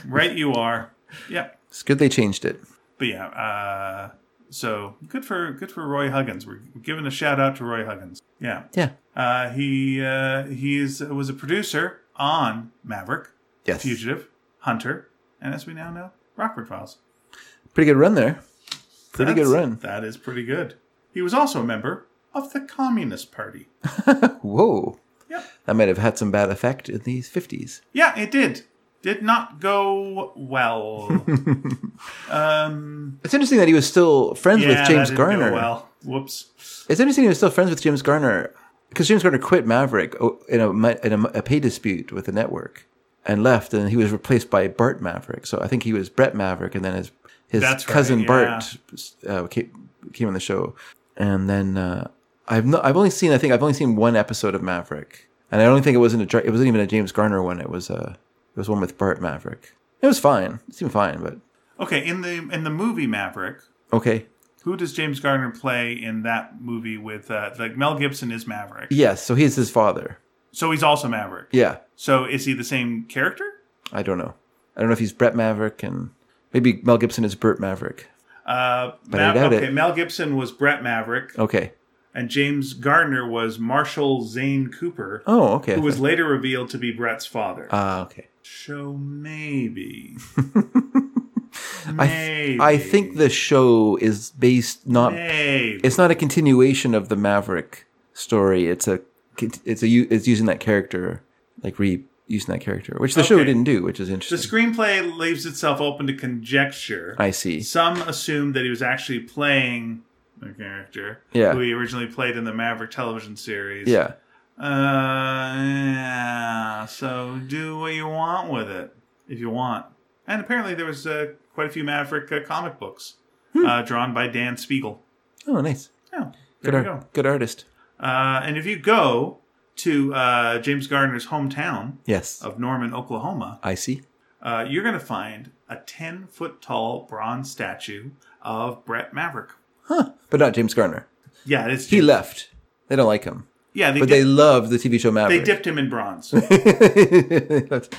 A: right, you are. Yep.
B: It's good they changed it.
A: but yeah, uh, so good for good for Roy Huggins. We're giving a shout out to Roy Huggins. Yeah,
B: Yeah.
A: uh, he uh, he is was a producer on Maverick,
B: Yes.
A: Fugitive, Hunter, and as we now know, Rockford Files.
B: Pretty good run there. Pretty good
A: That's-
B: run.
A: That is pretty good. He was also a member of the Communist Party.
B: Whoa.
A: Yep.
B: That might have had some bad effect in the 50s.
A: Yeah, it did. Did not go well. um,
B: It's interesting that he was still friends
A: yeah,
B: with
A: that
B: James
A: didn't go
B: Garner.
A: well, whoops.
B: It's interesting he was still friends with James Garner because James Garner quit Maverick oh, in a mi- in a, a pay dispute with the network and left, and he was replaced by Bart Maverick. So I think he was Brett Maverick, and then his his
A: That's right,
B: cousin
A: yeah.
B: Bart uh, came, came on the show, and then uh, I've not, I've only seen I think I've only seen one episode of Maverick, and I don't think it wasn't a dra- it wasn't even a James Garner one. It was a it was one with Bart Maverick. It was fine. It seemed fine, but
A: Okay, in the in the movie Maverick,
B: okay.
A: Who does James Garner play in that movie with uh, like Mel Gibson is Maverick?
B: Yes, so he's his father.
A: So he's also Maverick.
B: Yeah.
A: So is he the same character?
B: I don't know. I don't know if he's Brett Maverick and maybe Mel Gibson is Burt Maverick.
A: Uh,
B: But I doubt
A: okay,
B: it.
A: Mel Gibson was Brett Maverick,
B: Okay.
A: and James Garner was Marshall Zane Cooper,
B: Oh, okay.
A: who was later revealed to be Brett's father.
B: Ah, okay.
A: so maybe,
B: I
A: maybe,
B: I think the show is based not.
A: maybe.
B: It's not a continuation of the Maverick story. It's a. It's a. u- It's using that character, like re using that character, which the show
A: Okay.
B: didn't do, which is
A: the
B: interesting.
A: screenplay leaves itself open to conjecture.
B: I see.
A: Some assume that he was actually playing the character
B: Yeah.
A: who he originally played in the Maverick television series.
B: Yeah.
A: Uh, yeah. So do what you want with it if you want. And apparently there was uh, quite a few Maverick uh, comic books
B: Hmm.
A: uh, drawn by Dan Spiegel.
B: Oh, nice.
A: Yeah,
B: Good
A: there you go.
B: art. Good artist.
A: Uh, and if you go to uh, James Gardner's hometown
B: Yes.
A: of Norman, Oklahoma,
B: I see.
A: uh, you're going to find a 10 foot tall bronze statue of Brett Maverick.
B: but not James Garner.
A: Yeah, it's
B: He left. They don't like him,
A: yeah, they
B: but
A: dipped,
B: they
A: they,
B: love the TV show Maverick.
A: dipped him in bronze.
B: That's-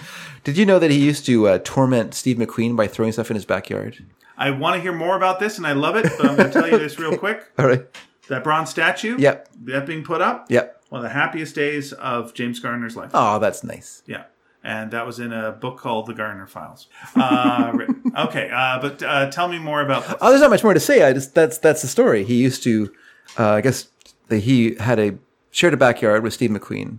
B: Did you know that he used to uh, torment Steve McQueen by throwing stuff in his backyard?
A: I want to hear more about this, and I love it. But I'm going to tell you this real quick:
B: All right.
A: that bronze statue,
B: Yep.
A: that being put up,
B: Yep.
A: one of the happiest days of James Garner's life.
B: Oh, that's nice.
A: Yeah. And that was in a book called The Garner Files. Uh, written. okay, uh, but uh, tell me more about this.
B: Oh, there's not much more to say. I just that's that's the story. He used to, uh, I guess, that he had a shared a backyard with Steve McQueen,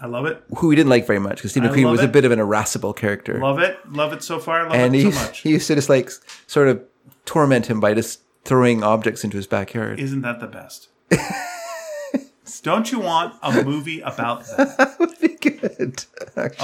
A: I love it.
B: who he didn't like very much because Steve McQueen
A: love
B: was a
A: it.
B: bit of an irascible character,
A: Love it. Love it so far. Love
B: and
A: it
B: he,
A: so much.
B: he used to just like s- sort of torment him by just throwing objects into his backyard.
A: Isn't that the best? Don't you want a movie about that?
B: That would be good, actually.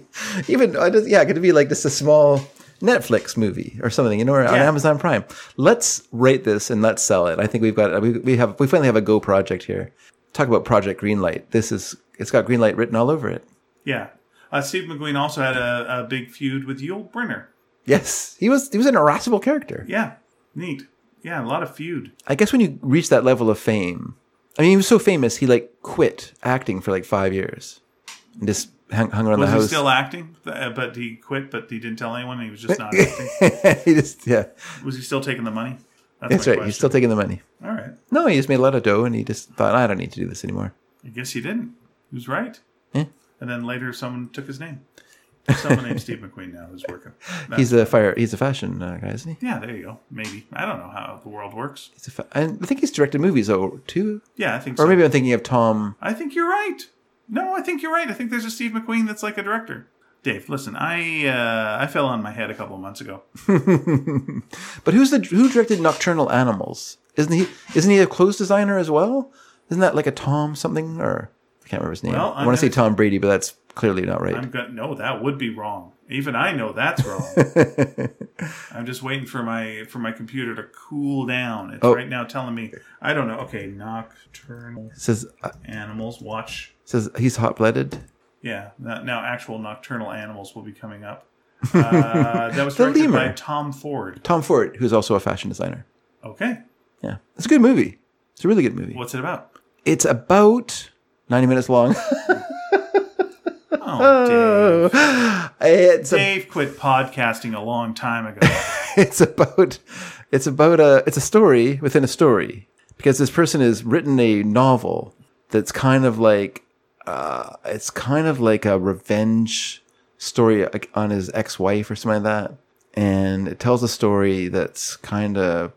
A: Oh.
B: Even I just, yeah, it could be like just a small Netflix movie or something, you know, or on
A: Yeah.
B: Amazon Prime. Let's rate this and let's sell it. I think we've got we, we have we finally have a go project here. Talk about Project Greenlight. This is it's got Greenlight written all over it.
A: Yeah. Uh, Steve McQueen also had a, a big feud with Yul Brynner.
B: Yes, he was he was an irascible character.
A: Yeah. Neat. Yeah, a lot of feud.
B: I guess when you reach that level of fame, I mean, he was so famous he like quit acting for like five years and just hung, hung around
A: Was
B: the
A: he
B: house.
A: still acting? Uh, but he quit, but he didn't tell anyone. He was just not acting.
B: he just yeah,
A: Was he still taking the money?
B: that's
A: my
B: right. He's still taking the money.
A: All right.
B: No, he just made a lot of dough and he just thought, I don't need to do this anymore.
A: I guess he didn't. He was right.
B: Yeah.
A: And then later, someone took his name. Someone named Steve McQueen now is working. No.
B: He's a fire. He's a fashion uh, guy, isn't he?
A: yeah, there you go. Maybe I don't know how the world works.
B: He's a fa- and I think he's directed movies though too,
A: Yeah, I think so.
B: or maybe I'm thinking of Tom.
A: I think you're right. No, I think you're right. I think there's a Steve McQueen that's like a director. Dave, listen, I uh, I fell on my head a couple of months ago.
B: But who's the who directed Nocturnal Animals? Isn't he? Isn't he a clothes designer as well? Isn't that like a Tom something or I can't remember his name.
A: Well,
B: I
A: I'm
B: want to say
A: gonna-
B: Tom Brady, but that's clearly not right.
A: I'm gonna no, that would be wrong. Even I know that's wrong. I'm just waiting for my for my computer to cool down. It's
B: Oh.
A: right now telling me I don't know. Okay, nocturnal
B: It says uh,
A: animals watch
B: it says he's hot blooded.
A: Yeah, no- now actual nocturnal animals will be coming up. Uh, that was
B: The
A: directed by
B: lemur.
A: Tom Ford.
B: Tom Ford, who's also a fashion designer.
A: Okay,
B: Yeah, it's a good movie. It's a really good movie.
A: what's it about?
B: It's about ninety minutes long.
A: Oh, Dave.
B: it's a
A: Dave quit podcasting a long time ago.
B: it's about it's about a it's a story within a story because this person has written a novel that's kind of like uh, it's kind of like a revenge story like, on his ex-wife or something like that and it tells a story that's kind of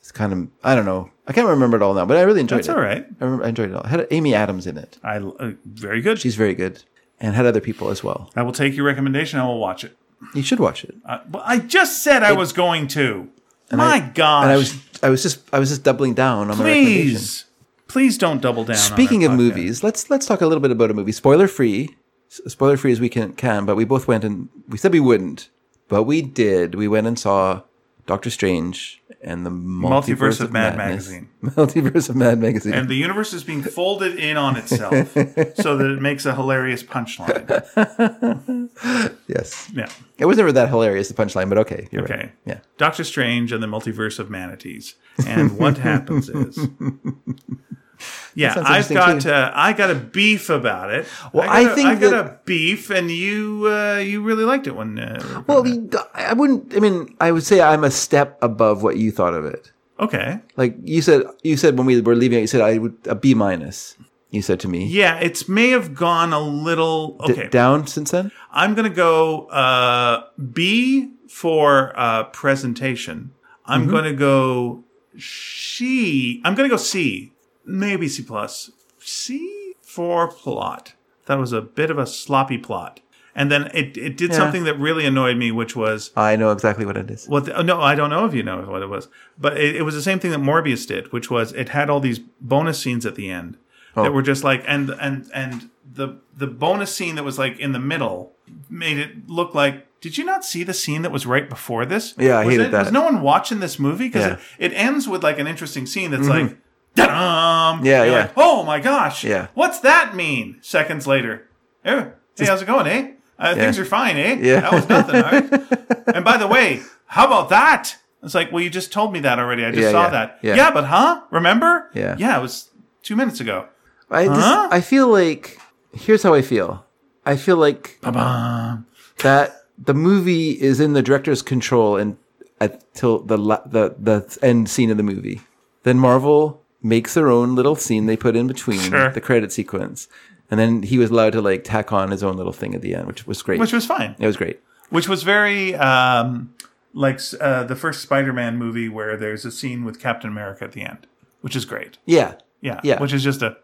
B: it's kind of i don't know i can't remember it all now but i really enjoyed
A: That's
B: it
A: all right.
B: I, remember, I enjoyed it all it had amy adams in it
A: I uh, very good.
B: she's very good and had other people as well
A: I will take your recommendation. I will watch it.
B: you should watch it
A: Uh, well, I just said I was going to. My gosh!
B: and i was i was just i was just doubling down on my recommendation
A: please, please don't double down. on
B: Speaking
A: our
B: of
A: podcast.
B: movies, let's let's talk a little bit about a movie. Spoiler free, spoiler free as we can, can. But we both went and we said we wouldn't, but we did. We went and saw Doctor Strange and the Multiverse,
A: of Mad
B: Madness.
A: Magazine.
B: Multiverse of Mad Magazine.
A: and the universe is being folded in on itself, so that it makes a hilarious punchline.
B: yes,
A: Yeah.
B: it was never that hilarious the punchline, but okay, you're
A: Okay.
B: right. Yeah,
A: Doctor Strange and the Multiverse of Manatees. And what happens is, yeah,
B: sounds
A: I've
B: interesting,
A: got
B: too.
A: uh, I got a beef about it.
B: Well,
A: I, got
B: I
A: a-
B: think
A: I got
B: that-
A: a beef, and you uh, you really liked it when. Uh,
B: Well, we- I wouldn't. I mean, I would say I'm a step above what you thought of it.
A: okay,
B: Like you said, you said when we were leaving, you said I would a B minus. You said to me,
A: yeah, it's may have gone a little
B: D-
A: okay.
B: down since then.
A: I'm gonna go uh, B for uh, presentation. I'm gonna go she. I'm gonna go C, maybe C plus. C for plot. That was a bit of a sloppy plot, and then it it did something that really annoyed me, which was
B: I know exactly what it is.
A: what. The, oh, no, I don't know if you know what it was, but it, it was the same thing that Morbius did, which was it had all these bonus scenes at the end
B: Oh.
A: that were just like and and and the the bonus scene that was like in the middle made it look like. Did you not see the scene that was right before this?
B: Yeah, I
A: was
B: hated
A: it,
B: that.
A: Was no one watching this movie? Because
B: Yeah. Mm-hmm.
A: it, it ends with like an interesting scene that's like, da
B: Yeah, yeah.
A: oh my gosh.
B: Yeah.
A: What's that mean? Seconds later. Eh, Hey, how's it going, eh? Uh, Things are fine, eh?
B: Yeah.
A: That was nothing, all right? and by the way, how about that? It's like, well, you just told me that already. I just
B: Yeah,
A: saw
B: yeah,
A: that.
B: yeah.
A: yeah, but huh? Remember?
B: Yeah.
A: Yeah, it was two minutes ago.
B: I just,
A: Huh?
B: I feel like here's how I feel. I feel like
A: Ba-bum.
B: that the movie is in the director's control and until the la- the the end scene of the movie. Then Marvel makes their own little scene they put in between
A: Sure.
B: the credit sequence, and then he was allowed to like tack on his own little thing at the end, which was great.
A: Which was fine.
B: it was great.
A: Which was very um, like uh, the first Spider Man movie where there's a scene with Captain America at the end, which is great.
B: Yeah,
A: Yeah.
B: Yeah.
A: Which is just a.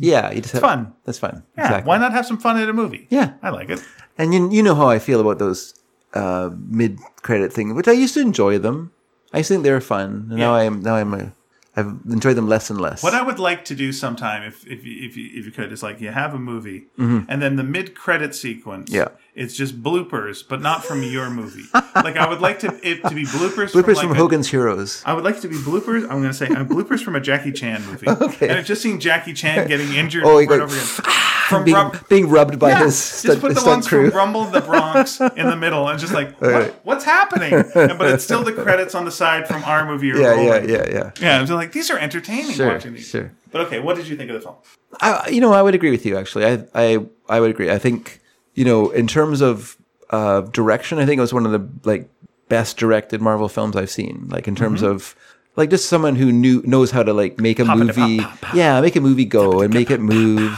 B: yeah. You just have,
A: fun.
B: That's fun.
A: Yeah, Why not have some fun at a movie?
B: Yeah.
A: I like it.
B: And you, you know how I feel about those uh, mid credit things, which I used to enjoy them. I used to think they were fun. And Now
A: Yeah.
B: I'm now I'm a, I've enjoyed them less and less.
A: What I would like to do sometime, if if you- if you, if you could, is like you have a movie, and then the mid credit sequence.
B: Mm-hmm. Yeah.
A: it's just bloopers, but not from your movie. like I would like to it to be bloopers.
B: Bloopers
A: like
B: from
A: a-
B: Hogan's Heroes.
A: I would like it to be bloopers. I'm going to say uh, bloopers from a Jackie Chan movie.
B: Okay.
A: And I've just seen Jackie Chan getting injured
B: Oh,
A: over
B: he
A: and
B: goes,
A: over again. From
B: Being,
A: Rob-
B: being rubbed by
A: Yeah,
B: his
A: just
B: stunt,
A: put
B: his
A: the
B: stunt
A: ones
B: crew.
A: from Rumble in the Bronx in the middle, and just like what, what's happening? And, but it's still the credits on the side from our movie. Or
B: yeah, yeah, yeah, yeah.
A: yeah. I'm just like these are entertaining
B: Sure,
A: watching these.
B: sure.
A: But okay, what did you think of the film?
B: I, you know, I would agree with you. Actually, I, I, I would agree. I think, you know, in terms of uh, direction, I think it was one of the like best directed Marvel films I've seen. Like in terms of like just someone who knew knows how to like make a movie. Yeah, make a movie go and make it move.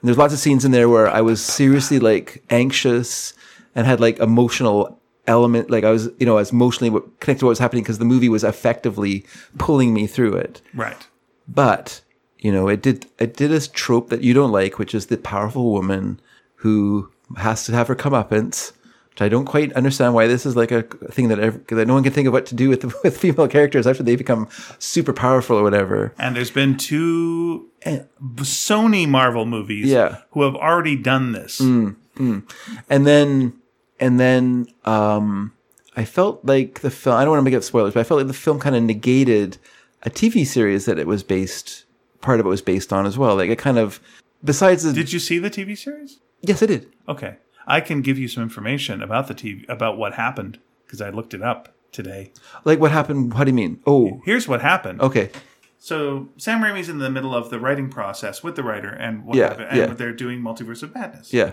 B: And there's lots of scenes in there where I was seriously like anxious and had like emotional element like i was you know I was emotionally connected to what was happening because the movie was effectively pulling me through it
A: Right.
B: but you know it did it did a trope that you don't like which is the powerful woman who has to have her comeuppance which i don't quite understand why this is like a thing that ev that no one can think of what to do with with female characters after they become super powerful or whatever
A: And there's been two eh, Sony Marvel movies
B: Yeah. Mm.
A: who have already done this.
B: and then and then um i felt like the film i don't want to make up spoilers but i felt like the film kind of negated a tv series that it was based part of it was based on as well like it kind of besides the
A: Did you see the TV series?
B: yes i did
A: Okay. I can give you some information about the TV about what happened because I looked it up today.
B: like what happened what do you mean oh
A: Here's what happened.
B: okay
A: So Sam Raimi's in the middle of the writing process with the writer and what
B: Yeah,
A: happened, and
B: yeah.
A: they're doing Multiverse of Madness.
B: Yeah.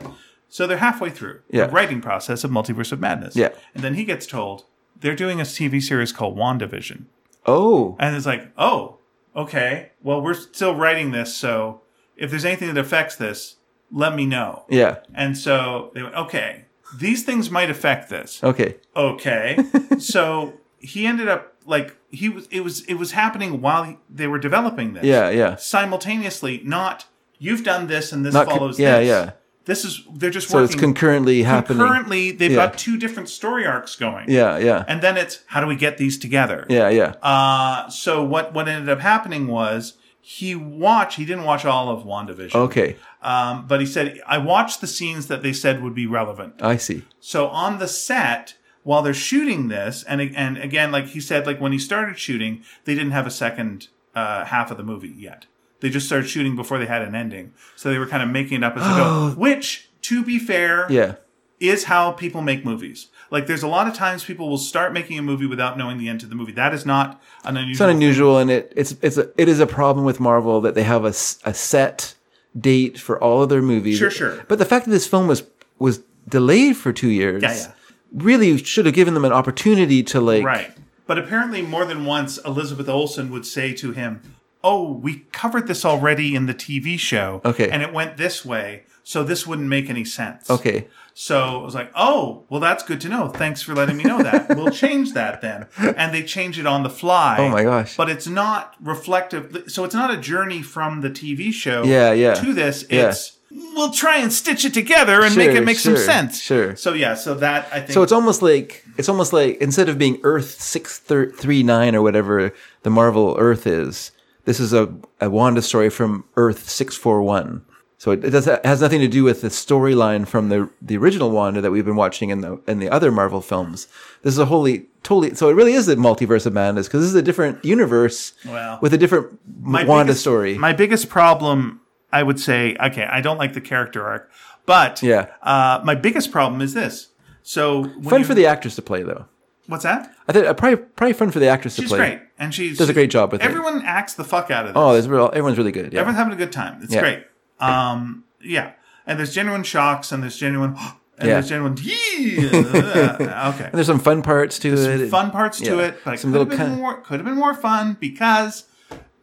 A: So they're halfway through
B: Yeah.
A: the writing process of Multiverse of Madness.
B: Yeah.
A: And then he gets told they're doing a TV series called WandaVision.
B: Oh.
A: And it's like, oh, okay. Well, we're still writing this, so if there's anything that affects this, let me know.
B: Yeah.
A: And so they went, okay, these things might affect this.
B: Okay.
A: Okay. so he ended up like he was it was it was happening while he, they were developing this.
B: Yeah. Yeah.
A: Simultaneously, not you've done this and this
B: Not con-
A: follows
B: yeah,
A: this.
B: yeah.
A: This is they're just
B: So
A: working
B: it's concurrently happening.
A: concurrently they've
B: Yeah.
A: got two different story arcs going.
B: yeah. Yeah.
A: And then it's how do we get these together?
B: Yeah. Yeah.
A: Uh, so what what ended up happening was he watched he didn't watch all of WandaVision.
B: Okay.
A: Um, but he said I watched the scenes that they said would be relevant.
B: I see.
A: So on the set while they're shooting this and and again like he said like when he started shooting they didn't have a second uh, half of the movie yet. They just started shooting before they had an ending. So they were kind of making it up as they go, which to be fair
B: Yeah.
A: is how people make movies. Like there's a lot of times people will start making a movie without knowing the end to the movie. That is not an
B: It's not
A: unusual
B: unusual, and it it's it's a, it is a problem with Marvel that they have a, s- a set date for all of their movies.
A: Sure, sure.
B: But the fact that this film was was delayed for two years,
A: Yeah, yeah.
B: really should have given them an opportunity to like.
A: Right. But apparently, more than once, Elizabeth Olsen would say to him, Oh, we covered this already in the TV show.
B: Okay.
A: And it went this way, so this wouldn't make any sense.
B: Okay.
A: So I was like, Oh, well, that's good to know. Thanks for letting me know that. we'll change that then. And they change it on the fly.
B: Oh my gosh.
A: But it's not reflective. So it's not a journey from the TV show
B: Yeah, yeah.
A: to this.
B: Yeah.
A: It's. We'll try and stitch it together and make
B: Sure,
A: it make some
B: sure,
A: sense.
B: sure.
A: So yeah, so that I think
B: So it's almost like it's almost like instead of being Earth six three nine or whatever the Marvel Earth is, this is a, a Wanda story from Earth six four one. So it, it, does, it has nothing to do with the storyline from the the original Wanda that we've been watching in the in the other Marvel films. This is a wholly totally so it really is the multiverse of madness because this is a different universe
A: Well,
B: with a different Wanda
A: biggest-
B: story.
A: My biggest problem, I would say, okay, I don't like the character arc, but
B: Yeah.
A: uh, my biggest problem is this. So when
B: Fun
A: you-
B: for the actors to play though.
A: What's that?
B: I think uh, probably probably fun for the actress
A: She's
B: to play.
A: great, and she's
B: Does a great job with it.
A: everyone acts the fuck out of this.
B: Oh, there's real, everyone's really good. Yeah.
A: everyone's having a good time. It's
B: Yeah.
A: great. Um, yeah, and there's genuine shocks, and there's genuine, and
B: Yeah.
A: there's genuine. Yeah. okay.
B: and there's some fun parts to it.
A: some fun parts to
B: yeah.
A: it, but it
B: Some
A: could have
B: little
A: been
B: kin-
A: more could have been more fun because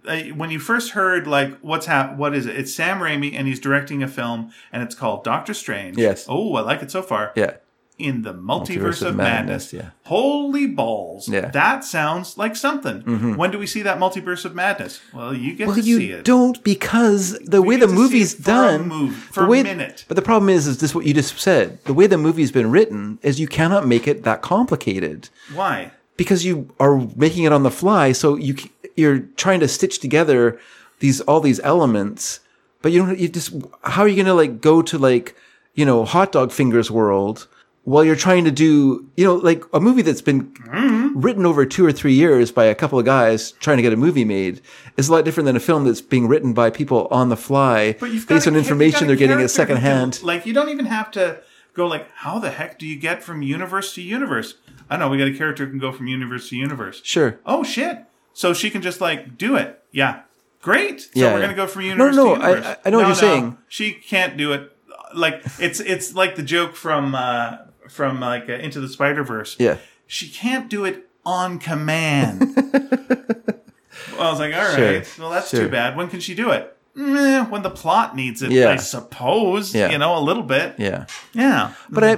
A: uh, when you first heard like what's hap- what is it? It's Sam Raimi and he's directing a film and it's called Doctor Strange.
B: Yes.
A: Oh, I like it so far.
B: Yeah.
A: In the multiverse,
B: Multiverse
A: of,
B: of
A: madness.
B: Madness, yeah.
A: Holy balls.
B: Yeah. Mm-hmm.
A: That sounds like something. When do we see that multiverse of madness? Well, you get
B: Well,
A: to
B: you
A: see it.
B: don't because the way
A: get to
B: the
A: see it
B: movie's
A: for a
B: done.
A: move- for
B: the
A: a
B: way,
A: minute.
B: But the problem is, is this what you just said? The way the movie's been written is you cannot make it that complicated
A: Why?
B: because you are making it on the fly. So you c- you're trying to stitch together these all these elements, but you don't. You just how are you going to like go to like you know hot dog fingers world while you're trying to do you know like a movie that's been
A: Mm-hmm.
B: written over two or three years by a couple of guys trying to get a movie made is a lot different than a film that's being written by people on the fly
A: But you've got
B: based
A: a
B: on
A: ca- you've
B: information
A: got a
B: they're getting at
A: character who can-
B: secondhand.
A: Like you don't even have to go like, how the heck do you get from universe to universe? I know we got a character who can go from universe to universe.
B: Sure.
A: Oh shit! So she can just like do it. Yeah, great. So
B: Yeah,
A: we're
B: yeah.
A: gonna go from
B: No,
A: universe
B: no,
A: to
B: I-
A: universe.
B: I- I know what you're saying.
A: She can't do it. Like it's it's like the joke from uh from like uh, Into the Spider Verse.
B: Yeah.
A: she can't do it on command. Well, I was like, all right,
B: Sure,
A: well, that's
B: sure.
A: too bad. When can she do it? Meh, when the plot needs it,
B: Yeah.
A: I suppose.
B: Yeah.
A: You know, a little bit. Yeah.
B: Yeah. but I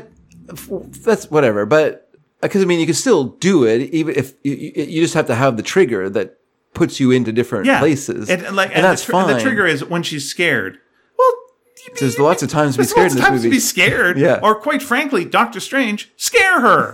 B: f- that's whatever. But because I mean, you can still do it, even if you, you you just have to have the trigger that puts you into different
A: yeah.
B: places,
A: And, like, and,
B: that's
A: the, tr- and
B: fine.
A: the trigger is when she's scared.
B: There's lots of times to be
A: There's
B: scared
A: lots of
B: in this
A: times to
B: movie.
A: be scared.
B: Yeah.
A: Or quite frankly, Doctor Strange, scare her.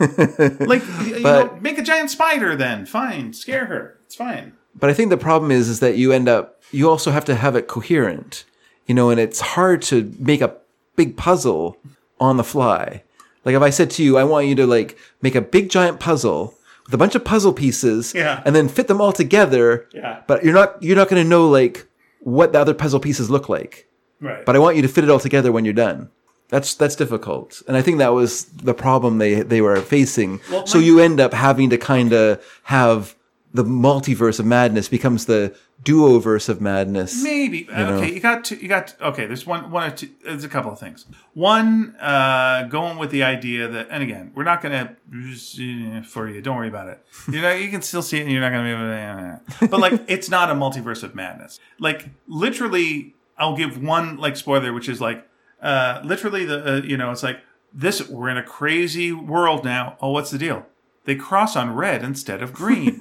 A: like, you know,
B: But-
A: make a giant spider then. Fine. Scare her. It's fine.
B: But I think the problem is, is that you end up. You also have to have it coherent, you know, and it's hard to make a big puzzle on the fly. Like if I said to you, I want you to like make a big giant puzzle with a bunch of puzzle pieces,
A: Yeah.
B: and then fit them all together.
A: Yeah.
B: But you're not you're not going to know like what the other puzzle pieces look like.
A: Right.
B: but I want you to fit it all together when you're done. That's that's difficult, and I think that was the problem they they were facing.
A: Well,
B: so
A: my-
B: you end up having to kind of have the multiverse of madness becomes the duoverse of madness.
A: Maybe Uh, okay. You got to, you got to, okay. There's one one or two. There's a couple of things. One, uh, going with the idea that, and again, we're not gonna for you. Don't worry about it. You know, you can still see it, and you're not gonna be. able to- But like, it's not a multiverse of madness. Like literally, I'll give one like spoiler, which is like, uh, literally the uh, you know, it's like this. We're in a crazy world now. Oh, what's the deal? They cross on red instead of green.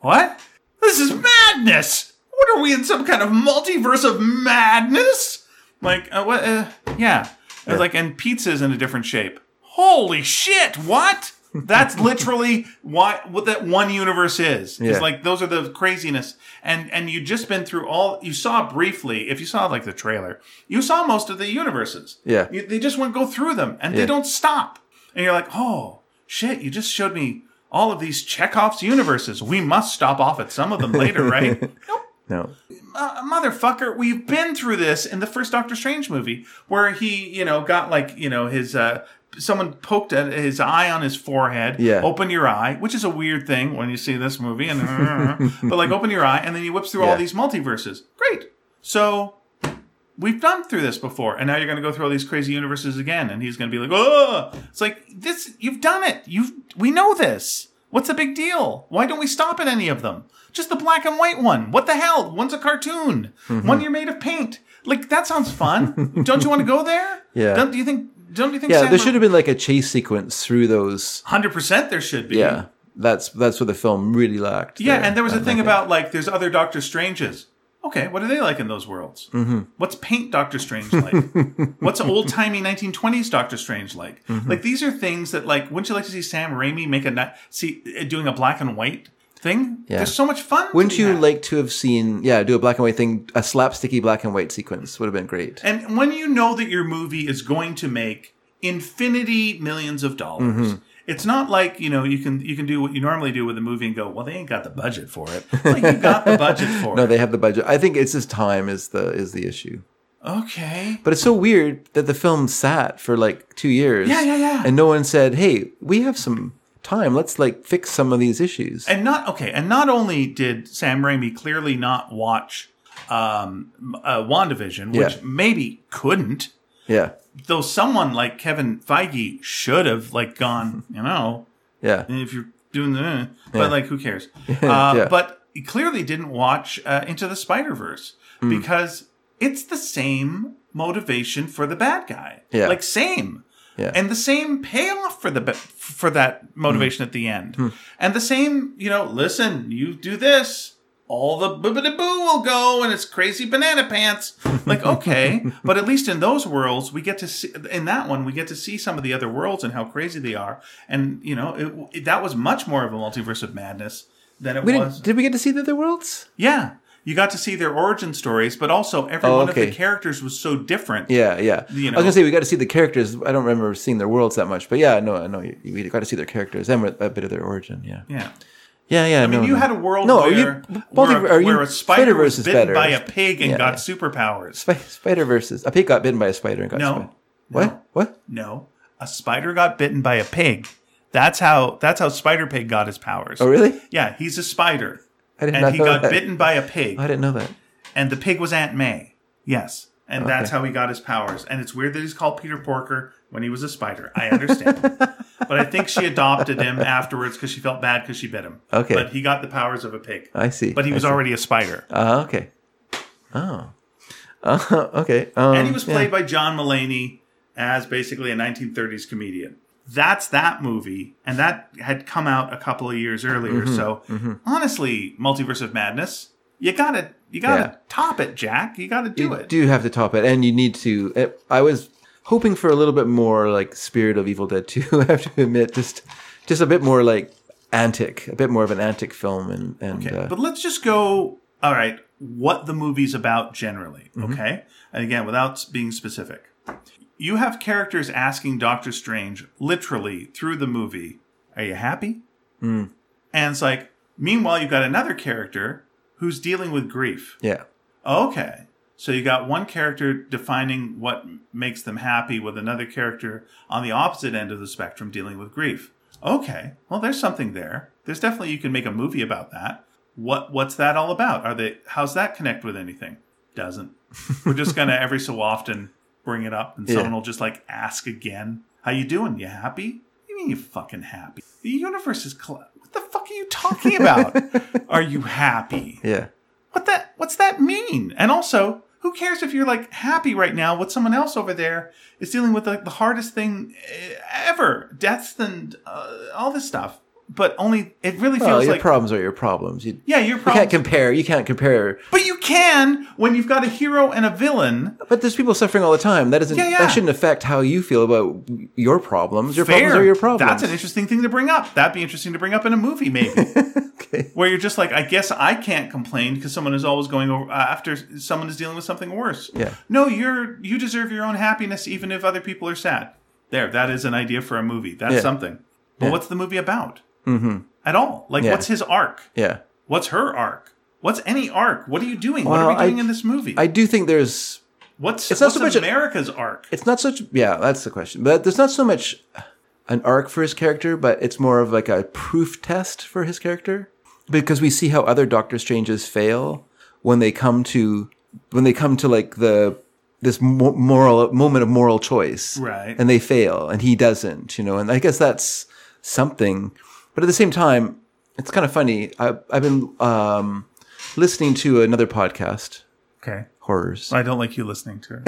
A: What? This is madness! What are we in some kind of multiverse of madness? Like, uh, what? Uh, yeah. It's like, and pizza's in a different shape. Holy shit! What? That's literally why what that one universe is.
B: Yeah.
A: It's like those are the craziness, and and you just been through all. You saw briefly, if you saw like the trailer, you saw most of the universes.
B: Yeah.
A: You- they just won't go through them, and they
B: Yeah.
A: don't stop. And you're like, oh shit! You just showed me all of these Chekhov's universes. We must stop off at some of them later, right? nope.
B: No,
A: Uh, motherfucker, we've been through this in the first Doctor Strange movie, where he, you know, got like, you know, his uh, someone poked at his eye on his forehead.
B: Yeah.
A: Open your eye, which is a weird thing when you see this movie, and but like open your eye, and then he whips through all
B: Yeah.
A: these multiverses. Great. So we've done through this before, and now you're going to go through all these crazy universes again, and he's going to be like, oh, it's like this. You've done it. You've we know this. What's the big deal? Why don't we stop at any of them? Just the black and white one. What the hell? One's a cartoon.
B: Mm-hmm.
A: One you're made of paint. Like that sounds fun. don't you want to go there?
B: Yeah.
A: Don't do you think? Don't you think?
B: yeah, there should have been like a chase sequence through those.
A: Hundred percent, there should be.
B: Yeah, that's that's what the film really lacked.
A: Yeah, and there was a thing about like there's other Doctor Stranges. Okay, what are they like in those worlds? Mm-hmm. What's paint Doctor Strange like? What's old timey 1920s Doctor Strange like?
B: Mm-hmm.
A: Like these are things that like wouldn't you like to see Sam Raimi make a ni- see uh, doing a black and white thing?
B: Yeah.
A: There's so much fun. to
B: Wouldn't
A: be
B: you
A: had.
B: like to have seen? Yeah, do a black and white thing, a slapsticky black and white sequence would have been great.
A: And when you know that your movie is going to make infinity millions of dollars,
B: Mm-hmm.
A: it's not like you know you can you can do what you normally do with a movie and go, well, they ain't got the budget for it. It's like you got the budget for it.
B: No, they have the budget. I think it's just time is the is the issue.
A: Okay.
B: But it's so weird that the film sat for like two years.
A: Yeah, yeah, yeah.
B: And no one said, "Hey, we have some time. Let's like fix some of these issues."
A: And not okay. And not only did Sam Raimi clearly not watch um, uh, WandaVision, which
B: Yeah.
A: maybe couldn't,
B: yeah,
A: though someone like Kevin Feige should have like gone, you know,
B: yeah,
A: if you're doing the, eh, but
B: Yeah.
A: like who cares? Uh,
B: Yeah.
A: But he clearly didn't watch uh, Into the Spider Verse
B: Hmm.
A: because it's the same motivation for the bad guy,
B: Yeah.
A: like same.
B: yeah.
A: And the same payoff for the ba- for that motivation
B: Hmm.
A: at the end, and the same you know. Listen, you do this, all the bibbidi boo will go, and it's crazy banana pants. Like okay, but at least in those worlds, we get to see in that one we get to see some of the other worlds and how crazy they are, and you know it, it- that was much more of a multiverse of madness than it
B: we
A: was.
B: didn't, did we get to see the other worlds?
A: yeah, you got to see their origin stories, but also every
B: Oh,
A: one of
B: okay.
A: the characters was so different.
B: Yeah, yeah.
A: You
B: I was
A: know.
B: gonna say we got to see the characters. I don't remember seeing their worlds that much, but yeah, no, I know you- we got to see their characters and a bit of their origin. Yeah,
A: yeah.
B: yeah, yeah. I
A: mean, you had a world
B: No, are
A: where,
B: you-
A: where,
B: multi- are you-
A: where a spider
B: Spider-Verse
A: was
B: is
A: bitten
B: better.
A: by a pig and
B: Yeah,
A: got
B: yeah.
A: superpowers.
B: Spider versus a pig got bitten by a spider and got
A: No.
B: spider. What?
A: No.
B: What?
A: No, a spider got bitten by a pig. That's how that's how Spider Pig got his powers.
B: Oh, really?
A: Yeah, he's a spider,
B: I did
A: and
B: not
A: he
B: know
A: got
B: that.
A: bitten by a
B: I
A: pig,
B: didn't know that.
A: and the pig was Aunt May. Yes, and that's
B: Okay.
A: how he got his powers. And it's weird that he's called Peter Porker when he was a spider. I understand, but I think she adopted him afterwards because she felt bad because she bit him.
B: Okay.
A: but he got the powers of a pig.
B: I see.
A: But he
B: I
A: was
B: see.
A: already a spider.
B: Uh, okay. Oh. Uh, okay. Um,
A: and he was
B: yeah.
A: played by John Mulaney as basically a 1930s comedian. That's that movie, and that had come out a couple of years earlier.
B: Mm-hmm.
A: So honestly, Multiverse of Madness, you gotta you gotta
B: Yeah.
A: top it, Jack. You gotta do
B: you
A: it.
B: do have to top it, and you need to. It, I was hoping for a little bit more like spirit of Evil Dead 2. I have to admit, just just a bit more like antic, a bit more of an antic film, and and
A: Okay,
B: uh,
A: but let's just go. All right, what the movie's about generally, okay? And again, without being specific, you have characters asking Doctor Strange literally through the movie, "Are you happy?"
B: mm,
A: And it's like, meanwhile, you've got another character who's dealing with grief.
B: yeah,
A: Okay. So you got one character defining what makes them happy with another character on the opposite end of the spectrum dealing with grief. Okay. Well, there's something there. There's definitely you can make a movie about that. What what's that all about? Are they how's that connect with anything? Doesn't. We're just going to every so often bring it up and
B: Yeah.
A: someone will just like ask again, "How you doing? You happy?" What do You mean you fucking happy? The universe is coll- What the fuck are you talking about? are you happy?
B: yeah,
A: what that what's that mean? And also, who cares if you're like happy right now with someone else over there is dealing with like the hardest thing eh, ever, deaths and uh, all this stuff. But only it really
B: Well,
A: feels
B: your
A: like
B: problems are your problems. You,
A: yeah, your
B: you
A: problem.
B: can't compare. You can't compare.
A: but you can when you've got a hero and a villain.
B: But there's people suffering all the time. That doesn't.
A: Yeah, yeah.
B: That shouldn't affect how you feel about your problems. Your problems
A: Fair.
B: are your problems.
A: That's an interesting thing to bring up. That'd be interesting to bring up in a movie, maybe.
B: okay.
A: where you're just like, I guess I can't complain because someone is always going over after someone is dealing with something worse.
B: Yeah.
A: No, you're you deserve your own happiness even if other people are sad. There, that is an idea for a movie. That's
B: Yeah.
A: something. But
B: Yeah.
A: what's the movie about? Mm-hmm. At all? Like,
B: Yeah.
A: what's his arc?
B: Yeah.
A: What's her arc? What's any arc? What are you doing? what
B: Well,
A: are we doing
B: I-
A: in this movie?
B: I do think there's
A: what's
B: not
A: what's
B: so much a-
A: America's arc?
B: it's not such yeah that's the question but there's not so much an arc for his character but it's more of like a proof test for his character because we see how other doctor stranges fail when they come to when they come to like the this mo- moral moment of moral choice
A: Right.
B: and they fail and he doesn't you know and i guess that's something but at the same time it's kind of funny I, i've been um, listening to another podcast
A: Okay.
B: horrors
A: I don't like you listening to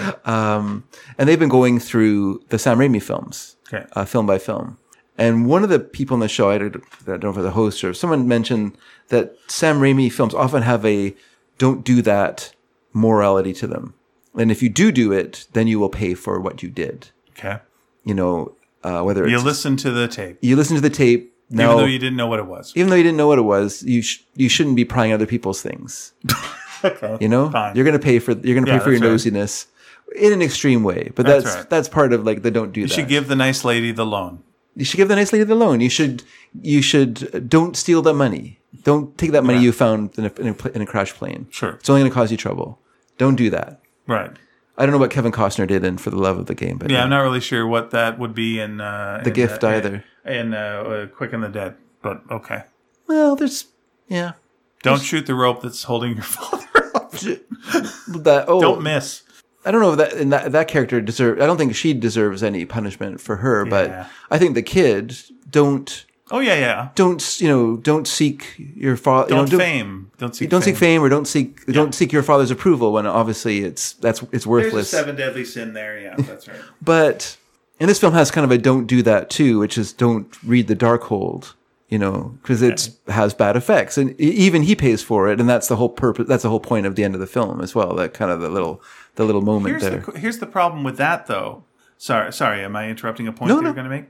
A: her.
B: and they've been going through the Sam Raimi films,
A: Okay.
B: uh, film by film. And one of the people on the show, I don't, I don't know if it was the host or someone mentioned that Sam Raimi films often have a don't do that morality to them. And if you do do it, then you will pay for what you did.
A: Okay.
B: You know, uh, whether it's,
A: You
B: you,
A: listen to the tape,
B: listen to the tape, now,
A: even though you didn't know what it was.
B: didn't know what it was, you sh- you shouldn't be prying other people's things.
A: Okay.
B: You know,
A: Fine.
B: you're gonna pay for you're gonna
A: Yeah,
B: pay for your
A: that's right.
B: nosiness in an extreme way. But
A: That's
B: that's
A: right.
B: that's, part of like the don't do that.
A: You should give the nice lady the loan.
B: you should give the nice lady the loan. You should you should don't steal that money. Don't take that money you found in a, in a, pl- in a crash plane.
A: Sure.
B: it's only going to cause you trouble. Don't do that.
A: Right.
B: I don't know what Kevin Costner did in For the Love of the Game, but
A: Yeah, I'm not really sure what that would be in uh,
B: The
A: in,
B: Gift
A: uh,
B: either.
A: in uh, uh, Quick and the Dead. But okay,
B: Well, there's yeah.
A: don't shoot the rope that's holding your father up.
B: That oh,
A: Don't miss.
B: I don't know if that and that that character deserve. I don't think she deserves any punishment for her,
A: Yeah.
B: but I think the kid don't
A: Oh yeah, yeah.
B: don't you know don't seek your father.
A: Don't,
B: you know,
A: fame. Don't seek.
B: don't seek fame or don't seek don't seek your father's approval when obviously it's that's it's worthless.
A: deadly sin there. Yeah, that's right.
B: But and this film has kind of a don't do that too, which is don't read the dark hold, you know, because it has bad effects, and e- even he pays for it, and that's the whole purpose. That's the whole point of the end of the film as well. That kind of the little the little moment
A: Here's
B: there.
A: the here's the problem with that though. Sorry, sorry. Am I interrupting a point
B: No,
A: that
B: no.
A: you're going to make?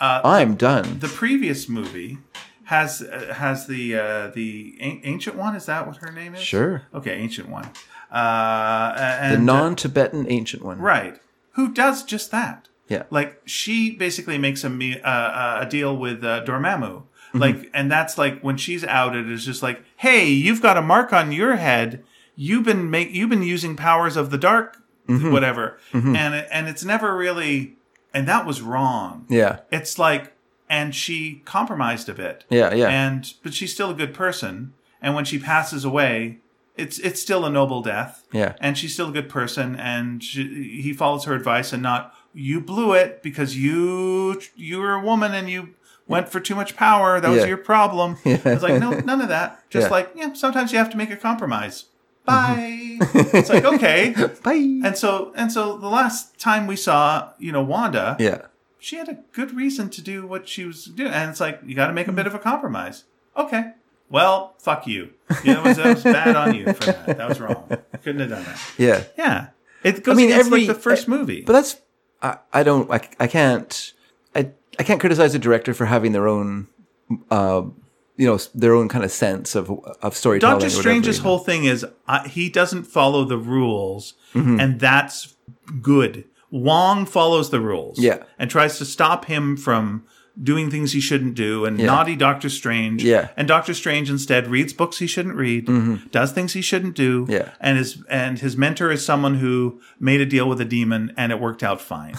B: I'm done.
A: The previous movie has uh, has the uh, the an- ancient one. Is that what her name is?
B: Sure.
A: Okay, ancient one. Uh, and
B: The non-Tibetan ancient one.
A: Right. Who does just that?
B: Yeah.
A: Like she basically makes a me- uh, uh, a deal with uh, Dormammu.
B: Mm-hmm.
A: Like, and that's like when she's outed, it's just like, hey, you've got a mark on your head. You've been make you've been using powers of the dark,
B: Mm-hmm.
A: whatever, and it, and it's never really, and that was wrong.
B: Yeah.
A: It's like, and she compromised a bit.
B: Yeah. Yeah.
A: And but she's still a good person. And when she passes away, it's it's still a noble death.
B: Yeah.
A: And she's still a good person. And she, he follows her advice and not you blew it because you you were a woman and you went for too much power. That was
B: Yeah.
A: your problem.
B: Yeah.
A: It's like no, none of that. Just
B: Yeah. Mm-hmm.
A: like yeah, sometimes you have to make a compromise. Bye. it's like okay.
B: Bye.
A: And so and so the last time we saw you know Wanda,
B: yeah.
A: she had a good reason to do what she was doing. And it's like, you got to make a bit of a compromise. Okay. Well, fuck you. you know, that, was, that was bad on you for that. That was wrong. Couldn't have done that.
B: Yeah.
A: Yeah. It goes
B: mean,
A: against
B: every- e-,
A: like the first movie.
B: But that's I, I don't I, I can't I I can't criticize a director for having their own uh you know s- their own kind of sense of of storytelling. or
A: Doctor
B: whatever,
A: Strange's
B: you know.
A: whole thing is uh, he doesn't follow the rules,
B: Mm-hmm.
A: and that's good. Wong follows the rules,
B: Yeah.
A: and tries to stop him from doing things he shouldn't do, and naughty Doctor Strange,
B: Yeah. Mm-hmm.
A: and Doctor Strange instead reads books he shouldn't read, does things he shouldn't do,
B: Yeah.
A: and his and his mentor is someone who made a deal with a demon, and it worked out fine,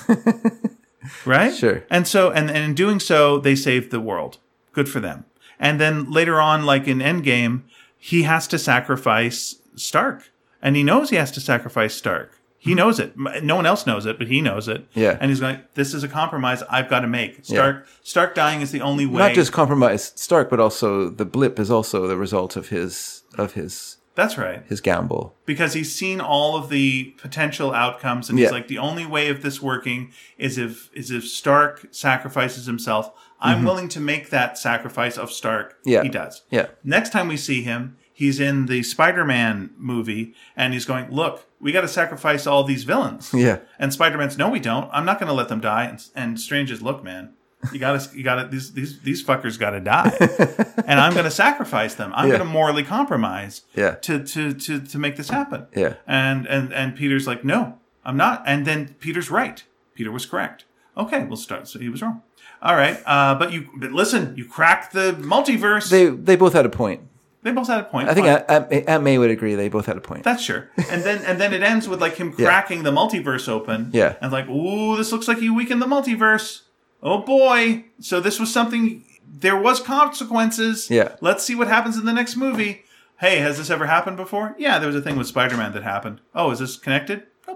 A: right?
B: Sure.
A: And so, and, and in doing so, they saved the world. Good for them. And then later on, like in Endgame, he has to sacrifice Stark. And he knows he has to sacrifice Stark. He knows it. M- No one else knows it, but he knows it.
B: Mm-hmm. Yeah.
A: And he's like, this is a compromise I've got to make. Stark Stark dying is the only way.
B: not just compromise Stark, but also the blip is also the result of his of his
A: That's right.
B: his gamble.
A: Because he's seen all of the potential outcomes and
B: Yeah.
A: he's like, the only way of this working is if is if Stark sacrifices himself. I'm willing to make that sacrifice of Stark.
B: Mm-hmm. Yeah.
A: He does.
B: Yeah.
A: Next time we see him, he's in the Spider Man movie and he's going, Look, we got to sacrifice all these villains.
B: Yeah.
A: And Spider Man's, No, we don't. I'm not going to let them die. And, and Strange is, Look, man, you got to, you got to, these, these, these fuckers got to die. and I'm going to sacrifice them. I'm
B: Yeah.
A: going to morally compromise
B: Yeah.
A: to, to, to, to make this happen.
B: Yeah.
A: And, and, and Peter's like, No, I'm not. And then Peter's right. Peter was correct. Okay, we'll start. So he was wrong. All right, uh, but you but listen. You cracked the multiverse.
B: They they both had a point.
A: They both had a point.
B: I think
A: Fine.
B: Aunt, Aunt May- Aunt May would agree. They both had a point.
A: Uh, that's sure. And then and then it ends with like him cracking the multiverse open.
B: Yeah.
A: And like, ooh, this looks like you weakened the multiverse. Oh boy. So this was something there was consequences.
B: Yeah.
A: Let's see what happens in the next movie. Hey, has this ever happened before? Yeah, there was a thing with Spider-Man that happened. Oh, is this connected?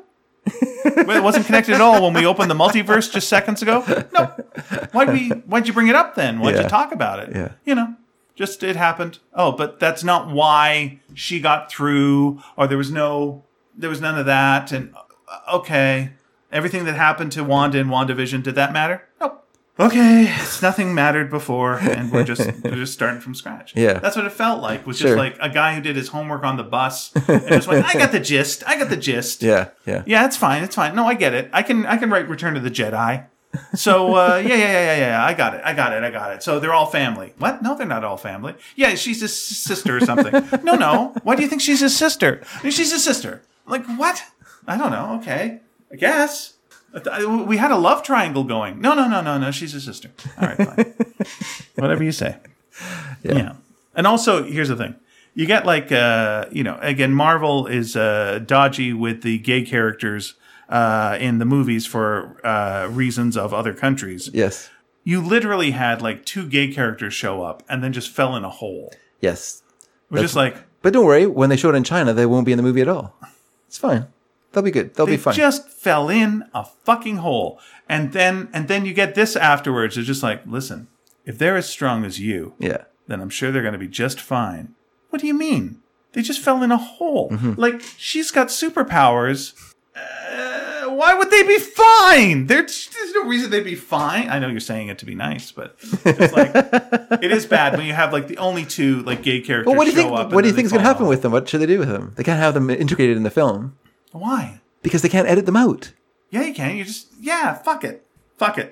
A: Nope. well, it wasn't connected at all when we opened the multiverse just seconds ago. Nope. Why'd we? Why'd you bring it up then? Why'd
B: Yeah.
A: you talk about it?
B: Yeah.
A: You know, just it happened. Oh, but that's not why she got through, or there was no, there was none of that. And uh, okay, everything that happened to Wanda in WandaVision, did that matter? Nope. Okay, it's nothing mattered before, and we're just we're just starting from scratch.
B: Yeah.
A: that's what it felt like. Was
B: Sure.
A: just like a guy who did his homework on the bus and just went, "I got the gist. I got the gist."
B: Yeah. Yeah.
A: Yeah, it's fine. It's fine. No, I get it. I can I can write Return of the Jedi. So uh, yeah, yeah, yeah, yeah, yeah, yeah. I got it. I got it. I got it. So they're all family. What? No, they're not all family. Yeah, she's his s- sister or something. no, no. Why do you think she's his sister? She's his sister. Like what? I don't know. Okay, I guess. I- We had a love triangle going. No, no, no, no, no. She's his sister. All right, fine. Whatever you say. Yeah. And also, here's the thing. you get like uh you know again marvel is uh dodgy with the gay characters uh in the movies for uh reasons of other countries
B: Yes.
A: you literally had like two gay characters show up and then just fell in a hole
B: Yes.
A: we're just like
B: But don't worry, when they show it in China, they won't be in the movie at all. It's fine. They'll be good. They'll
A: they
B: be fine.
A: just fell in a fucking hole and then and then you get this afterwards it's just like listen if they're as strong as you
B: yeah.
A: then i'm sure they're going to be just fine what do you mean they just fell in a hole
B: Mm-hmm.
A: like she's got superpowers uh, why would they be fine? There's, there's no reason they'd be fine. I know you're saying it to be nice, but it's like it is bad when you have like the only two like gay characters.
B: But what do you
A: show
B: think?
A: up and
B: What do you
A: then they
B: think is going to
A: fall
B: happen
A: off.
B: with them? What should they do with them? They can't have them integrated in the film
A: Why?
B: because they can't edit them out.
A: Yeah, you can. You just yeah, fuck it, fuck it.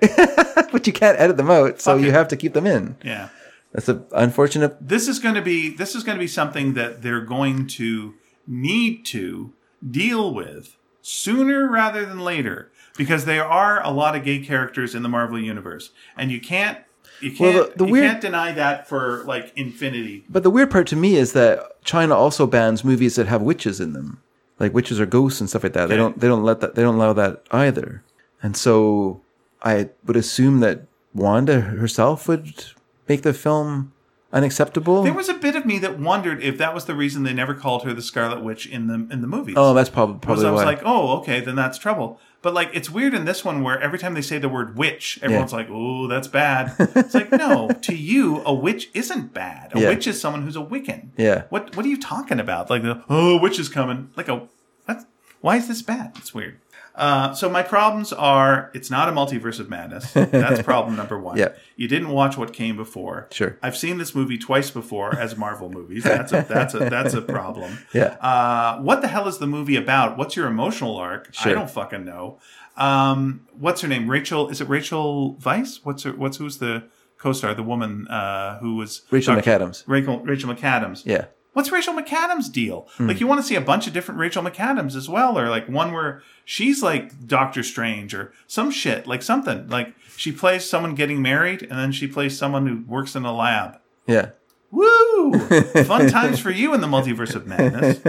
B: but you can't edit them out, so
A: Fuck
B: you
A: it.
B: have to keep them in.
A: Yeah.
B: That's an unfortunate.
A: This is going to be this is going to be something that they're going to need to deal with sooner rather than later because there are a lot of gay characters in the Marvel universe and you can't you
B: Well,
A: can't
B: the- the
A: you
B: weird-
A: can't deny that for like infinity.
B: But the weird part to me is that China also bans movies that have witches in them, like witches or ghosts and stuff like that. They
A: Okay.
B: don't. They don't let that. They don't allow that either. And so I would assume that Wanda herself would make the film unacceptable.
A: There was a bit of me that wondered if that was the reason they never called her the Scarlet Witch in the in the movies.
B: oh, that's probably probably
A: Because I was
B: why.
A: like, oh, okay, then that's trouble. But like, it's weird in this one where every time they say the word witch, everyone's like, oh, that's bad. It's like, no, to you, a witch isn't bad. A
B: Yeah.
A: witch is someone who's a Wiccan.
B: yeah.
A: What What are you talking about? Like, the, oh, witch is coming. Like a, that's, why is this bad? It's weird. Uh, so my problems are it's not a multiverse of madness. That's problem number one.
B: Yeah.
A: You didn't watch what came before.
B: Sure.
A: I've seen this movie twice before as Marvel movies. That's a that's a that's a problem.
B: Yeah.
A: Uh, what the hell is the movie about? What's your emotional arc?
B: Sure.
A: I don't fucking know. Um, what's her name? Rachel? Is it Rachel Vice? What's her? What's who's the co-star? The woman uh, who was
B: Rachel
A: Doc-
B: McAdams.
A: Rachel Rachel McAdams.
B: Yeah. Hmm.
A: What's Rachel McAdams' deal? Like, you want to see a bunch of different Rachel McAdams as well, or like one where she's like Doctor Strange or some shit, like something. Like, she plays someone getting married, and then she plays someone who works in a lab.
B: Yeah.
A: Woo! Fun times for you in the multiverse of madness.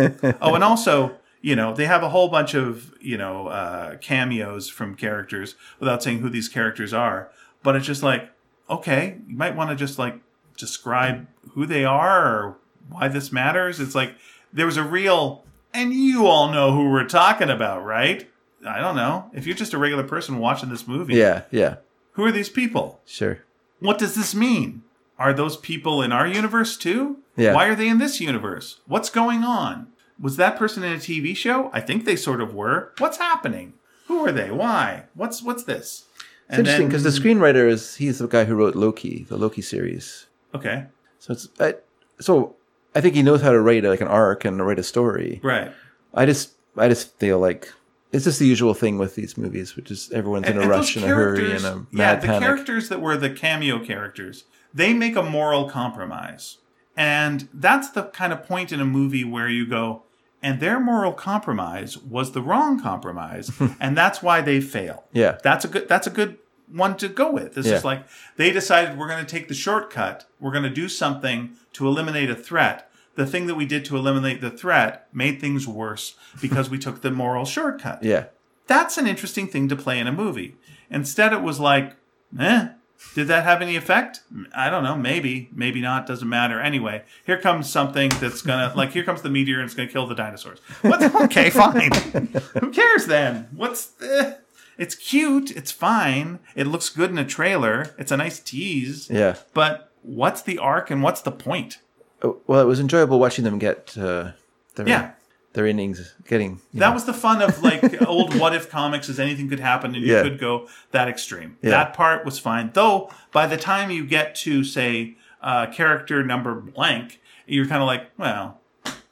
A: Oh, and also, you know, they have a whole bunch of, you know, uh, cameos from characters without saying who these characters are. But it's just like, okay, you might want to just like describe who they are or why this matters. It's like there was a real, and you all know who we're talking about, right? I don't know. If you're just a regular person watching this movie,
B: Yeah. Yeah.
A: who are these people?
B: Sure.
A: What does this mean? Are those people in our universe too?
B: Yeah.
A: Why are they in this universe? What's going on? Was that person in a TV show? I think they sort of were. What's happening? Who are they? Why? What's what's this?
B: It's interesting because the screenwriter is he's the guy who wrote Loki, the Loki series.
A: Okay.
B: So it's I, so I think he knows how to write like an arc and write a story.
A: Right.
B: I just I just feel like it's just the usual thing with these movies, which is everyone's in a
A: those
B: rush and a hurry
A: characters-
B: and a
A: yeah,
B: mad
A: the
B: panic.
A: characters that were the cameo characters, they make a moral compromise, and that's the kind of point in a movie where you go, and their moral compromise was the wrong compromise, and that's why they fail.
B: Yeah.
A: that's a good that's a good one to go with. It's
B: Yeah.
A: just like they decided we're going to take the shortcut. We're going to do something to eliminate a threat. The thing that we did to eliminate the threat made things worse because we took the moral shortcut
B: yeah,
A: that's an interesting thing to play in a movie. Instead, it was like, eh, did that have any effect? I don't know. Maybe, maybe not. Doesn't matter. Anyway, here comes something that's gonna like. Here comes the meteor and it's gonna kill the dinosaurs. What's okay? Fine. Who cares then? What's eh. it's cute. It's fine. It looks good in a trailer. It's a nice tease.
B: yeah.
A: But what's the arc and what's the point?
B: Oh, Well, it was enjoyable watching them get uh, their
A: Yeah.
B: their innings getting. you
A: That
B: know.
A: was the fun of like old what if comics is anything could happen and you
B: Yeah.
A: could go that extreme.
B: Yeah.
A: That part was fine. Though by the time you get to say uh, character number blank, you're kind of like, well,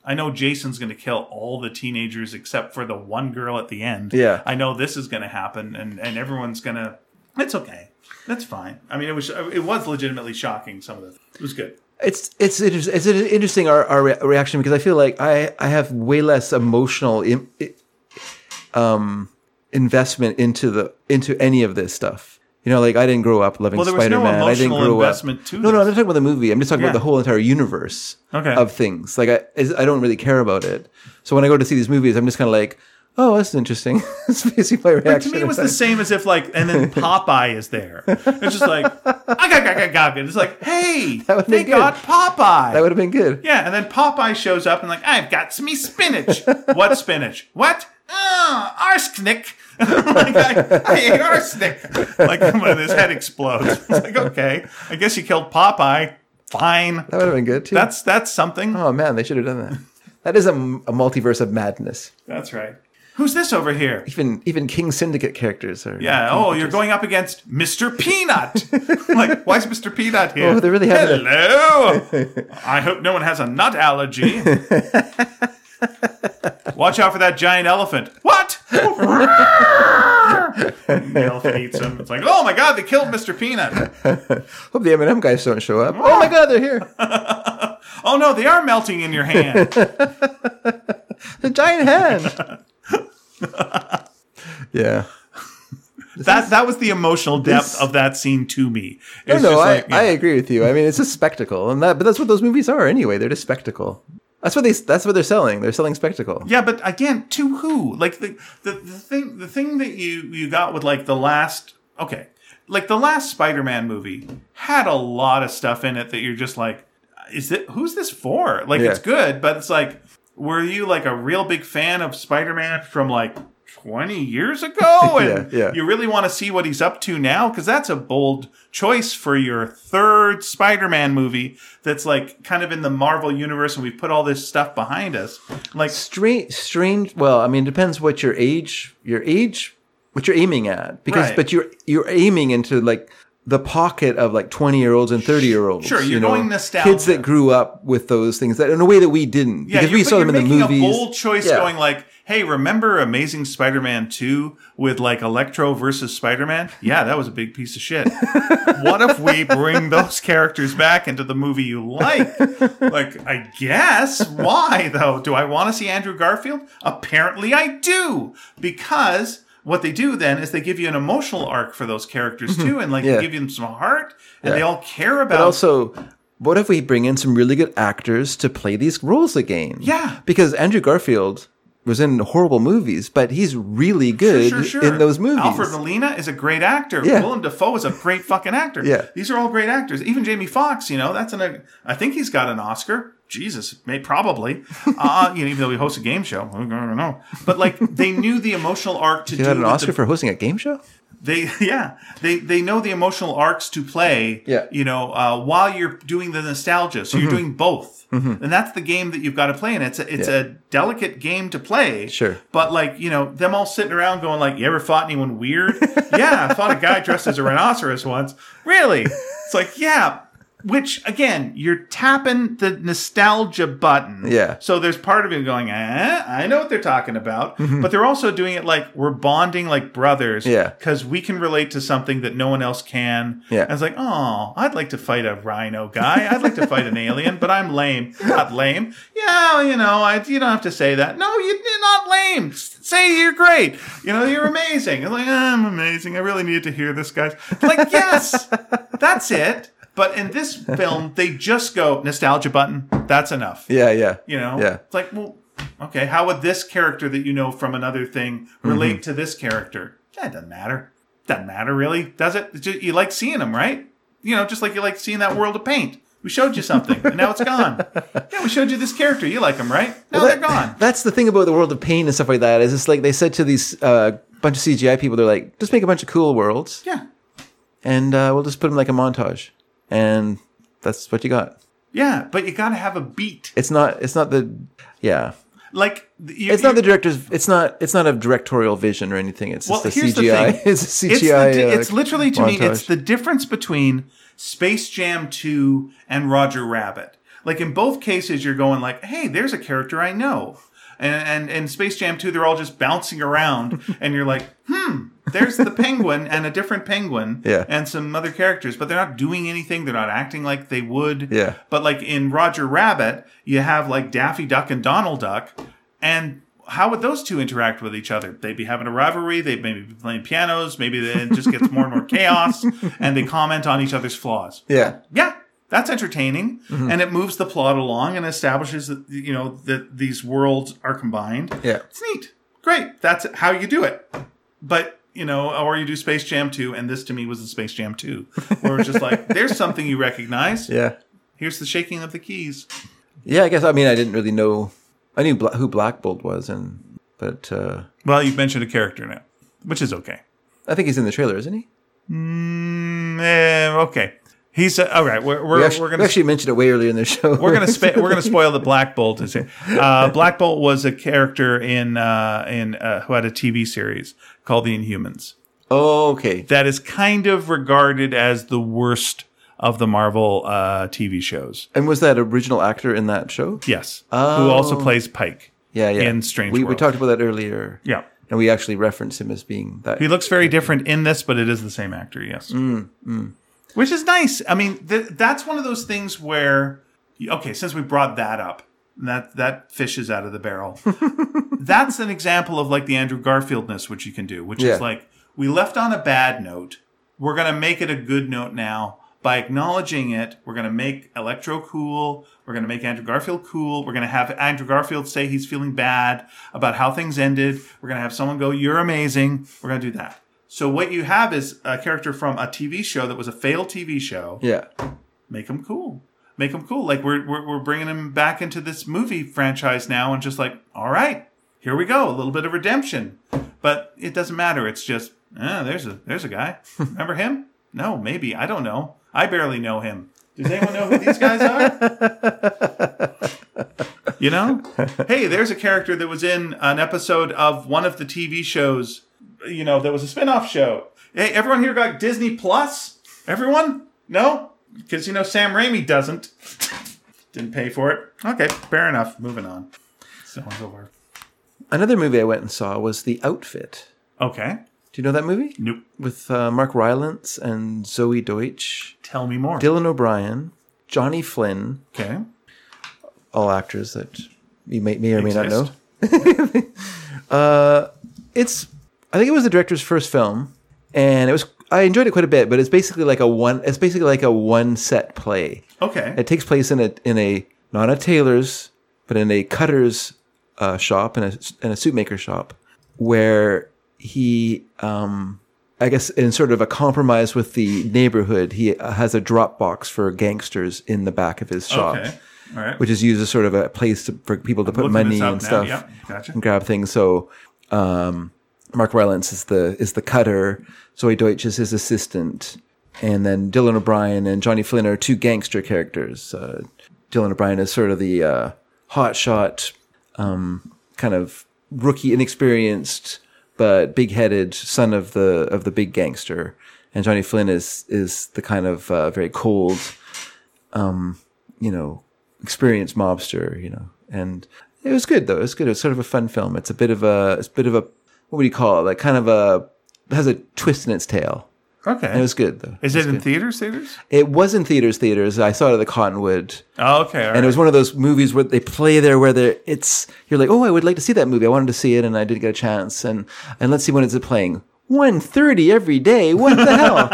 A: I know Jason's going to kill all the teenagers except for the one girl at the end.
B: Yeah.
A: I know this is going to happen and and everyone's going to it's okay. That's fine. I mean, it was it was legitimately shocking some of the It was good.
B: it's it's inter- it's an interesting our, our re- reaction because I feel like I I have way less emotional Im- i- um investment into the into any of this stuff. You know, like I didn't grow up loving
A: Well, there was no
B: Spider Man. I didn't
A: emotional
B: grow
A: investment
B: up.
A: to
B: no, no,
A: this.
B: I'm not talking about the movie. I'm just talking
A: Yeah.
B: about the whole entire universe
A: Okay.
B: of things. Like I, is- I don't really care about it. So when I go to see these movies, I'm just kind of like, oh, this is interesting. it's basically my reaction.
A: to me, it was the same as if like, and then Popeye is there. It's just like, "Ah, I got, got, got, It's like, hey,
B: would've
A: they
B: been good.
A: got Popeye.
B: that would have been good.
A: yeah, and then Popeye shows up and like, I've got some spinach. what spinach? What? Uh, arsenic. like, I, I hate arsenic. Like when his head explodes. It's like, okay, I guess you killed Popeye. Fine.
B: That would have been good too.
A: That's that's something.
B: oh man, they should have done that. That is a, m- a multiverse of madness.
A: That's right. Who's this over here?
B: Even even King Syndicate characters are.
A: Yeah. Oh, you're going up against Mr. Peanut. like, why is Mr. Peanut here?
B: Oh, they really have it.
A: Hello. I hope no one has a nut allergy. Watch out for that giant elephant. What? the elephant eats him. It's like, oh my god, they killed Mr. Peanut.
B: Hope the M&M guys don't show up. Oh my god, they're here.
A: Oh no, they are melting in your hand.
B: The giant hand. yeah.
A: that that was the emotional depth of that scene to me. It
B: No,
A: was
B: no,
A: just
B: I,
A: like, yeah.
B: I agree with you. I mean, it's a spectacle, and that, but that's what those movies are anyway. They're just spectacle. That's what they. That's what they're selling. They're selling spectacle.
A: Yeah, but again, to who? Like the, the the thing the thing that you you got with like the last okay, like the last Spider-Man movie had a lot of stuff in it that you're just like, is it who's this for? Like
B: Yeah.
A: it's good, but it's like, were you like a real big fan of Spider-Man from like 20 years ago and
B: yeah.
A: you really want to see what he's up to now because that's a bold choice for your third spider-man movie that's like kind of in the marvel universe and we've put all this stuff behind us like
B: Strange, strange. Well, I mean, it depends what your age, your age, what you're aiming at. Because,
A: Right.
B: but you're you're aiming into like the pocket of like twenty year olds and thirty year olds.
A: Sure, you're going nostalgia.
B: Kids that grew up with those things that in a way that we didn't.
A: Yeah,
B: because
A: you're,
B: we
A: but
B: saw them
A: you're
B: in the
A: making
B: movies.
A: a bold choice
B: Yeah.
A: going like, hey, remember Amazing Spider-Man 2 with like Electro versus Spider-Man? Yeah, that was a big piece of shit. what if we bring those characters back into the movie you like? Like, I guess. Why though? Do I want to see Andrew Garfield? Apparently I do. Because what they do then is they give you an emotional arc for those characters too, and like
B: Mm-hmm. Yeah.
A: they give them some heart, and they all care about
B: But also, what if we bring in some really good actors to play these roles again?
A: Yeah.
B: Because Andrew Garfield was in horrible movies, but he's really good
A: sure, sure.
B: in those movies.
A: Alfred Molina is a great actor.
B: Yeah.
A: Willem Dafoe is a great fucking actor.
B: Yeah.
A: These are all great actors. Even Jamie Foxx, you know, that's an I think he's got an Oscar. Jesus, may probably. Uh, you know, even though he hosts a game show. I don't know. But like they knew the emotional arc to
B: you
A: do
B: had an
A: with
B: Oscar
A: the
B: for hosting a game show?
A: they yeah they they know the emotional arcs to play
B: Yeah. Mm-hmm.
A: you know uh, while you're doing the nostalgia so you're doing both and that's the game that you've got to play and it's a, it's a delicate game to play
B: Sure.
A: but like you know them all sitting around going like you ever fought anyone weird yeah I fought a guy dressed as a rhinoceros once really it's like yeah which again you're tapping the nostalgia button
B: Yeah.
A: so there's part of him going, eh, I know what they're talking about, but they're also doing it like we're bonding like brothers,
B: Mm-hmm. Yeah.
A: because we can relate to something that no one else can.
B: Yeah.
A: I was like, oh, I'd like to fight a rhino guy. I'd like to fight an alien, but I'm lame. You're not lame. Yeah, you know, I, you don't have to say that. No, you- you're not lame. S- Say you're great. You know, you're amazing. I'm like, I'm amazing. I really needed to hear this, guys. Like, yes, that's it. But in this film, they just go nostalgia button. That's enough.
B: Yeah, yeah.
A: You know?
B: Yeah.
A: It's like, well, okay, how would this character that you know from another thing relate
B: Mm-hmm.
A: to this character? That doesn't matter. Doesn't matter, really, does it? It's ju- you like seeing them, right? You know, just like you like seeing that world of paint. We showed you something, and now it's gone. Yeah, we showed you this character. You like them, right? Now
B: Well,
A: they're gone.
B: That's the thing about the world of pain and stuff like that. Is it's like they said to these uh, bunch of CGI people, they're like, just make a bunch of cool worlds,
A: Yeah.
B: and uh, we'll just put them like a montage, and that's what you got.
A: Yeah, but you got to have a beat.
B: It's not. It's not the. Yeah.
A: Like, you,
B: It's not the
A: you-
B: director's. It's not. It's not a directorial vision or anything. It's
A: Well,
B: just a
A: here's the
B: CGI.
A: thing.
B: it's a
A: It's, the
B: CGI.
A: di-
B: uh,
A: it's literally to me, it's
B: montage.
A: the difference between Space Jam 2 and Roger Rabbit. Like in both cases, you're going like, "Hey, there's a character I know," and and in Space Jam 2, they're all just bouncing around, and you're like, "Hmm, there's the penguin and a different penguin,
B: Yeah.
A: and some other characters, but they're not doing anything. They're not acting like they would,
B: Yeah.
A: But like in Roger Rabbit, you have like Daffy Duck and Donald Duck, and how would those two interact with each other? They'd be having a rivalry. They'd maybe be playing pianos. Maybe then it just gets more and more chaos, and they comment on each other's flaws.
B: Yeah.
A: Yeah, that's entertaining,
B: Mm-hmm.
A: and it moves the plot along and establishes that you know that these worlds are combined.
B: Yeah.
A: It's neat. Great. That's how you do it. But, you know, or you do Space Jam 2, and this to me was the Space Jam 2, where it's just like, there's something you recognize.
B: Yeah.
A: Here's the shaking of the keys.
B: Yeah, I guess I mean I didn't really know I knew Bla- who Black Bolt was and but uh
A: Well, you've mentioned a character now, which is okay.
B: I think he's in the trailer, isn't he?
A: Mm, eh, okay. He's, uh, all right, we're, we're,
B: We actually,
A: we're
B: we
A: going to
B: actually mentioned it way earlier in the show.
A: we're gonna spa- we're gonna spoil the Black Bolt. Is here. Uh, Black Bolt was a character in uh, in uh, who had a TV series called The Inhumans
B: Oh, okay.
A: that is kind of regarded as the worst of the Marvel uh, TV shows.
B: And was that original actor in that show?
A: Yes, who also
B: Oh.
A: plays Pike.
B: Yeah, yeah.
A: In Strange
B: we, we
A: World.
B: talked about that earlier.
A: Yeah.
B: And we actually referenced him as being that.
A: He looks very different in this, but it is the same actor. Yes, which is nice. I mean, th- that's one of those things where okay, since we brought that up, that that fish is out of the barrel. that's an example of like the Andrew Garfieldness, which you can do, which
B: Yeah.
A: is like we left on a bad note. We're gonna make it a good note now by acknowledging it. We're gonna make Electro cool. We're gonna make Andrew Garfield cool. We're gonna have Andrew Garfield say he's feeling bad about how things ended. We're gonna have someone go, "You're amazing." We're gonna do that. So what you have is a character from a TV show that was a failed TV show
B: yeah.
A: make him cool make him cool like we're, we're we're bringing him back into this movie franchise now and just like all right here we go a little bit of redemption but it doesn't matter it's just ah, there's a there's a guy remember him no maybe i don't know i barely know him does anyone know who these guys are you know hey there's a character that was in an episode of one of the tv shows you know that was a spin-off show hey everyone here got disney plus everyone no because you know Sam Raimi doesn't. Didn't pay for it. Okay, fair enough. Moving on. Someone's over.
B: Another movie I went and saw was The Outfit.
A: Okay.
B: Do you know that movie?
A: Nope.
B: With uh, Mark Rylance and Zoe Deutsch,
A: Tell me more.
B: Dylan O'Brien, Johnny Flynn,
A: okay.
B: all actors that you may, may or may not know.
A: Exist.
B: It's, I think it was the director's first film, and it was. I enjoyed it quite a bit, but it's basically like a one. It's basically like a one set play.
A: Okay.
B: It takes place in a in a not a tailor's, but in a cutter's uh, shop and a in a suit maker shop, where he, um, I guess, in sort of a compromise with the neighborhood, he has a drop box for gangsters in the back of his shop,
A: okay. All right.
B: which is used as sort of a place to, for people to put
A: Looking
B: money
A: this up
B: and
A: now.
B: stuff
A: Yep. Gotcha.
B: and grab things. So um, Mark Rylance is the is the cutter. Zoe Deutsch is his assistant, and then Dylan O'Brien and Johnny Flynn are two gangster characters. Uh, Dylan O'Brien is sort of the uh, hotshot, um, kind of rookie, inexperienced but big-headed son of the of the big gangster, and Johnny Flynn is is the kind of uh, very cold you know, experienced mobster, you know. And it was good though. It was good. It was sort of a fun film. It's a bit of a it's a bit of a what would you call it? Like kind of a it has a twist in its tail.
A: Okay.
B: And it was good though.
A: is it in theaters? Theaters?
B: It was in theaters theaters. I saw it at the Cottonwood.
A: Oh, okay. All
B: And
A: right.
B: it was one of those movies where they play there where they're it's you're like, Oh, I would like to see that movie. I wanted to see it and I didn't get a chance and and let's see when it's playing. 1.30 every day. What the hell?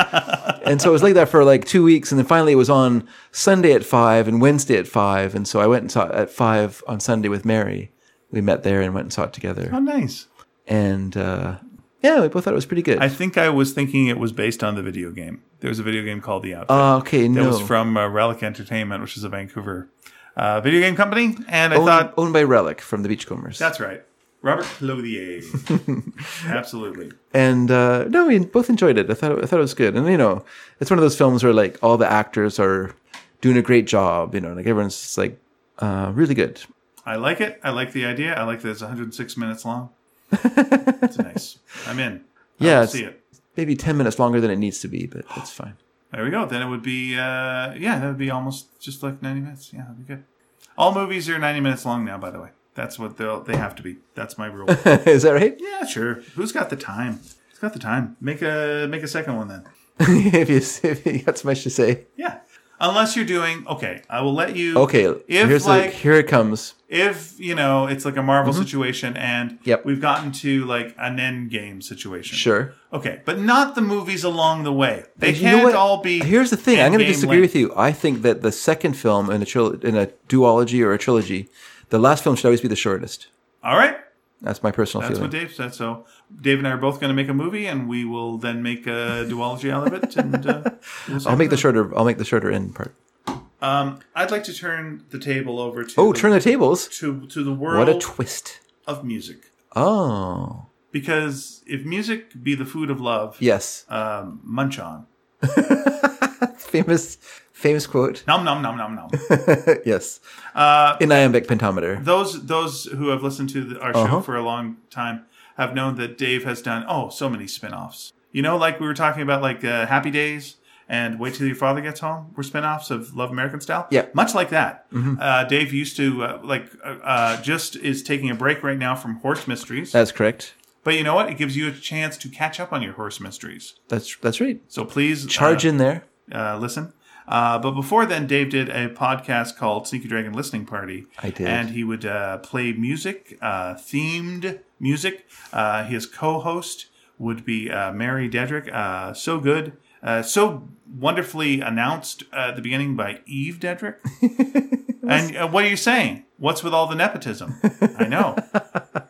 B: and so it was like that for like two weeks, and then finally it was on Sunday at five and Wednesday at five. And so I went and saw it at five on Sunday with Mary. We met there and went and saw it
A: oh,
B: together.
A: nice.
B: And uh, yeah, we both thought it was pretty good.
A: I think I was thinking it was based on the video game. There was a video game called The Outfit.
B: Uh, okay,
A: it
B: no,
A: was from uh, Relic Entertainment, which is a Vancouver uh, video game company, and I
B: owned,
A: thought
B: owned by Relic from the Beachcombers.
A: that's right, Robert Clothier. Absolutely.
B: and uh, no, we both enjoyed it. I thought it, I thought it was good. And you know, it's one of those films where like all the actors are doing a great job. You know, like everyone's just, like uh, really good.
A: I like it. I like the idea. I like that it's 106 minutes long. it's nice. I'm in.
B: Yeah,
A: I will
B: it's-
A: see it.
B: Maybe ten minutes longer than it needs to be, but that's fine.
A: There we go. Then it would be, uh, yeah, that would be almost just like 90 minutes. Yeah, that'd be good. All movies are 90 minutes long now, by the way. That's what they'll, they have to be. That's my rule.
B: Is that right?
A: yeah, sure. Who's got the time? Who's got the time? Make a make a second one then.
B: if you if you got so much to say,
A: Yeah. Unless you're doing okay, I will let you.
B: Okay,
A: if
B: here's
A: like
B: the, here it comes.
A: if you know it's like a Marvel situation and
B: Yep.
A: we've gotten to like an end game situation.
B: Sure.
A: Okay, but not the movies along the way. They
B: You know
A: can't
B: what?
A: all be.
B: Here's the thing. I'm going to
A: Endgame
B: disagree
A: length.
B: with you. I think that the second film in a tril- in a duology or a trilogy, the last film should always be the shortest.
A: All right,
B: That's my personal
A: that's what
B: feeling.
A: Dave said. So Dave and I are both going to make a movie, and we will then make a duology out of it. And uh, we'll see
B: I'll
A: how
B: make the
A: it
B: shorter. I'll make the shorter end part.
A: goes. Um, I'd like to turn the table over to
B: Oh,
A: the,
B: turn the tables.
A: to to the world
B: What a twist.
A: of music,
B: Oh,
A: because if music be the food of love,
B: yes.
A: um, munch on.
B: Famous, famous quote.
A: Nom nom nom nom nom.
B: yes.
A: Uh,
B: In iambic pentameter.
A: those those who have listened to the, our
B: Uh-huh.
A: show for a long time have known that Dave has done oh so many spin-offs. You know, like we were talking about, like uh, Happy Days and Wait Till Your Father Gets Home were spin-offs of Love American Style.
B: Yeah. Mm-hmm.
A: much like that. Uh, Dave used to uh, like uh, uh, just is taking a break right now from Horse Mysteries,
B: That's correct.
A: but you know what? It gives you a chance to catch up on your Horse Mysteries.
B: That's that's right.
A: So please uh,
B: Charge in there.
A: uh, listen. Uh, but before then, Dave did a podcast called Sneaky Dragon Listening Party.
B: I did.
A: And he would uh, play music, uh, themed music. Uh, his co host would be uh, Mary Dedrick. Uh, so good. Uh, so wonderfully announced uh, at the beginning by Eve Dedrick. and uh, what are you saying? What's with all the nepotism? I know.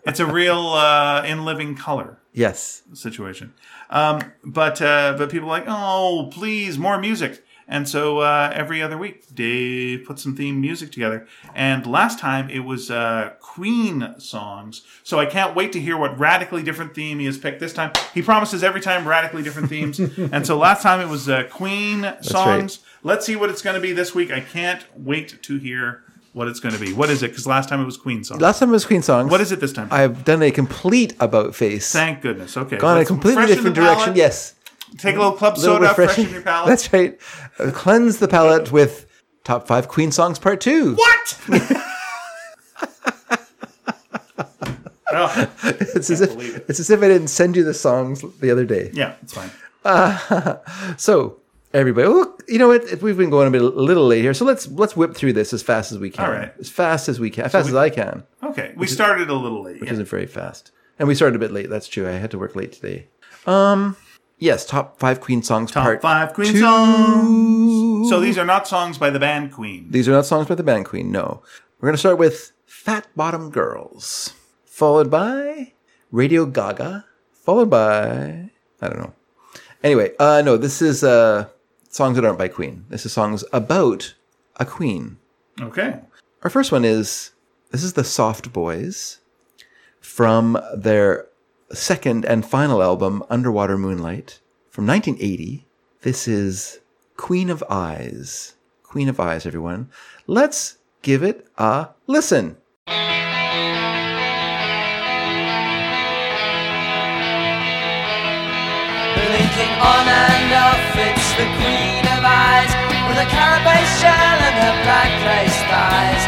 A: It's a real uh, in living color
B: Yes.
A: situation. Um, but uh, but people are like, oh, please, more music. And so uh, every other week, Dave put some theme music together. And last time it was uh, Queen songs. So I can't wait to hear what radically different theme he has picked this time. He promises every time radically different themes. and so last time it was uh, Queen songs. Let's see what it's going to be this week. I can't wait to hear what it's going to be. What is it? Because last time it was Queen songs.
B: Last time it was Queen songs.
A: What is it this time?
B: I've done a complete about face.
A: Thank goodness. Okay.
B: gone a
A: let's
B: completely
A: freshen
B: different
A: the
B: direction.
A: palate.
B: Yes.
A: Take a little club
B: Little
A: soda, freshen your palate.
B: That's right. Uh, Cleanse the palate with top five Queen songs part two.
A: what? Oh,
B: It's as if
A: believe it.
B: it's as if I didn't send you the songs the other day.
A: yeah, it's fine.
B: So everybody, look, you know what? If we've been going a, bit, a little late here, so let's let's whip through this as fast as we can.
A: All right.
B: As fast as we can. As fast as I can.
A: Okay, we started a little late. yeah.
B: Isn't very fast. And we started a bit late. That's true. I had to work late today. Um. Yes. Top five Queen songs.
A: Top
B: part
A: five Queen
B: two.
A: songs. So these are not songs by the band Queen.
B: These are not songs by the band Queen, no. We're going to start with Fat Bottom Girls, followed by Radio Gaga, followed by, I don't know. Anyway, uh, no, this is uh, songs that aren't by Queen. This is songs about a Queen.
A: Okay.
B: Our first one is this is the Soft Boys from their second and final album, Underwater Moonlight, from 1980. This is Queen of Eyes. Queen of Eyes, everyone. Let's give it a listen.
C: Blinking on and off, it's the queen of eyes With a carapace shell and her black lace thighs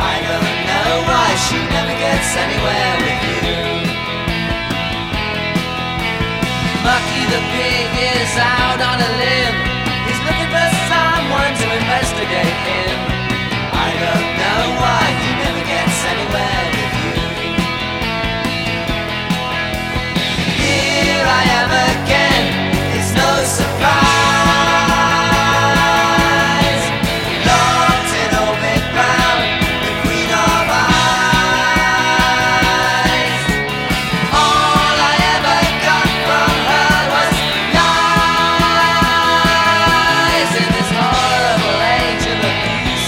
C: I don't know why she never gets anywhere with you Mucky the pig is out on a limb He's looking for someone to investigate him I don't know why he never gets anywhere with you Here I am again, it's no surprise. Locked in orbit round the Queen of Eyes. All I ever got from her was lies in this horrible age of abuse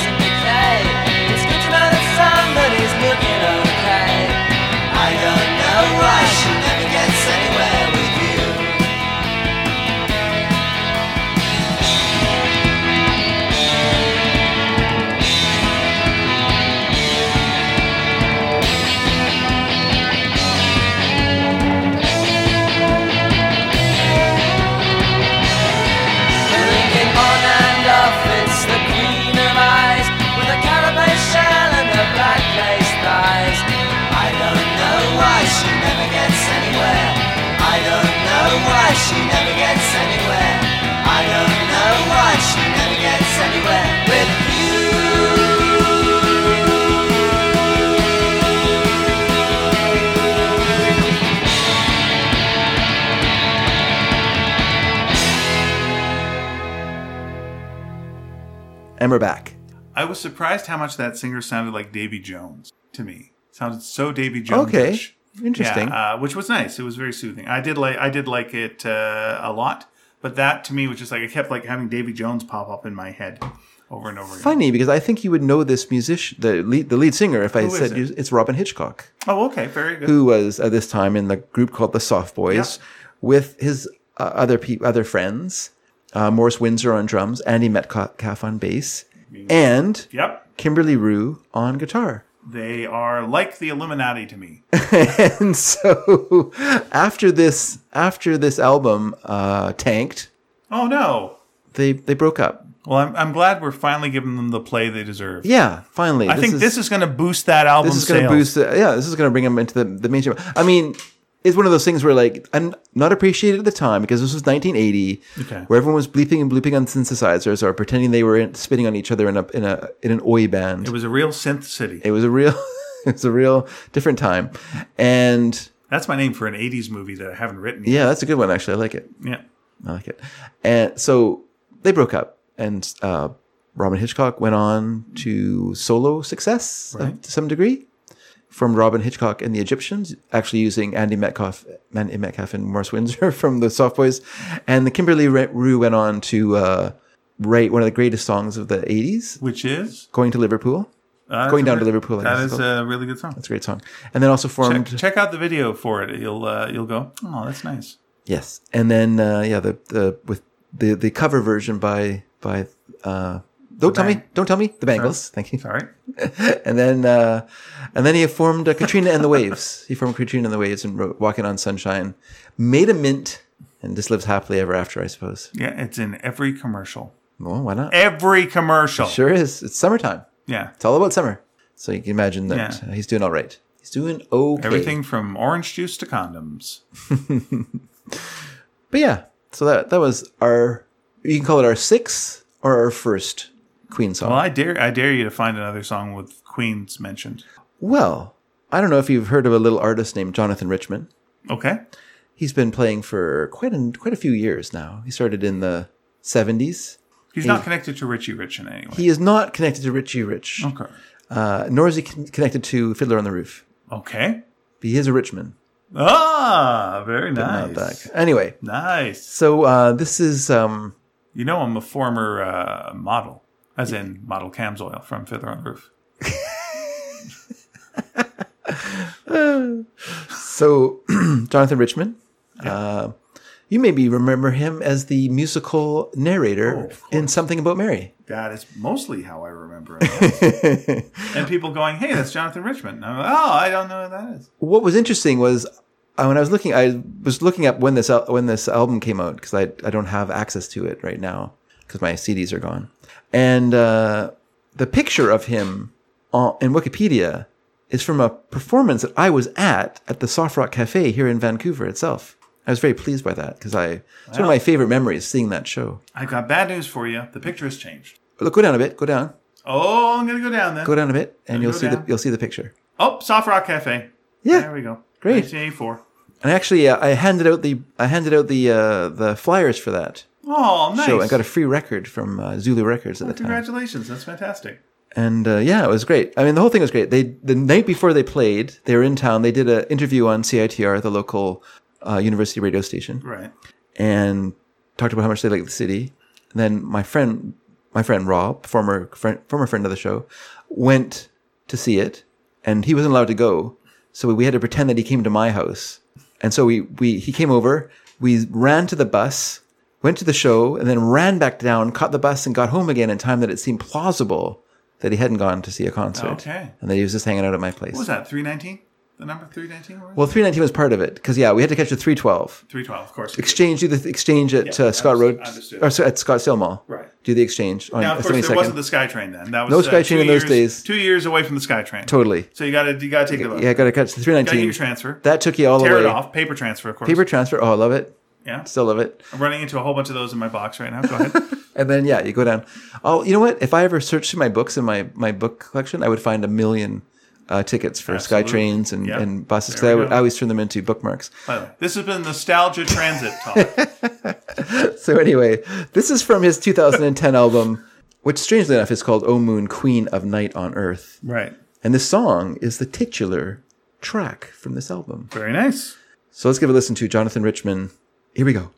B: And we're back.
A: I was surprised how much that singer sounded like Davy Jones to me. Sounded so Davy Jones.
B: Okay. Interesting.
A: Yeah, uh, which was nice. It was very soothing. I did like I did like it uh, a lot, but that to me was just like I kept like having Davy Jones pop up in my head over and over again.
B: Funny because I think you would know this musician, the lead, the lead singer, if I
A: is
B: said
A: it?
B: you- it's Robin Hitchcock,
A: Oh, okay, very good.
B: who was at this time in the group called the Soft Boys
A: Yeah.
B: with his uh, other peop other friends, uh, Morris Windsor on drums, Andy Metcalf on bass,
A: Mm-hmm.
B: and
A: Yep,
B: Kimberly Rue on guitar.
A: they are like the Illuminati to me.
B: and so after this after this album uh, tanked,
A: oh no.
B: they they broke up.
A: Well, I'm, I'm glad we're finally giving them the play they deserve.
B: Yeah, finally.
A: I think this is going to boost that album
B: this is going to
A: sales.
B: boost. The, yeah, this is going to bring them into the, the mainstream. I mean, it's one of those things where like I'm not appreciated at the time because this was 1980,
A: Okay.
B: where everyone was bleeping and blooping on synthesizers or pretending they were in, spitting on each other in a in a in an oi band.
A: It was a real synth city.
B: It was a real, it was a real different time, and
A: That's my name for an '80s movie that I haven't written yet.
B: yeah, that's a good one actually. I like it.
A: Yeah.
B: I like it. And so they broke up, and uh, Robin Hitchcock went on to solo success uh,
A: Right.
B: to some degree from Robin Hitchcock and the Egyptians, actually using Andy Metcalf, Andy Metcalf and Morris Windsor from the Soft Boys. And the Kimberly Re- Rue went on to uh, write one of the greatest songs of the 80s,
A: Which is
B: Going to Liverpool.
A: uh,
B: Going
A: it's a
B: down to
A: re-
B: Liverpool, I
A: That
B: guess it's
A: is a really good song.
B: It's a great song. And then also formed.
A: Check, check out the video for it. You'll uh, you'll go. Oh, that's nice.
B: Yes, and then uh, yeah, the the with the the cover version by by uh, don't tell me,
A: Bang-
B: don't tell me, the Bangles. Thank you.
A: All right.
B: And then uh, and then he formed uh, Katrina and the Waves. He formed Katrina and the Waves and wrote Walking on Sunshine, made a mint, and just lives happily ever after, I suppose.
A: Yeah, it's in every commercial.
B: Well, why not?
A: Every commercial.
B: Sure is. It's summertime.
A: Yeah.
B: It's all about summer. So you can imagine that
A: Yeah.
B: uh, he's doing all right. He's doing okay.
A: Everything from orange juice to condoms.
B: But yeah, so that that was our. You can call it our sixth or our first Queen song.
A: Well, I dare I dare you to find another song with Queens mentioned.
B: Well, I don't know if you've heard of a little artist named Jonathan Richman.
A: Okay.
B: He's been playing for quite a, quite a few years now. He started in the 70s.
A: He's not connected to Richie Rich in any way.
B: He is not connected to Richie Rich,
A: okay.
B: uh, nor is he con- connected to Fiddler on the Roof.
A: Okay.
B: But he is a Richman.
A: Ah, very nice.
B: Not that- Anyway,
A: Nice.
B: so uh, this is um,
A: You know, I'm a former uh, model, as in model Camsoil from Fiddler on the Roof.
B: so Jonathan Richman. Uh, you maybe remember him as the musical narrator in Something About Mary.
A: That is mostly how I remember it. and people going, "Hey, that's Jonathan Richmond." And I'm like, "Oh, I don't know what that is."
B: what was interesting was uh, when I was looking, I was looking up when this al- when this album came out because I I don't have access to it right now because my CDs are gone. And uh, the picture of him on, in Wikipedia is from a performance that I was at at the Soft Rock Cafe here in Vancouver itself. I was very pleased by that because I it's one of my favorite memories seeing that show.
A: I've got bad news for you. The picture has changed.
B: Look, go down a bit, go down,
A: Oh, I'm gonna go down then.
B: go down a bit, and you'll
A: go
B: see the
A: down.
B: you'll see the picture.
A: Oh, Soft Rock Cafe.
B: Yeah.
A: there we go.
B: Great.
A: 1984.
B: And actually, uh, I handed out the I handed out the uh, the flyers for that.
A: Oh, nice.
B: show and got a free record from uh, Zulu Records at the time.
A: Congratulations, that's fantastic.
B: And uh, yeah, it was great. I mean, the whole thing was great. They the night before they played, they were in town. They did an interview on CITR, the local uh, university radio station,
A: Right.
B: and talked about how much they liked the city. And then my friend, my friend Rob, former friend, former friend of the show, went to see it, and he wasn't allowed to go, so we had to pretend that he came to my house. And so we we he came over. We ran to the bus, went to the show, and then ran back down, caught the bus, and got home again in time that it seemed plausible that he hadn't gone to see a concert,
A: Okay.
B: and that he was just hanging out at my place.
A: What was that? 319. The number 319.
B: Well, three nineteen was part of it because yeah, we had to catch a three twelve.
A: 312, of course.
B: exchange do the exchange at
A: Yeah,
B: uh, Scott Road
A: understood,
B: or so- at Scottsdale Mall.
A: Right.
B: Do the exchange on
A: Now, of course, there
B: 72nd.
A: wasn't the SkyTrain then. That was
B: No
A: uh,
B: SkyTrain
A: two
B: in those
A: years-
B: days.
A: Two years away from the SkyTrain.
B: totally.
A: So you gotta you gotta take the bus.
B: Yeah, got to catch the
A: Gotta get your
B: 319.
A: transfer.
B: That took you all the
A: Tear
B: way.
A: it off. Paper transfer, of course.
B: Paper transfer. Oh, I love it.
A: Yeah.
B: Still love it.
A: I'm running into a whole bunch of those in my box right now. Go ahead.
B: And then yeah, you go down. Oh, you know what? If I ever searched through my books in my my book collection, I would find a million uh, tickets for
A: Absolutely.
B: sky trains and,
A: Yeah.
B: and buses because
A: There
B: I,
A: we
B: would-
A: go.
B: I always turn them into bookmarks.
A: By the way, this has been Nostalgia Transit Talk.
B: So anyway, this is from his 2010 album which strangely enough is called O Moon Queen of Night on Earth.
A: Right.
B: And this song is the titular track from this album.
A: Very nice.
B: So let's give a listen to Jonathan Richman. Here we go.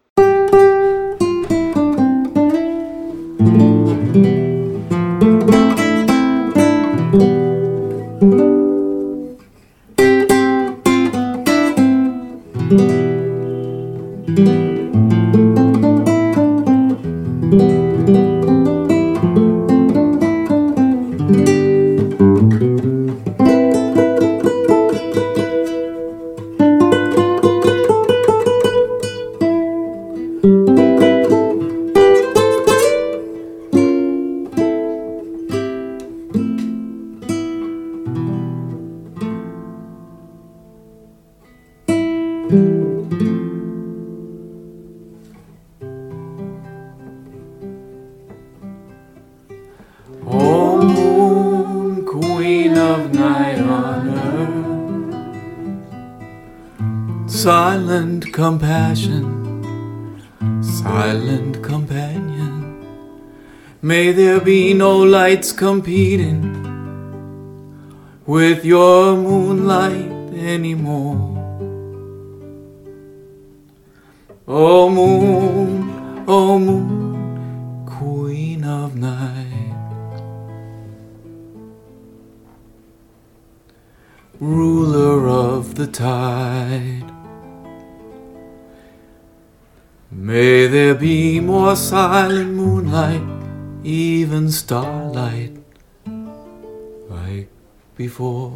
D: O moon, queen of night on earth, silent compassion, silent companion. May there be no lights competing with your moonlight anymore. O moon, O moon, queen of night. ruler of the tide. May there be more silent moonlight, even starlight, like before.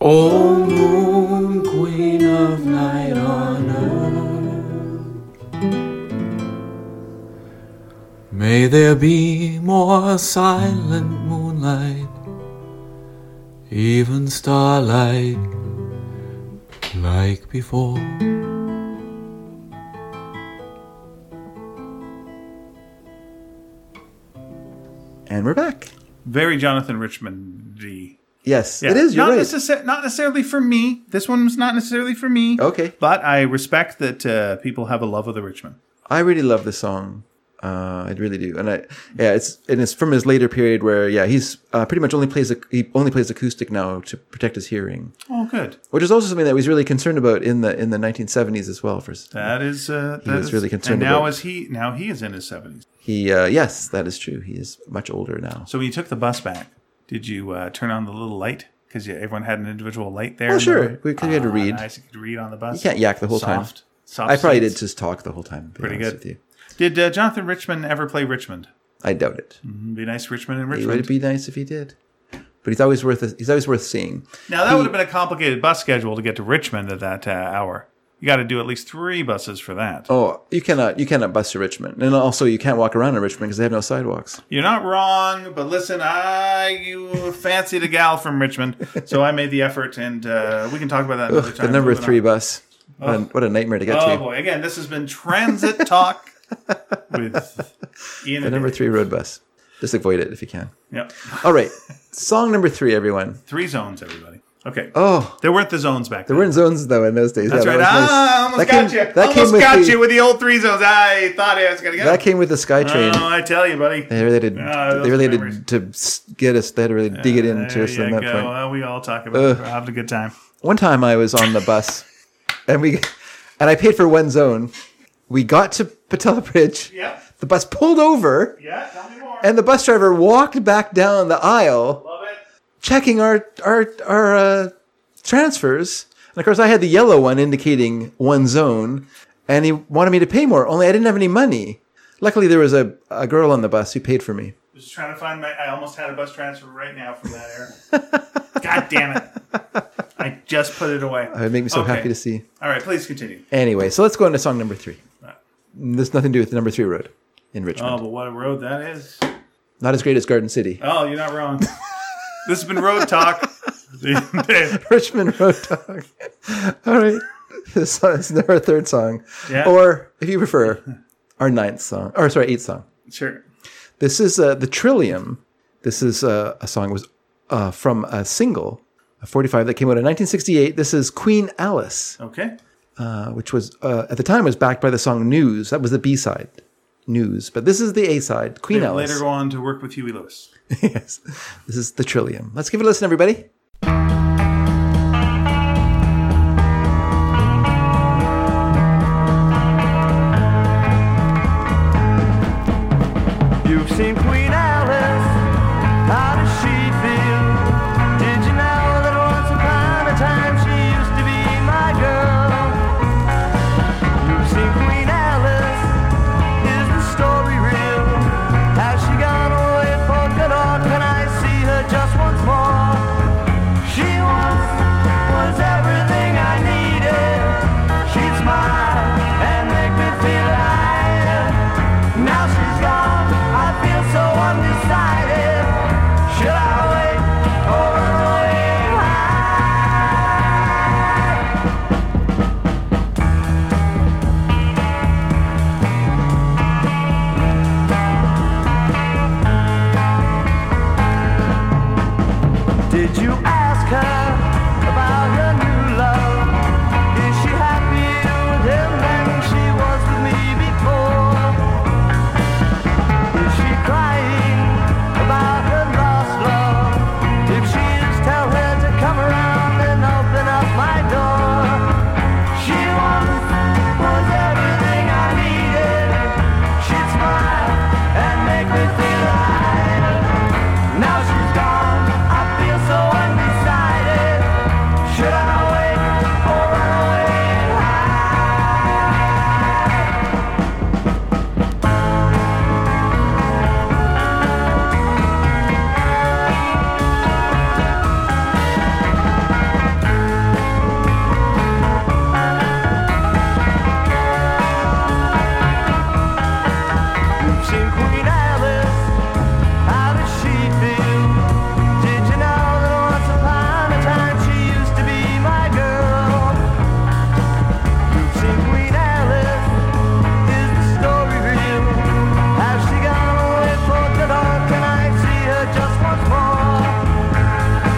D: O moon, queen of night on earth, May there be more silent moonlight, even starlight, like before.
B: And we're back.
A: Very Jonathan Richmond D.
B: Yes, it is. You're
A: not,
B: right.
A: necessa- not necessarily for me. This one was not necessarily for me.
B: Okay.
A: But I respect that uh, people have a love of the Richmond.
B: I really love this song. Uh, I really do, and I yeah, it's and it's from his later period where yeah, he's uh, pretty much only plays ac- he only plays acoustic now to protect his hearing,
A: Oh, good.
B: which is also something that he was really concerned about in the in the 1970s as well. For s-
A: That is. Uh, that
B: was
A: is-
B: really
A: And
B: concerned
A: now
B: about-
A: is he? Now he is in his seventies.
B: he uh, yes, that is true. He is much older now.
A: So when you took the bus back, did you uh, turn on the little light? Because everyone had an individual light there.
B: Well,
A: in the
B: Oh, sure,
A: room?
B: we, 'cause we had to
A: Ah,
B: read.
A: Nice. You could read on the bus.
B: You can't yak the whole time.
A: Soft. Soft
B: I probably did
A: seats.
B: just talk the whole time. to be
A: Pretty
B: honest
A: good.
B: With you.
A: Did uh, Jonathan Richmond ever play Richmond?
B: I doubt it.
A: It'd be nice, Richmond and
B: It
A: Richmond.
B: would be nice if he did, but he's always worth he's always worth seeing.
A: now that would have been a complicated bus schedule to get to Richmond at that uh, hour. You got to do at least three buses for that.
B: Oh, you cannot you cannot bus to Richmond, and also you can't walk around in Richmond because they have no sidewalks.
A: You're not wrong, but listen, I you fancied a gal from Richmond, so I made the effort, and uh, we can talk about that another
B: Ugh,
A: time.
B: the number
A: Moving
B: three
A: on.
B: bus. What a, what a nightmare to get
A: Oh
B: to.
A: boy! Again, this has been transit talk with Ian.
B: The
A: and
B: number
A: Dave.
B: three road bus. Just avoid it if you can.
A: Yep.
B: All right. Song number three, everyone.
A: Three zones, everybody. Okay.
B: Oh,
A: There weren't the zones back then.
B: we're in zones though in those days.
A: That's
B: Yeah,
A: right.
B: that was nice.
A: Ah, I almost got you. Almost
B: with
A: got
B: the,
A: you with the old three zones. I thought I was gonna get. it.
B: That came with the SkyTrain.
A: Oh, I tell you, buddy.
B: they really did.
A: Ah, those
B: they really
A: are
B: did to s- get us. They had to really dig it into
A: There
B: us at
A: you
B: that
A: go.
B: point.
A: Well, we all talk about it. We're having a good time.
B: One time I was on the bus, and we, and I paid for one zone. We got to Patella Bridge.
A: Yep.
B: The bus pulled over,
A: Yeah. Tell me more.
B: and the bus driver walked back down the aisle.
A: Love it.
B: checking our our our uh, transfers. And of course, I had the yellow one indicating one zone, and he wanted me to pay more. Only I didn't have any money. Luckily, there was a, a girl on the bus who paid for me.
A: Just trying to find my. I almost had a bus transfer right now from that era. God damn it! I just put it away.
B: It made me so
A: Okay.
B: happy to see.
A: All right, please continue.
B: Anyway, so let's go into song number three. There's nothing to do with number three road in
A: Oh,
B: Richmond.
A: but what a road that is!
B: Not as great as Garden City.
A: Oh, you're not wrong. this has been Road Talk. yeah,
B: Richmond Road Dog. All right. This song is our third song.
A: Yeah.
B: Or, if you prefer, our ninth song. Or, sorry, eighth song.
A: sure.
B: This is uh, the Trillium. This is uh, a song was uh, from a single, a 45 that came out in 1968. This is Queen Alice.
A: Okay.
B: uh, which was uh, at the time was backed by the song News. That was the B side, News. But this is the A side, Queen
A: They would
B: Alice.
A: later go on to work with Huey Lewis.
B: yes, this is the Trillium. Let's give it a listen, everybody.
E: You've seen Queen Alice. How does she feel? Did you know that once upon a time she used to be my girl? You've seen Queen Alice. Is the story real? Has she gone away for good or can I see her just once more? She once was everything I needed. She'd smile and make me feel alive. Now she's gone, I feel so undecided. Should I wait or run away and hide? Did you ask her about her new love? Is she happier with him than she was with me before? Is she crying about her lost love? If she is, tell her to come around and open up my door. She once was everything I needed. She'd smile and make me feel alive. Now she's gone, I feel so undecided. Should I wait or run away and hide? You've seen Queen Alice. How does she feel? Did you know that once upon a time she used to be my girl? You've seen Queen Alice. Is the story real? Has she gone away for good or can I see her just once more?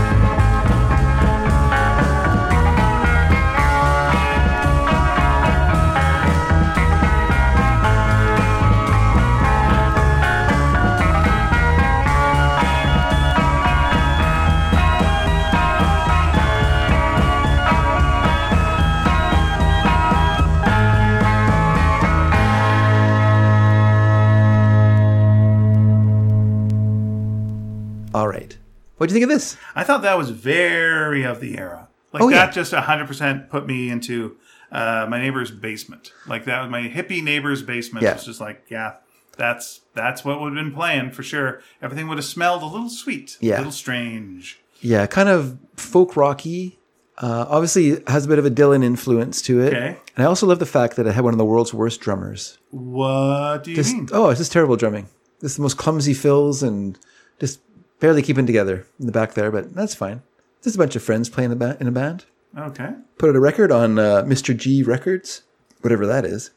B: All right, what do you think of this?
A: I thought that was very of the era. Like
B: Oh, yeah.
A: that just hundred percent put me into uh, my neighbor's basement. Like that was my hippie neighbor's basement.
B: Yeah.
A: It's just like yeah, that's that's what would have been planned for sure. Everything would have smelled a little sweet,
B: Yeah.
A: a little strange.
B: Yeah, kind of folk rocky. Uh, obviously, it has a bit of a Dylan influence to it.
A: Okay.
B: And I also love the fact that it had one of the world's worst drummers.
A: What do you
B: Just,
A: mean?
B: oh, it's just terrible drumming. Just the most clumsy fills and just barely keeping together in the back there, but that's fine. Just a bunch of friends playing the ba- in a band.
A: Okay,
B: Put out a record on uh, Mr. G Records, whatever that is,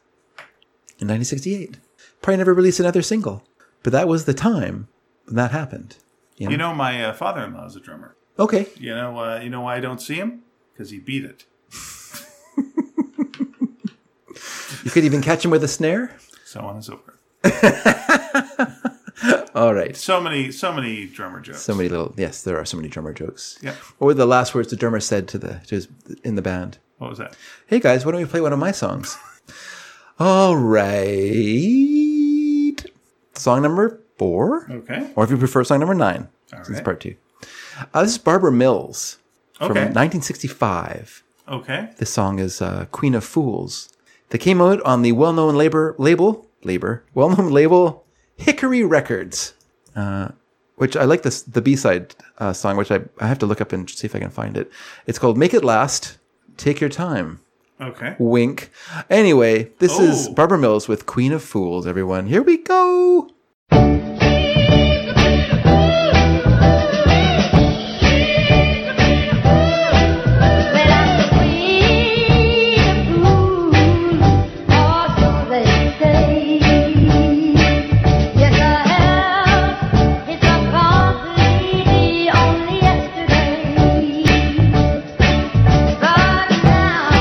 B: in 1968. Probably never released another single, but that was the time when that happened.
A: you know my uh, father-in-law is a drummer.
B: Okay.
A: You know, uh, you know why I don't see him because he beat it.
B: You could even catch him with a snare.
A: So on and so forth.
B: All right.
A: So many, so many drummer jokes.
B: So many little yes, there are so many drummer jokes.
A: Yeah.
B: Or the last words the drummer said to the to his, in the band.
A: What was that?
B: Hey guys, why don't we play one of my songs? All right. Song number four,
A: Okay,
B: or if you prefer, song number nine. This is
A: right.
B: part two. Uh, this is Barbara Mills from
A: Okay.
B: 1965.
A: okay.
B: This song is uh, "Queen of Fools." They came out on the well-known labor label labor well-known label Hickory Records, uh, which I like this the B-side uh, song, which I, I have to look up and see if I can find it. It's called "Make It Last." Take your time.
A: Okay.
B: Wink. Anyway, this is
A: Oh.
B: Barbara Mills with "Queen of Fools." Everyone, here we go.
F: Well, I'm the queen of fools, or so they say. Yes, I have. It's a completely only yesterday, but now look at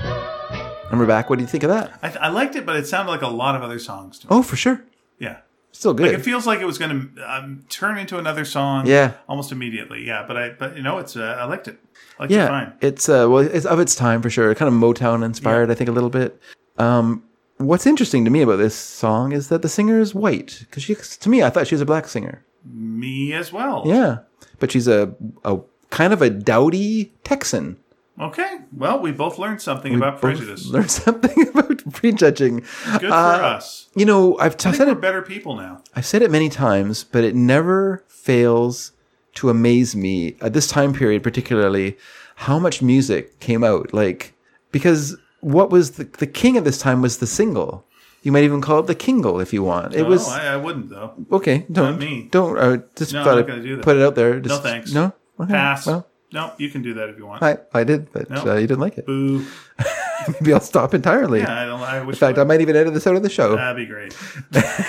B: track. What do you think of that?
A: I, I liked it, but it sounded like a lot of other songs to me.
B: Oh, for sure.
A: Yeah.
B: Still good.
A: Like it feels like it was going to um, turn into another song,
B: Yeah.
A: almost immediately. Yeah, but I, but you know, it's uh, I liked it. I liked
B: yeah,
A: it fine.
B: it's uh, well, it's of its time for sure. Kind of Motown inspired, I think, a little bit. Um, what's interesting to me about this song is that the singer is white because she, to me, I thought she was a black singer.
A: Me as well.
B: Yeah, but she's a a kind of a dowdy Texan.
A: Okay. Well, we both learned something about
B: Both
A: prejudice.
B: Learn something about prejudging.
A: Good for us.
B: You know, I've t-
A: I think
B: I've uh, said
A: we're
B: it
A: better people now.
B: I've said it many times, but it never fails to amaze me at this time period, particularly how much music came out. Like, because what was the, the king of this time was the single. You might even call it the kingle if you want. It
A: No,
B: was
A: Oh, I, I wouldn't though.
B: okay. Don't
A: me.
B: don't. I just
A: No, I'm
B: thought
A: not
B: i
A: gonna do that.
B: put it out there. Just,
A: thanks.
B: No, Okay,
A: Pass.
B: Well,
A: no, you can do that if you want.
B: I I did, but
A: No.
B: uh, you didn't like it.
A: Boo.
B: Maybe I'll stop entirely.
A: Yeah, I don't. I wish.
B: In fact,
A: I
B: I
A: would.
B: might even edit this out of the show.
A: that'd be great.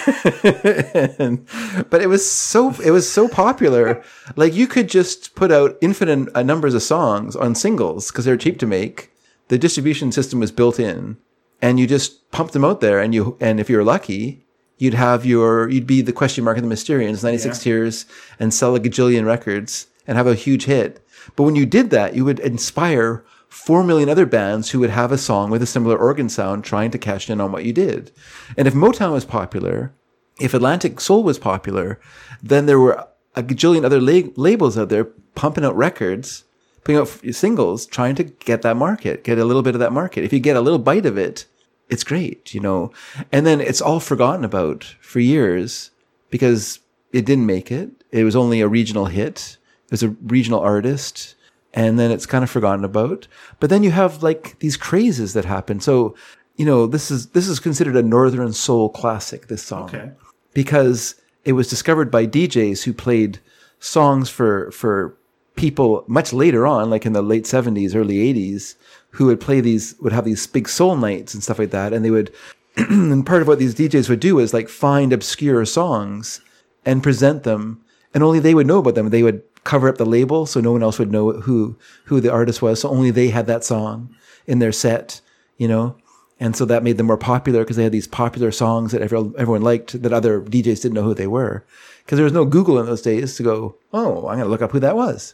B: And- but it was so it was so popular like you could just put out infinite uh, numbers of songs on singles because they're cheap to make the distribution system was built in and you just pumped them out there and you and if you were lucky you'd have your you'd be the question mark of the mysterians 96 tears and sell a gajillion records and have a huge hit but when you did that you would inspire 4 million other bands who would have a song with a similar organ sound trying to cash in on what you did and if motown was popular if Atlantic Soul was popular, then there were a gajillion other la- labels out there pumping out records, putting out f- singles, trying to get that market, get a little bit of that market. If you get a little bite of it, it's great, you know. And then it's all forgotten about for years because it didn't make it. It was only a regional hit. It was a regional artist. And then it's kind of forgotten about. But then you have like these crazes that happen. So, you know, this is this is considered a northern soul classic, this song
A: Okay.
B: because it was discovered by DJs who played songs for for people much later on, like in the late seventies, early eighties, who would play these would have these big soul nights and stuff like that, and they would. and part of what these DJs would do is like find obscure songs and present them, and only they would know about them. They would cover up the label so no one else would know who who the artist was. So only they had that song in their set, you know. And so that made them more popular because they had these popular songs that everyone, everyone liked that other DJs didn't know who they were. Because there was no Google in those days to go, oh, I'm going to look up who that was.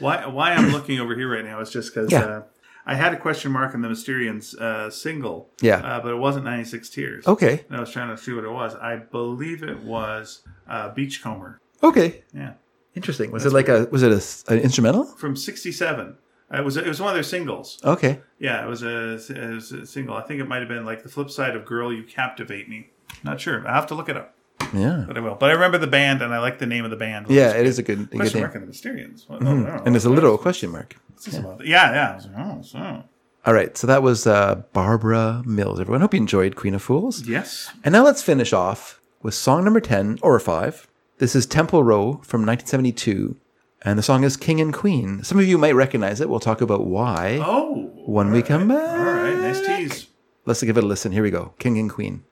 A: Why? Why I'm looking over here right now is just because.
B: Yeah.
A: Uh, I had a question mark on the Mysterians uh, single,
B: Yeah. Oh.
A: uh, but it wasn't 96 Tears.
B: Okay.
A: and I was trying to see what it was. I believe it was uh, Beachcomber.
B: Okay.
A: Yeah,
B: Interesting. Was it like a, was it a s an instrumental?
A: from '67. It was it was one of their singles.
B: Okay.
A: Yeah, it was, a, it was a single. I think it might have been like the flip side of "Girl, You Captivate Me." Not sure. I have to look it up,
B: Yeah.
A: but I will. But I remember the band, and I like the name of the band. which
B: Yeah,
A: is
B: it is a good, a
A: Question
B: good name. Mm-hmm.
A: mark and the Mysterians. Well, oh, no,
B: And it's a
A: what
B: literal
A: is
B: question mark.
A: this about? Yeah, yeah. I was like, oh, so.
B: All right. So that was uh, Barbara Mills, everyone. Hope you enjoyed Queen of Fools.
A: Yes.
B: And now let's finish off with song number 10 or 5. This is Temple Row from 1972. And the song is King and Queen. Some of you might recognize it. We'll talk about why
A: Oh.
B: when we come back.
A: All right. Nice tease.
B: Let's give it a listen. Here we go King and Queen.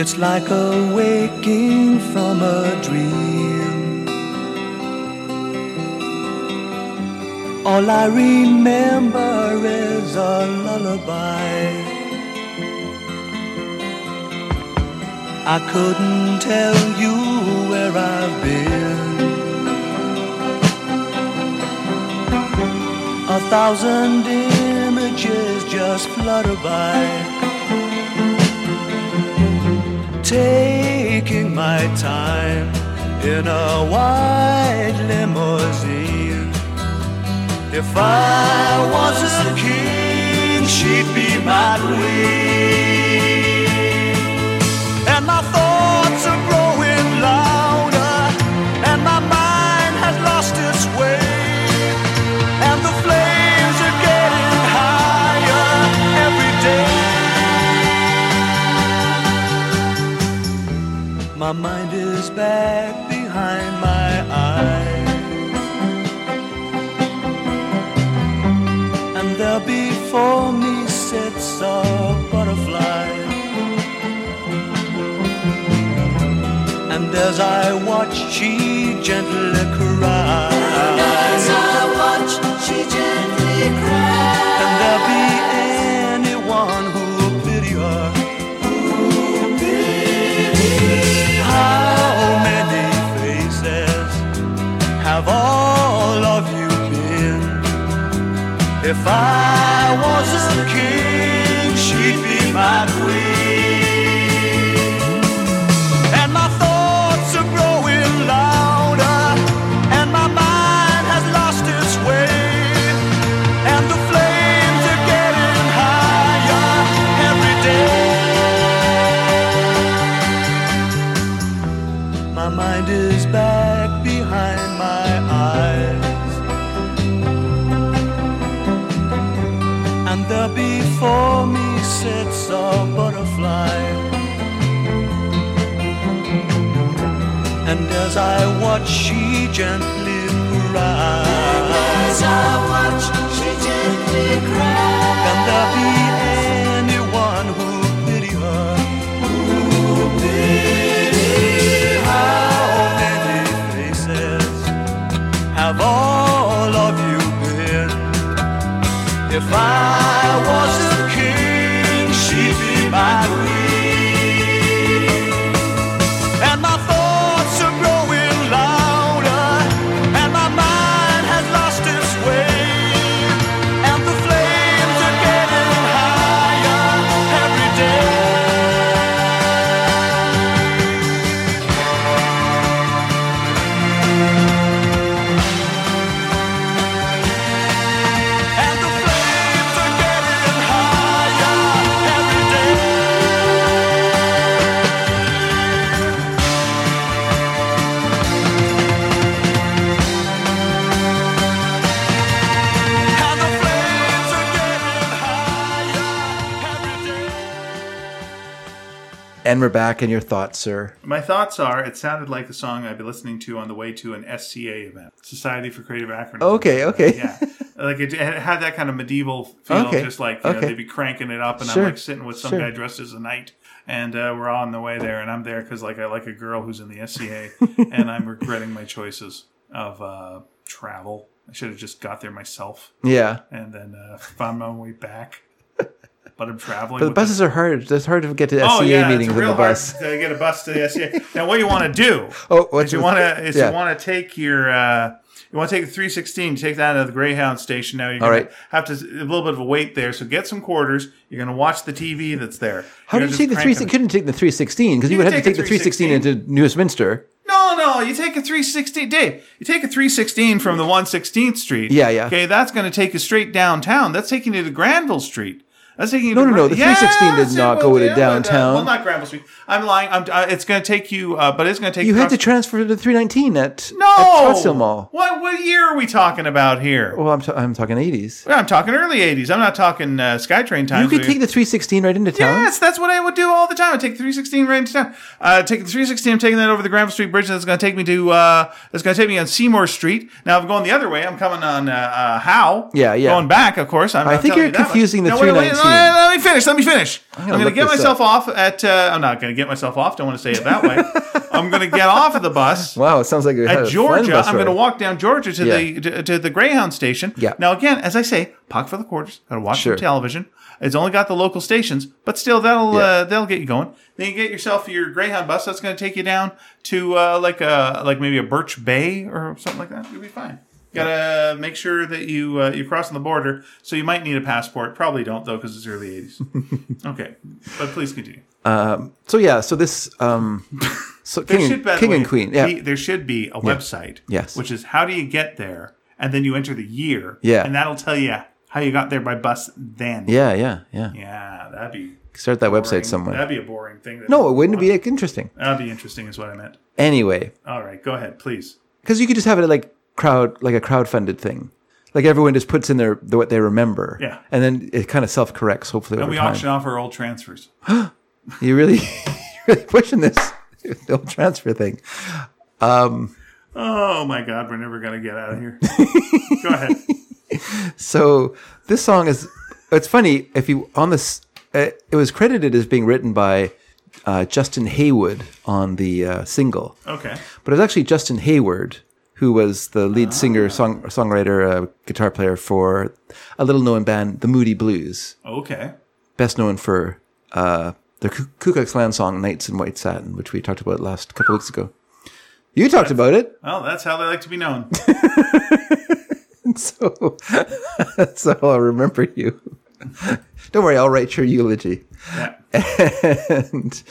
E: It's like awaking from a dream. All I remember is a lullaby. I couldn't tell you where I've been. A thousand images just flutter by. taking my time in a white limousine. If I was a king, she'd be my queen. And my thoughts are growing louder, and my mind has lost its way and the flames are getting higher every day. My mind is back behind my eyes, and there before me sits a butterfly. And And as I watch, she gently cries.
C: As I watch, she gently cries.
E: Can there be anyone who'll pity her? How many faces have all of you been? If I was a king, she'd be my queen. And my thoughts are growing louder, and my mind has lost its way. And the flames are getting higher every day. My mind is back behind my eyes, and there before me sits a butterfly. And as I watch, she gently cries.
C: As I watch, she gently cries.
E: Can there be anyone who'll pity her? How many faces have all of you been? If I was a king, she'd be my queen. And my thoughts are growing louder, and my mind has lost its way. And the flames are getting higher every day. And the flames are getting higher every day. And the flames are getting higher every day.
B: And we're back in your thoughts, sir.
A: My thoughts are it sounded like the song I'd be listening to on the way to an SCA event, Society for Creative Acronyms.
B: Okay, okay.
A: Yeah. Like it, it had that kind of medieval feel,
B: Okay,
A: just like you know,
B: okay.
A: they'd be cranking it up, and
B: Sure,
A: I'm like sitting with some
B: sure.
A: guy dressed as a knight, and uh, we're on the way there, and I'm there because like I like a girl who's in the SCA, and I'm regretting my choices of uh, travel. I should have just got there myself
B: Yeah.
A: and then uh, found my way back. But I'm traveling.
B: But the
A: with Oh, this-
B: buses are hard. It's hard to get to SCA meetings in the bus.
A: Hard to get a bus to the SCA. now, what you want to do?
B: Oh, what
A: is
B: you-
A: you want to is
B: yeah.
A: you want to take your uh, you want to take the three sixteen, take that out of the Greyhound station. Now you're
B: All
A: gonna
B: right.
A: have to a little bit of a wait there. So get some quarters. You're gonna watch the TV that's there.
B: How
A: You're
B: did you
A: gonna
B: take the
A: just
B: three?
A: crank 'em.
B: Couldn't take the three sixteen because you, would
A: could
B: have to
A: take
B: take the
A: the
B: three sixteen
A: 316.
B: into New Westminster.
A: No, no, you take a 316. Dave, you take a 316 from the 116th Street.
B: Yeah, yeah.
A: Okay, that's going to take you straight downtown. That's taking you to Granville Street. That's taking you
B: No,
A: to
B: no, no,
A: Gran-
B: the 316 did
A: Yes, it
B: not
A: will
B: go to
A: do, but, uh,
B: downtown.
A: Well, not Granville Street. I'm lying. I'm, uh, it's going to take you, uh, but it's going to take
B: You had to
A: across-
B: transfer to the three nineteen at
A: No!
B: at Scottsdale Mall.
A: What, what year are we talking about here?
B: Well, I'm, t- I'm talking eighties.
A: I'm talking early 80s. I'm not talking uh, SkyTrain
B: You
A: times.
B: could take the three sixteen right into town.
A: Yes, that's what I would do all the time. I take the 316 right into town. Uh, take the 316. I'm taking that over the Granville Street Bridge. That's going to take me to. Uh, that's going to take me on Seymour Street. Now if I'm going the other way. I'm coming on uh, uh, Howe.
B: Yeah, yeah.
A: Going back, of course. I'm
B: I
A: not
B: think
A: telling
B: you're
A: you that much.
B: confusing the
A: No, wait, wait,
B: 319.
A: Let, let me finish. Let me finish. I'm
B: gonna
A: going to
B: look
A: get
B: this
A: myself off at. Uh, I'm not going to get myself off. Don't want to say it that way. I'm going to get off of the bus
B: Wow, it sounds like you had a
A: at
B: fun
A: Georgia.
B: bus
A: I'm going to
B: ride.
A: walk down Georgia to
B: Yeah.
A: the to, to the Greyhound station.
B: Yeah.
A: Now again, as I say, pocket for the quarters. Got to watch
B: Sure.
A: some television. It's only got the local stations, but still, that'll
B: Yeah.
A: uh, that'll get you going. Then you get yourself your Greyhound bus. That's going to take you down to uh, like a like maybe a Birch Bay or something like that. You'll be fine. Gotta make sure that you uh, you're crossing the border, so you might need a passport. Probably don't though, because it's early '80s. okay, but please continue.
B: So yeah, so this um, so
A: There
B: king,
A: should, by the
B: king
A: way,
B: and queen. Yeah,
A: be- there should be a website.
B: Yes.
A: Which is how do you get there, and then you enter the year.
B: Yeah.
A: And that'll tell you how you got there by bus then.
B: yeah, yeah, yeah.
A: Yeah, that'd be.
B: Start that
A: boring.
B: website somewhere.
A: That'd be a boring thing.
B: No, it wouldn't be interesting.
A: That'd be interesting, is what I meant.
B: Anyway,
A: All right, go ahead, please.
B: because you could just have it like crowd like a crowdfunded thing like everyone just puts in their the, what they remember
A: Yeah.
B: and then it kind of self-corrects hopefully
A: And
B: over
A: we
B: time
A: auction off our old transfers.
B: you really you're really pushing this the whole transfer thing
A: Oh my God, we're never gonna get out of here. go ahead.
B: so this song is it's funny if you on this uh, it was credited as being written by uh, Justin Haywood on the uh, single,
A: Okay.
B: but it was actually Justin Hayward who was the lead singer, song songwriter, uh, guitar player for a little known band, the Moody Blues,
A: Okay.
B: best known for uh, their Ku Ku Klux Klan song "Nights in White Satin," which we talked about last couple weeks ago. You talked about it.
A: Well, that's how they like to be known.
B: so that's how I'll remember you. Don't worry, I'll write your eulogy.
A: Yeah.
B: And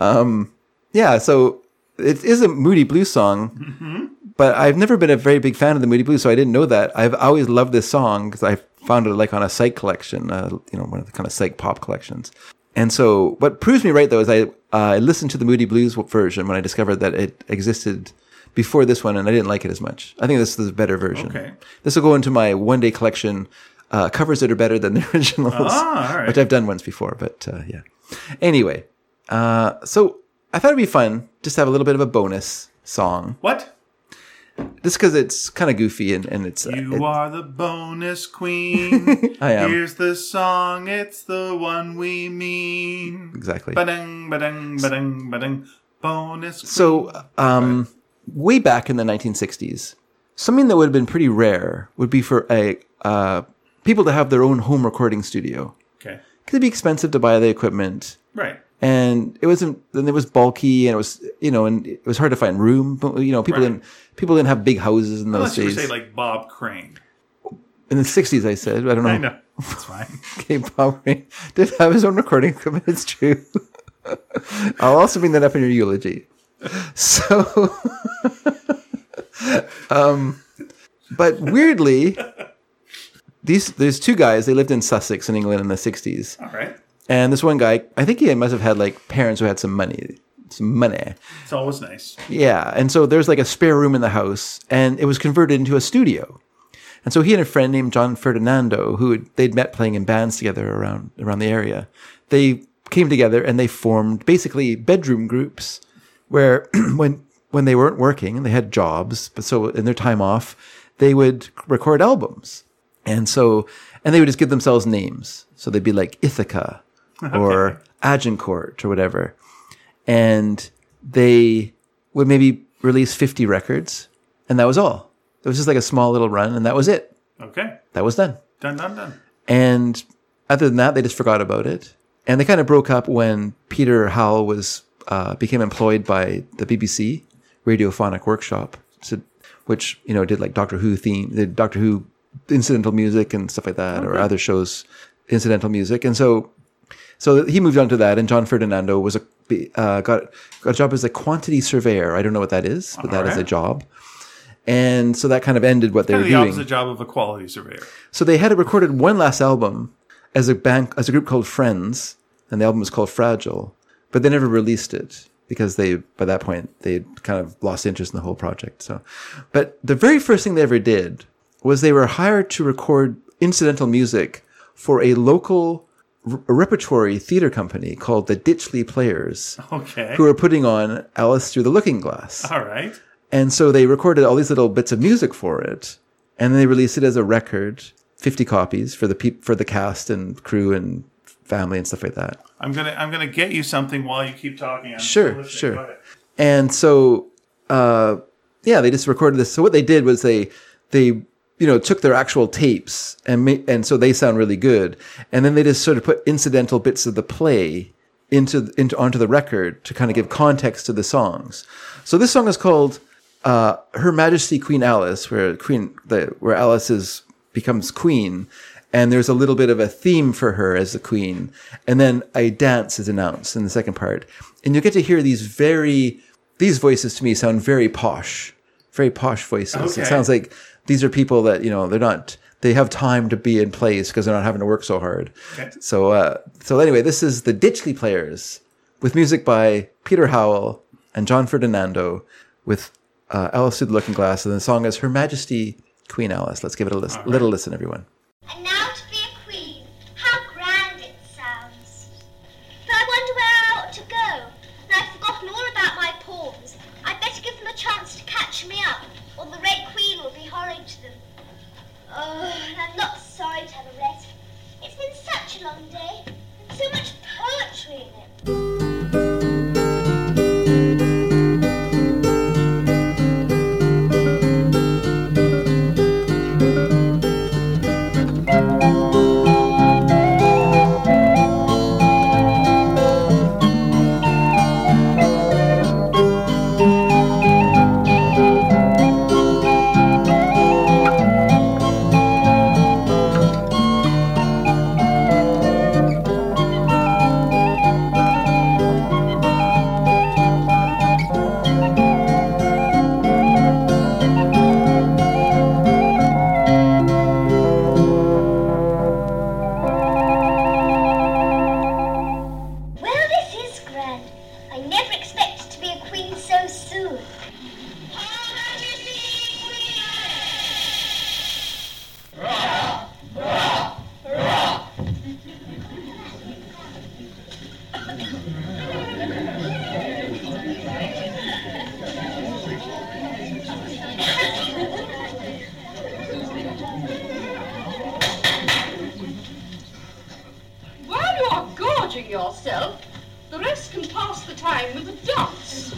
B: um, yeah, so it is a Moody Blues song, but I've never been a very big fan of the Moody Blues, so I didn't know that. I've always loved this song because I found it like on a psych collection, uh, you know, one of the kind of psych pop collections. And so what proves me right though is I uh, I listened to the Moody Blues version when I discovered that it existed before this one, and I didn't like it as much. I think this is a better version.
A: Okay.
B: This will go into my one day collection uh, covers that are better than the originals,
A: Ah, all right.
B: which I've done once before. But uh, yeah. Anyway, uh, so I thought it'd be fun just to have a little bit of a bonus song,
A: What?
B: just because it's kind of goofy and, and it's. uh, it-
A: You are the bonus queen.
B: I am.
A: Here's the song. It's the one we mean.
B: Exactly.
A: Ba-ding, ba-ding, ba-ding, ba-ding. Bonus queen.
B: So, um, way back in the 1960s, something that would have been pretty rare would be for a uh, people to have their own home recording studio.
A: Okay.
B: Because it'd be expensive to buy the equipment.
A: Right.
B: and it wasn't then it was bulky and it was you know and it was hard to find room but you know people
A: Right.
B: didn't people didn't have big houses in
A: Unless
B: those
A: you were,
B: days
A: say like Bob Crane.
B: in the 60s i said i don't know,
A: I know. That's fine.
B: okay bob Rae did have his own recording equipment it's true i'll also bring that up in your eulogy so um but weirdly these there's two guys they lived in sussex in england in the 60s
A: All right.
B: and this one guy i think he must have had like parents who had some money some money
A: It's always nice.
B: Yeah, and so there's like a spare room in the house, and it was converted into a studio. And so he and a friend named John Ferdinando, who had- they'd met playing in bands together around around the area, they came together and they formed basically bedroom groups, where when when they weren't working and they had jobs, but so in their time off, they would record albums, and so and they would just give themselves names. So they'd be like Ithaca, or Agincourt, or whatever and they would maybe release 50 records and that was all it was just like a small little run and that was it
A: Okay.
B: that was done
A: Done, done, done.
B: and other than that they just forgot about it and they kind of broke up when peter howell was uh, became employed by the bbc radiophonic workshop so- which you know did like doctor who theme the doctor who incidental music and stuff like that or other shows incidental music and so so he moved on to that, and John Ferdinando was a uh, got got a job as a quantity surveyor. I don't know what that is, but that is
A: Alright.
B: a job. And so that kind of ended what they
A: Kind
B: were
A: of the
B: doing.
A: opposite job of a quality surveyor.
B: So they had recorded one last album as a band, as a group called Friends, and the album was called Fragile, but they never released it because they by that point they had kind of lost interest in the whole project. So, but the very first thing they ever did was they were hired to record incidental music for a local r- repertory theater company called the Ditchley Players,
A: Oh, Okay.
B: who were putting on Alice Through the Looking Glass.
A: All right.
B: And so they recorded all these little bits of music for it, and then they released it as a record, fifty copies for the peop for the cast and crew and family and stuff like that.
A: I'm gonna I'm gonna get you something while you keep talking. I'm
B: Sure,
A: still listening.
B: sure.
A: Go ahead.
B: And so, uh, yeah, they just recorded this. So what they did was they they you know took their actual tapes and ma- and so they sound really good. And then they just sort of put incidental bits of the play into into onto the record to kind of give context to the songs. So this song is called uh, Her Majesty Queen Alice, where Queen the where Alice is becomes queen. And there's a little bit of a theme for her as the queen. And then a dance is announced in the second part. And you get to hear these very, these voices to me sound very posh, very posh voices.
A: Okay.
B: It sounds like these are people that, you know, they're not, they have time to be in place because they're not having to work so hard. So, uh, so anyway, this is the Ditchley Players with music by Peter Howell and John Ferdinando with uh, Alice Through the Looking Glass. And the song is Her Majesty Queen Alice. Let's give it a listen, little listen, everyone.
G: And now to be a queen, how grand it sounds. But I wonder where I ought to go. And I've forgotten all about my pawns. I'd better give them a chance to catch me up, or the Red Queen will be horrid to them. Oh, and I'm not sorry to have a rest. It's been such a long day, and so much poetry in it.
H: yourself. The rest can pass the time with a dance.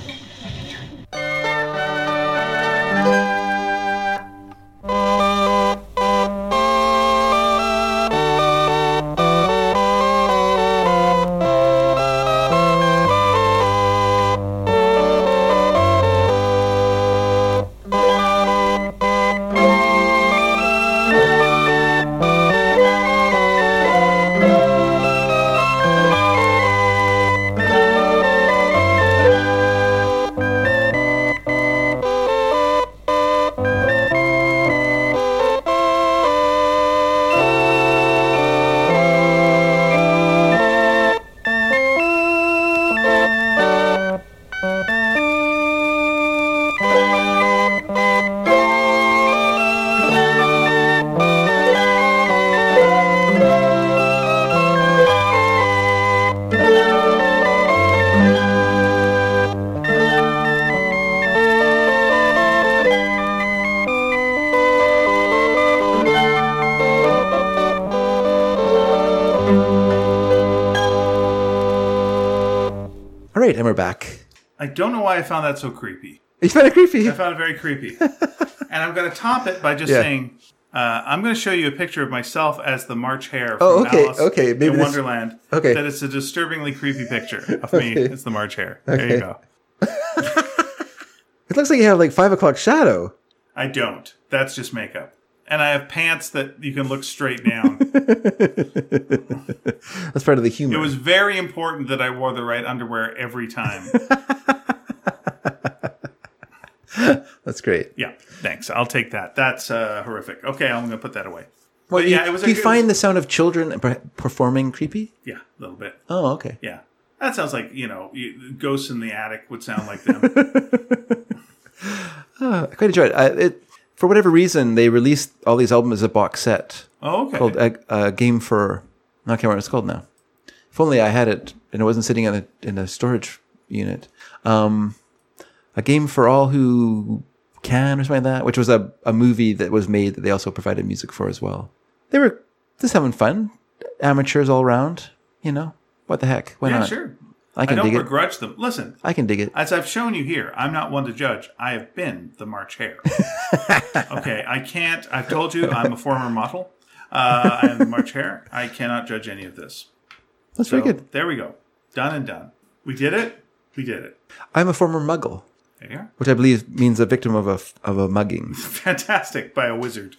B: All right, and we're back.
A: I don't know why I found that so creepy.
B: You found it creepy.
A: I found it very creepy. and I'm going to top it by just
B: Yeah.
A: saying uh, I'm going to show you a picture of myself as the March Hare from
B: Oh, okay,
A: Alice
B: okay, maybe
A: in
B: this-
A: Wonderland.
B: okay.
A: That it's a disturbingly creepy picture of me
B: Okay.
A: as the March Hare. There
B: Okay.
A: you go.
B: It looks like you have like five o'clock shadow.
A: I don't. That's just makeup. And I have pants that you can look straight down.
B: That's part of the humor.
A: it was very important that I wore the right underwear every time.
B: That's great.
A: yeah, thanks. I'll take that. That's uh, horrific. Okay, I'm going to put that away.
B: Well,
A: yeah, it was
B: Do
A: a-
B: you
A: it
B: find
A: was-
B: the sound of children per- performing creepy?
A: Yeah, a little bit.
B: Oh, okay.
A: Yeah. That sounds like, you know, you- ghosts in the attic would sound like them.
B: I quite enjoyed it. I, it. For whatever reason, they released all these albums as a box set
A: oh, okay.
B: called a, a Game for. I can't remember what it's called now. If only I had it and it wasn't sitting in a in a storage unit. Um, a game for all who can or something like that, which was a, a movie that was made that they also provided music for as well. They were just having fun, amateurs all around. You know what the heck? Why
A: yeah,
B: not?
A: sure.
B: I
A: I
B: can
A: don't
B: dig it.
A: begrudge them. Listen,
B: I can dig it.
A: as I've shown you here, I'm not one to judge. I have been the March Hare. okay, I can't. I've told you I'm a former model. Uh, I am the March Hare. I cannot judge any of this.
B: That's
A: So
B: very good.
A: there we go. Done and done. We did it. We did it.
B: I'm a former Muggle,
A: There you are.
B: which I believe means a victim of a f- of a mugging.
A: Fantastic by a wizard.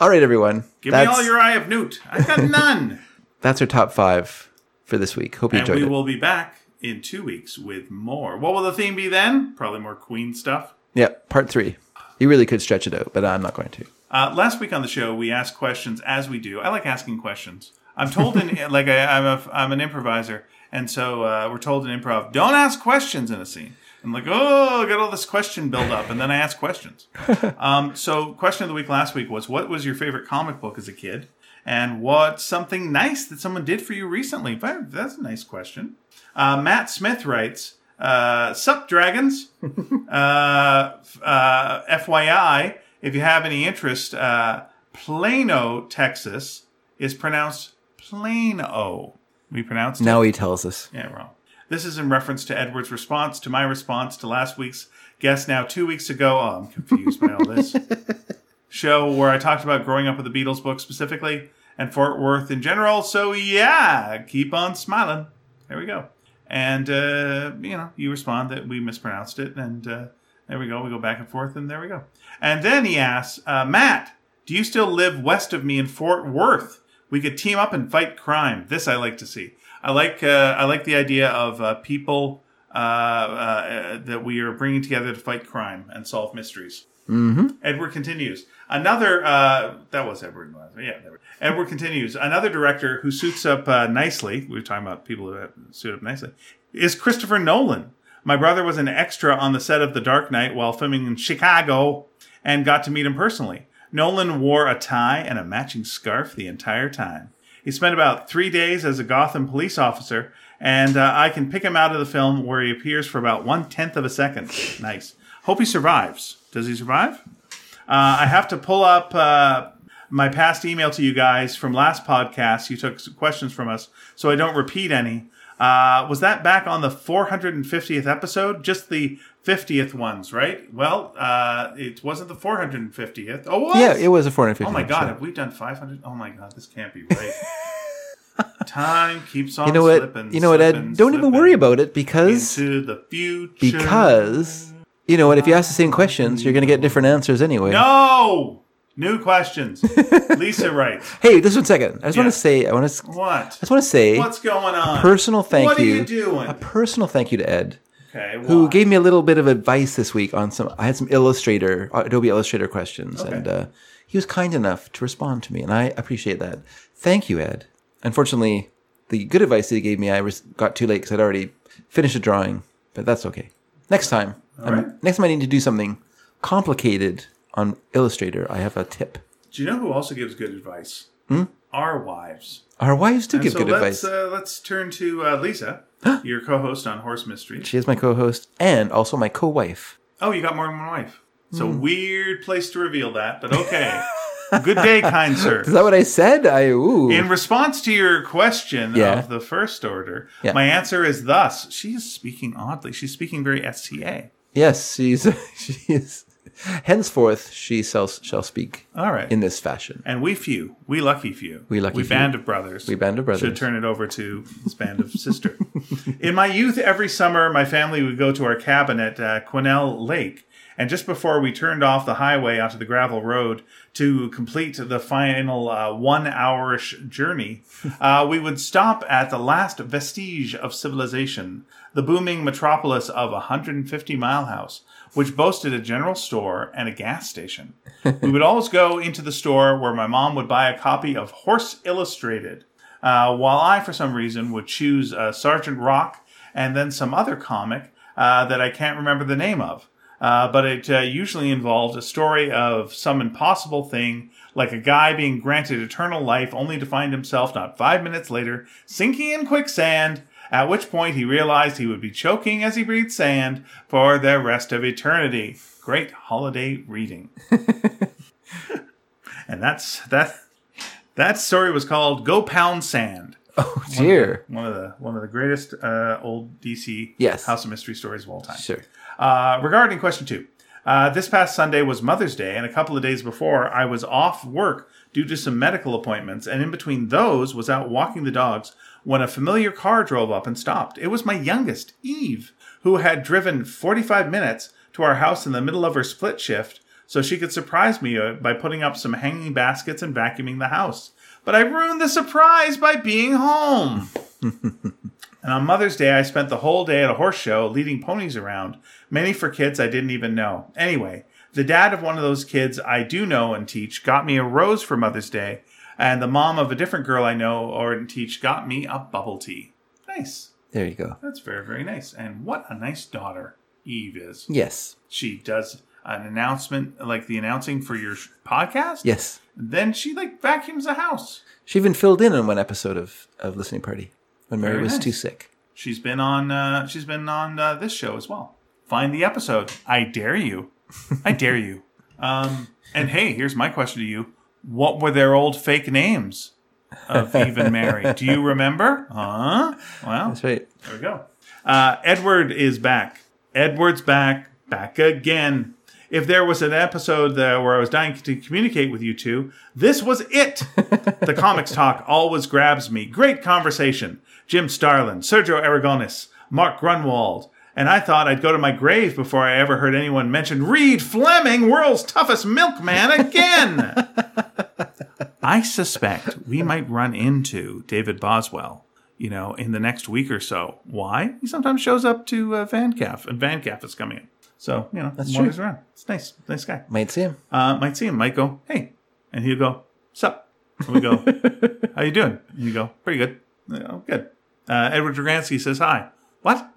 B: All right, everyone.
A: Give
B: that's,
A: me all your eye of Newt. I've got none.
B: That's our top five for this week. Hope you
A: and
B: enjoyed
A: we
B: it.
A: will be back in two weeks with more. What will the theme be then? Probably more Queen stuff.
B: Yeah, part three. You really could stretch it out, but I'm not going to.
A: Uh, last week on the show, we asked questions as we do. I like asking questions. I'm told in like I, I'm a I'm an improviser, and so uh, we're told in improv, don't ask questions in a scene. I'm like, oh, I got all this question build up, and then I ask questions. Um, so, question of the week last week was, what was your favorite comic book as a kid, and what's something nice that someone did for you recently? Wow, That's a nice question. Uh, Matt Smith writes, uh, "Sup, dragons." uh, uh, FYI, if you have any interest, uh, Plano, Texas is pronounced Plano. We pronounced
B: Now he tells us.
A: it. Yeah, wrong. This is in reference to Edward's response to my response to last week's guest now two weeks ago. Oh, I'm confused by all this. Show where I talked about growing up with the Beatles book specifically and Fort Worth in general. So, yeah, keep on smiling. There we go. And, uh, you know, you respond that we mispronounced it. And uh, there we go. We go back and forth, and there we go. And then he asks, uh, Matt, do you still live west of me in Fort Worth? We could team up and fight crime. This I like to see. I like uh, I like the idea of uh, people uh, uh, that we are bringing together to fight crime and solve mysteries. Edward continues. Another uh, that was Edward. Yeah, Edward. Edward continues. Another director who suits up uh, nicely. We were talking about people who uh, suit up nicely. Is Christopher Nolan. My brother was an extra on the set of The Dark Knight while filming in Chicago, and got to meet him personally. Nolan wore a tie and a matching scarf the entire time. He spent about three days as a Gotham police officer, and uh, I can pick him out of the film where he appears for about one tenth of a second. Nice. Hope he survives. Does he survive? Uh, I have to pull up uh, my past email to you guys from last podcast. You took some questions from us, so I don't repeat any. Uh, was that back on the 450th episode? Just the 50th ones, right? Well, uh, it wasn't the 450th. Oh, it was.
B: Yeah, it was a 450.
A: Oh my god, have we done 500? Oh my god, this can't be right. Time keeps on
B: You know what?
A: slipping.
B: you know what, Ed?
A: slipping,
B: Don't even worry
A: slipping
B: about it because
A: into the future.
B: because you know what? If you ask the same questions, you're going to get different answers anyway.
A: no new questions. Lisa writes,
B: Hey, just one second. I just
A: Yeah.
B: want to say I want to I
A: "What?
B: just want to say
A: What's going on?"
B: personal thank
A: what
B: you.
A: are you doing?
B: A personal thank you to Ed.
A: okay,
B: who
A: why?
B: gave me a little bit of advice this week on some i had some illustrator adobe illustrator questions and uh, he was kind enough to respond to me and i appreciate that thank you ed unfortunately the good advice that he gave me i res- got too late because i'd already finished a drawing but that's okay next time I'm- next time i need to do something complicated on illustrator i have a tip
A: Do you know who also gives good advice? Our wives.
B: our wives Hmm? do
A: And
B: give
A: so
B: good
A: let's
B: advice
A: uh, let's turn to uh, Lisa, your co-host on Horse Mystery.
B: she is my co-host and also my co-wife
A: Oh, you got more than one wife. It's
B: Hmm.
A: a weird place to reveal that, but okay. Good day, kind sir.
B: is that what i said i ooh
A: In response to your question
B: Yeah.
A: of the first order,
B: Yeah.
A: my answer is thus. She is speaking oddly. She's speaking very SCA.
B: Yes, she's she's henceforth she shall shall speak
A: All right.
B: in this fashion.
A: and we few, we lucky few,
B: We lucky
A: we
B: few.
A: band of brothers,
B: We band of brothers.
A: should turn it over to this band of sister. In my youth, every summer, my family would go to our cabin at uh, Quinnell Lake, and just before we turned off the highway onto the gravel road to complete the final uh, one-hourish journey, uh, we would stop at the last vestige of civilization, the booming metropolis of 150 Mile House, which boasted a general store and a gas station. we would always go into the store where my mom would buy a copy of Horse Illustrated uh, while I, for some reason, would choose uh, Sergeant Rock and then some other comic uh, that I can't remember the name of. Uh, but it uh, usually involved a story of some impossible thing, like a guy being granted eternal life only to find himself not five minutes later sinking in quicksand, at which point he realized he would be choking as he breathed sand for the rest of eternity. Great holiday reading. and that's that. That story was called "Go Pound Sand."
B: Oh dear.
A: One of the one of the greatest uh, old DC
B: Yes.
A: House of Mystery stories of all time.
B: Sure.
A: Uh, regarding question two, uh, this past Sunday was Mother's Day, and a couple of days before, I was off work due to some medical appointments, and in between those, was out walking the dogs when a familiar car drove up and stopped. It was my youngest, Eve, who had driven 45 minutes to our house in the middle of her split shift so she could surprise me uh, by putting up some hanging baskets and vacuuming the house. But I ruined the surprise by being home. And on Mother's Day, I spent the whole day at a horse show leading ponies around, many for kids I didn't even know. Anyway, the dad of one of those kids I do know and teach got me a rose for Mother's Day, and the mom of a different girl I know or and teach got me a bubble tea. Nice.
B: There you go.
A: That's very, very nice. And what a nice daughter Eve is.
B: Yes.
A: She does an announcement, like the announcing for your sh- podcast.
B: Yes.
A: Then she, like, vacuums the house.
B: She even filled in on one episode of, of Listening Party when Mary
A: Very
B: was
A: nice.
B: too sick.
A: She's been on. Uh, she's been on uh, this show as well. Find the episode. I dare you. I dare you. Um, and hey, here's my question to you: What were their old fake names of Eve and Mary? Do you remember? Huh? Well,
B: That's right.
A: there we go. Uh, Edward is back. Edward's back, back again. If there was an episode there where I was dying to communicate with you two, this was it. the comics talk always grabs me. Great conversation. Jim Starlin, Sergio Aragonis, Mark Grunwald. And I thought I'd go to my grave before I ever heard anyone mention Reed Fleming, world's toughest milkman, again. I suspect we might run into David Boswell, you know, in the next week or so. Why? He sometimes shows up to uh, Van Calf, and Van Calf is coming in. So, you know,
B: That's
A: wanders around. It's nice. Nice guy.
B: Might see him.
A: Uh, might see him. Might go, hey. And he'll go, sup. And we go, how you doing? And you go, pretty good. And they go, good. Uh, Edward Dragansky says hi. What?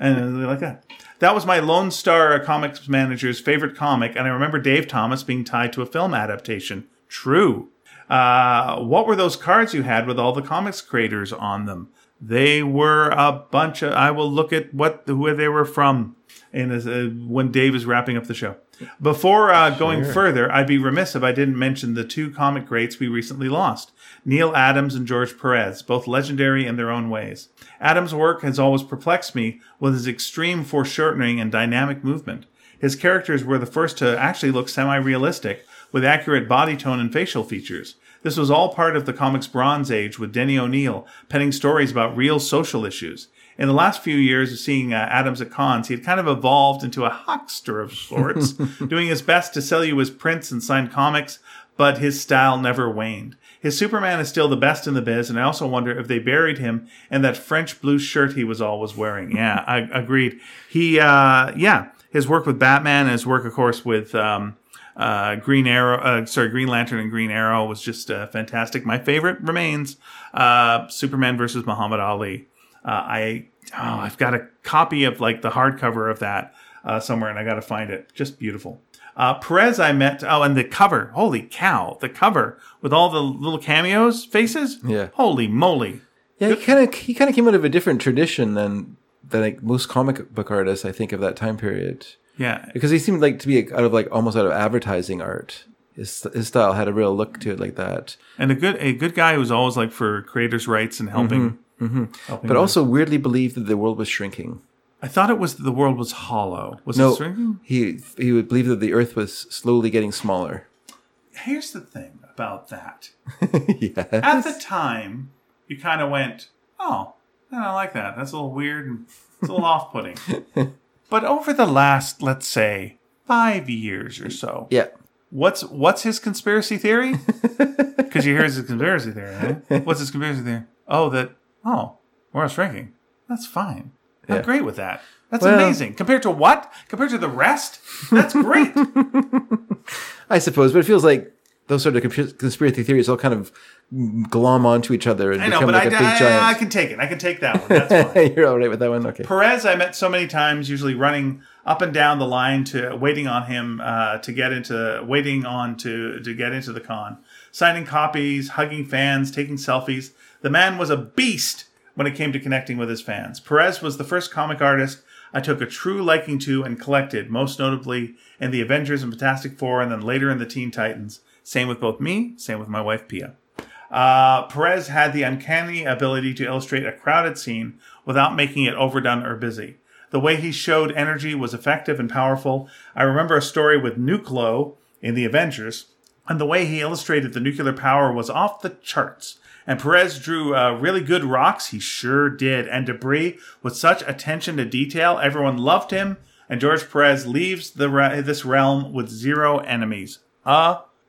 A: And they're like that. That was my Lone Star Comics manager's favorite comic, and I remember Dave Thomas being tied to a film adaptation. True. Uh, what were those cards you had with all the comics creators on them? They were a bunch of. I will look at what where they were from, in as, uh, when Dave is wrapping up the show. Before uh, going further, I'd be remiss if I didn't mention the two comic greats we recently lost Neil Adams and George Perez, both legendary in their own ways. Adams' work has always perplexed me with his extreme foreshortening and dynamic movement. His characters were the first to actually look semi realistic, with accurate body tone and facial features. This was all part of the comics Bronze Age with Denny O'Neil penning stories about real social issues. In the last few years of seeing uh, Adams at cons, he had kind of evolved into a huckster of sorts, doing his best to sell you his prints and signed comics, but his style never waned. His Superman is still the best in the biz, and I also wonder if they buried him in that French blue shirt he was always wearing. Yeah, I agreed. He, uh, yeah, his work with Batman and his work, of course, with um, uh, Green Arrow, uh, sorry, Green Lantern and Green Arrow was just uh, fantastic. My favorite remains uh, Superman versus Muhammad Ali. Uh, I oh, I've got a copy of like the hardcover of that uh, somewhere, and I got to find it. Just beautiful. Uh, Perez, I met. Oh, and the cover. Holy cow! The cover with all the little cameos, faces.
B: Yeah.
A: Holy moly!
B: Yeah, he kind of he kind of came out of a different tradition than than like most comic book artists I think of that time period
A: Yeah.
B: because he seemed like to be out of like almost out of advertising art. His his style had a real look to it like that,
A: And a good a good guy who's always like for creators' rights and helping. helping
B: Mm-hmm. but
A: them.
B: also weirdly believed that the world was shrinking.
A: I thought it was the world was hollow. Was
B: No,
A: this right?
B: he he would believe that the Earth was slowly getting smaller.
A: Here's the thing about that.
B: yeah,
A: At the time, you kind of went, "Oh, I don't like that. That's a little weird and it's a little off-putting." But over the last, let's say, five years or so,
B: yeah.
A: what's what's his conspiracy theory? Because you hear his conspiracy theory. Right? What's his conspiracy theory? Oh, that oh, we're shrinking. That's fine. I'm
B: Yeah.
A: great with that. That's
B: Well-
A: amazing. Compared to what? Compared to the rest? That's great.
B: I suppose, but it feels like those sort of consp- conspiracy theories all kind of glom onto each other and
A: I know,
B: become
A: but
B: like a
A: I,
B: big giant.
A: I, I can take it. I can take that one. That's fine.
B: You're all right with that one. Okay.
A: Perez, I met so many times, usually running up and down the line to waiting on him uh, to get into waiting on to to get into the con, signing copies, hugging fans, taking selfies. The man was a beast when it came to connecting with his fans. Perez was the first comic artist I took a true liking to and collected, most notably in the Avengers and Fantastic Four, and then later in the Teen Titans. Same with both me, same with my wife Pia. Uh, Perez had the uncanny ability to illustrate a crowded scene without making it overdone or busy. The way he showed energy was effective and powerful. I remember a story with Nuclo in The Avengers, and the way he illustrated the nuclear power was off the charts. And Perez drew uh, really good rocks, he sure did, and debris with such attention to detail. Everyone loved him, and George Perez leaves the re- this realm with zero enemies.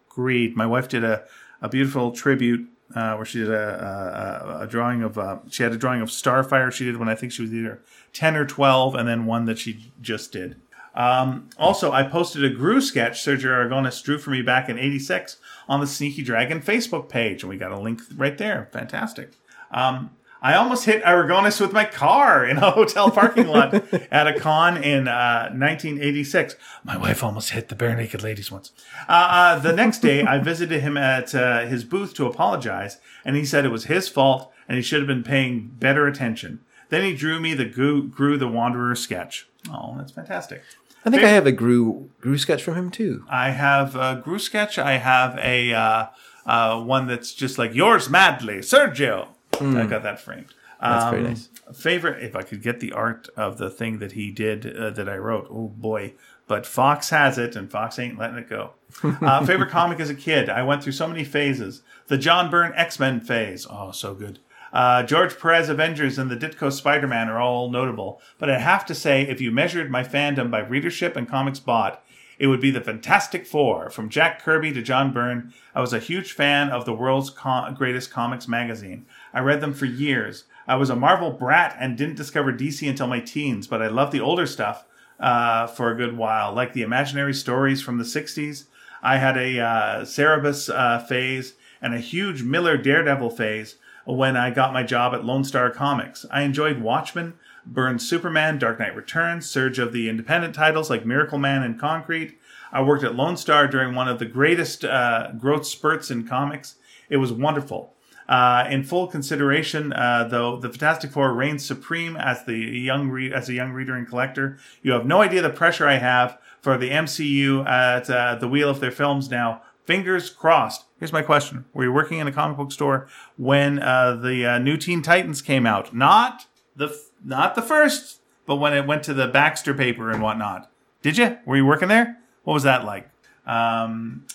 A: Agreed. My wife did a, a beautiful tribute uh, where she did a, a, a drawing of uh, she had a drawing of Starfire she did when I think she was either ten or twelve, and then one that she just did. Um, also, I posted a Gru sketch Sergio Aragonis drew for me back in '86 on the Sneaky Dragon Facebook page, and we got a link right there. Fantastic. Um, I almost hit Aragonis with my car in a hotel parking lot at a con in uh, 1986. My wife almost hit the bare naked ladies once. Uh, uh, the next day, I visited him at uh, his booth to apologize, and he said it was his fault and he should have been paying better attention. Then he drew me the Goo Grew the Wanderer sketch. Oh, that's fantastic.
B: I think I have a Gru Gru sketch from him too.
A: I have a Gru sketch. I have a uh, uh, one that's just like yours madly, Sergio. I got that framed.
B: Hmm.
A: Um,
B: That's very nice.
A: Favorite, if I could get the art of the thing that he did uh, that I wrote, oh boy. But Fox has it, and Fox ain't letting it go. Uh, favorite comic as a kid. I went through so many phases. The John Byrne X Men phase. Oh, so good. Uh, George Perez Avengers and the Ditko Spider Man are all notable. But I have to say, if you measured my fandom by readership and comics bought, it would be the Fantastic Four, from Jack Kirby to John Byrne. I was a huge fan of the world's co- greatest comics magazine. I read them for years. I was a Marvel brat and didn't discover DC until my teens, but I loved the older stuff uh, for a good while, like the imaginary stories from the 60s. I had a uh, Cerebus uh, phase and a huge Miller Daredevil phase when I got my job at Lone Star Comics. I enjoyed Watchmen, Burn Superman, Dark Knight Returns, surge of the independent titles like Miracle Man and Concrete. I worked at Lone Star during one of the greatest uh, growth spurts in comics. It was wonderful. Uh, in full consideration, uh, though, the Fantastic Four reigns supreme as the young re- as a young reader and collector. You have no idea the pressure I have for the MCU at uh, the wheel of their films now. Fingers crossed. Here's my question: Were you working in a comic book store when uh, the uh, new Teen Titans came out? Not the f- not the first, but when it went to the Baxter paper and whatnot. Did you? Were you working there? What was that like? Um,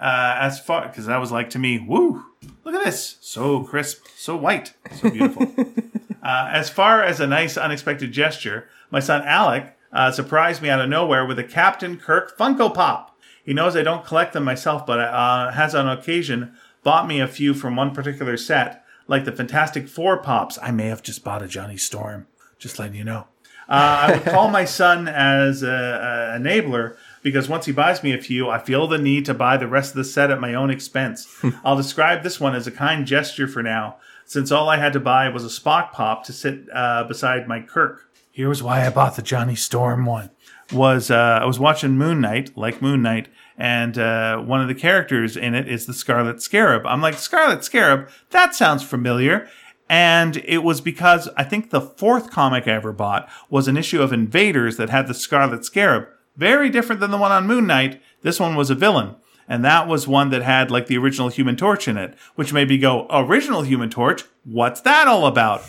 A: uh, as far because that was like to me, woo! Look at this, so crisp, so white, so beautiful. Uh, as far as a nice unexpected gesture, my son Alec uh, surprised me out of nowhere with a Captain Kirk Funko Pop. He knows I don't collect them myself, but uh, has on occasion bought me a few from one particular set, like the Fantastic Four Pops. I may have just bought a Johnny Storm, just letting you know. Uh, I would call my son as a, a enabler because once he buys me a few, I feel the need to buy the rest of the set at my own expense. I'll describe this one as a kind gesture for now, since all I had to buy was a Spock pop to sit uh, beside my Kirk. Here was why I bought the Johnny Storm one. Was uh, I was watching Moon Knight, like Moon Knight, and uh, one of the characters in it is the Scarlet Scarab. I'm like Scarlet Scarab, that sounds familiar. And it was because I think the fourth comic I ever bought was an issue of Invaders that had the Scarlet Scarab. Very different than the one on Moon Knight. This one was a villain. And that was one that had like the original Human Torch in it, which made me go, original Human Torch? What's that all about?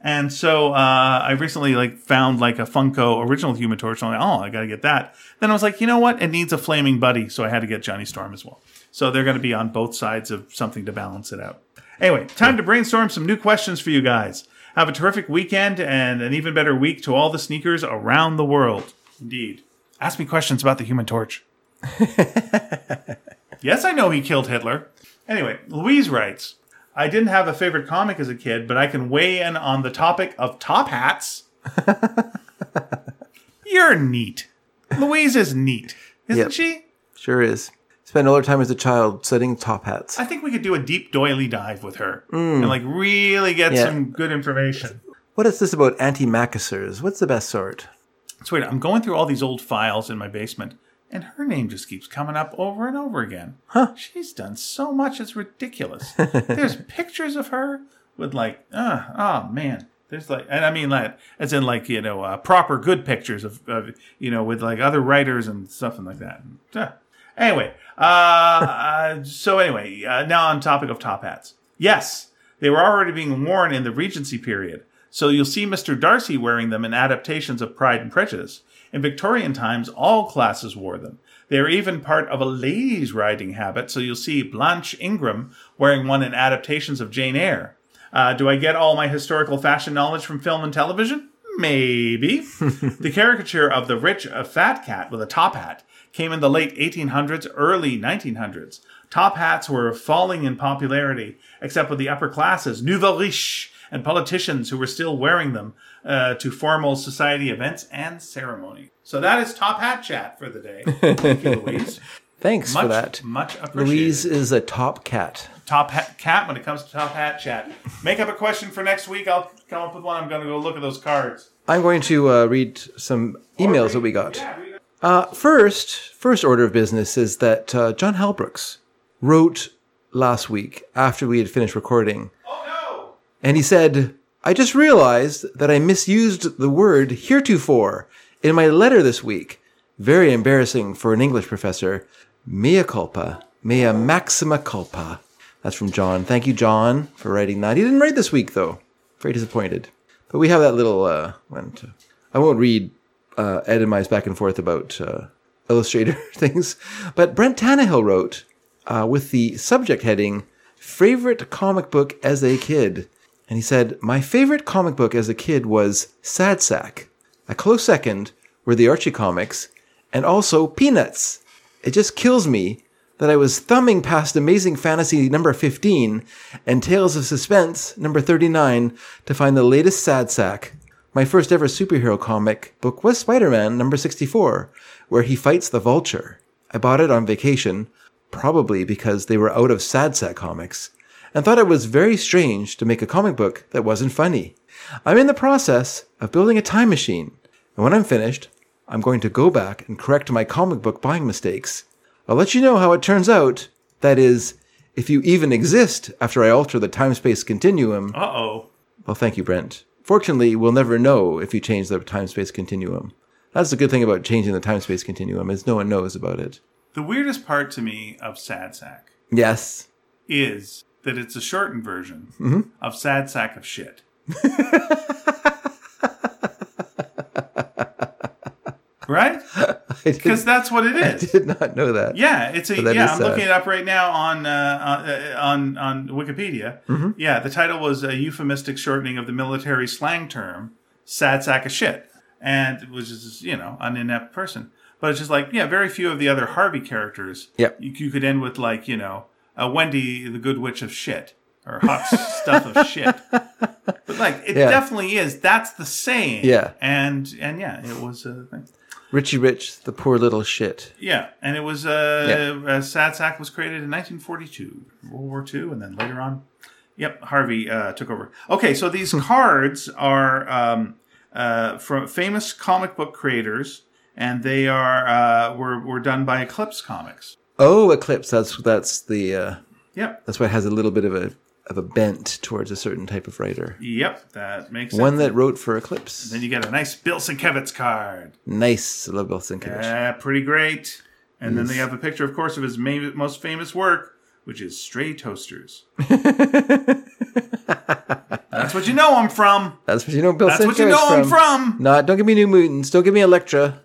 A: and so uh, I recently like found like a Funko original Human Torch. And I'm like, oh, I got to get that. Then I was like, you know what? It needs a flaming buddy. So I had to get Johnny Storm as well. So they're going to be on both sides of something to balance it out. Anyway, time to brainstorm some new questions for you guys. Have a terrific weekend and an even better week to all the sneakers around the world. Indeed. Ask me questions about the human torch. yes, I know he killed Hitler. Anyway, Louise writes I didn't have a favorite comic as a kid, but I can weigh in on the topic of top hats. You're neat. Louise is neat, isn't
B: Yep.
A: she?
B: Sure is. Spent all our time as a child studying top hats.
A: I think we could do a deep doily dive with her and like really get
B: Yeah.
A: some good information.
B: What is this about antimacassars? What's the best sort?
A: It's weird. I'm going through all these old files in my basement, and her name just keeps coming up over and over again. Huh? She's done so much; it's ridiculous. There's pictures of her with like, uh, oh man. There's like, and I mean like, as in like you know, uh, proper good pictures of, of you know with like other writers and stuff and like that. Huh. Anyway, uh, uh, so anyway, uh, now on topic of top hats. Yes, they were already being worn in the Regency period, so you'll see Mr. Darcy wearing them in adaptations of Pride and Prejudice. In Victorian times, all classes wore them. They are even part of a ladies' riding habit, so you'll see Blanche Ingram wearing one in adaptations of Jane Eyre. Uh, do I get all my historical fashion knowledge from film and television? Maybe. the caricature of the rich uh, fat cat with a top hat came in the late 1800s, early 1900s. Top hats were falling in popularity, except with the upper classes, nouveau riche, and politicians who were still wearing them uh, to formal society events and ceremony. So that is Top Hat Chat for the day. Thank you, Louise.
B: Thanks
A: Much,
B: for that.
A: much appreciated
B: Louise is a top cat.
A: top hat cat when it comes to top hat chat. Make up a question for next week. I'll come up with one. I'm going to go look at those cards.
B: I'm going to uh, read some emails that we got. Uh, first, first order of business is that uh, John Halbrooks wrote last week after we had finished recording,
A: Oh
B: and he said, "I just realized that I misused the word heretofore in my letter this week. Very embarrassing for an English professor. Mea culpa, mea maxima culpa." That's from John. Thank you, John, for writing that. He didn't write this week though. Very disappointed. But we have that little uh, one. To, I won't read uh, Ed and I's back and forth about uh, Illustrator things. But Brent Tannehill wrote uh, with the subject heading "Favorite comic book as a kid," and he said, "My favorite comic book as a kid was Sad Sack. A close second were the Archie comics, and also Peanuts. It just kills me." That I was thumbing past Amazing Fantasy number 15 and Tales of Suspense number 39 to find the latest Sad Sack my first ever superhero comic book was Spider Man number 64, where he fights the vulture. I bought it on vacation, probably because they were out of sad sack comics, and thought it was very strange to make a comic book that wasn't funny. I'm in the process of building a time machine, and when I'm finished, I'm going to go back and correct my comic book buying mistakes. I'll let you know how it turns out. That is, if you even exist after I alter the time space continuum.
A: no. Uh oh.
B: Well, thank you, Brent. Fortunately, we'll never know if you change the time space continuum. That's the good thing about changing the time space continuum is no one knows about it.
A: The weirdest part to me of Sad Sack
B: Yes.
A: is that it's a shortened version of Sad Sack of Shit. right?
B: I
A: Because
B: did,
A: that's what it is.
B: did not know that.
A: Yeah, it's a
B: But that
A: yeah.
B: is
A: I'm
B: sad.
A: looking it up right now on uh, uh, on on Wikipedia.
B: Mm-hmm.
A: Yeah, the title was a euphemistic shortening of the military slang term "sad sack of shit," and which is you know an inept person. But it's just like yeah, very few of the other Harvey characters.
B: Yep.
A: you, you could end with like you know uh, Wendy, the good witch of shit, or hot stuff of shit. But like it
B: Yeah.
A: definitely is. That's the saying.
B: Yeah.
A: and and yeah, it was a thing.
B: Richie Rich, the poor little shit.
A: Yeah, and it was uh, uh, Sad Sack was created in 1942, World War II, and then later on, yep, Harvey uh, took over. Okay, so these cards are um, uh, from famous comic book creators, and they are uh, were were done by Eclipse Comics.
B: Oh, Eclipse. That's that's the uh,
A: Yep,
B: that's why it has a little bit of a of a bent towards a certain type of writer.
A: yep, that makes sense.
B: One that wrote for Eclipse.
A: then you get a nice Bill Sienkiewicz card.
B: nice, love Bilsenkovich.
A: Yeah, Ah, pretty great. And then they have a picture, of course, of his ma- most famous work, which is Stray Toasters. That's what you know I'm from.
B: That's what you know Bill
A: That's what you know I'm from.
B: Not don't give me New Mutants. Don't give me Elektra.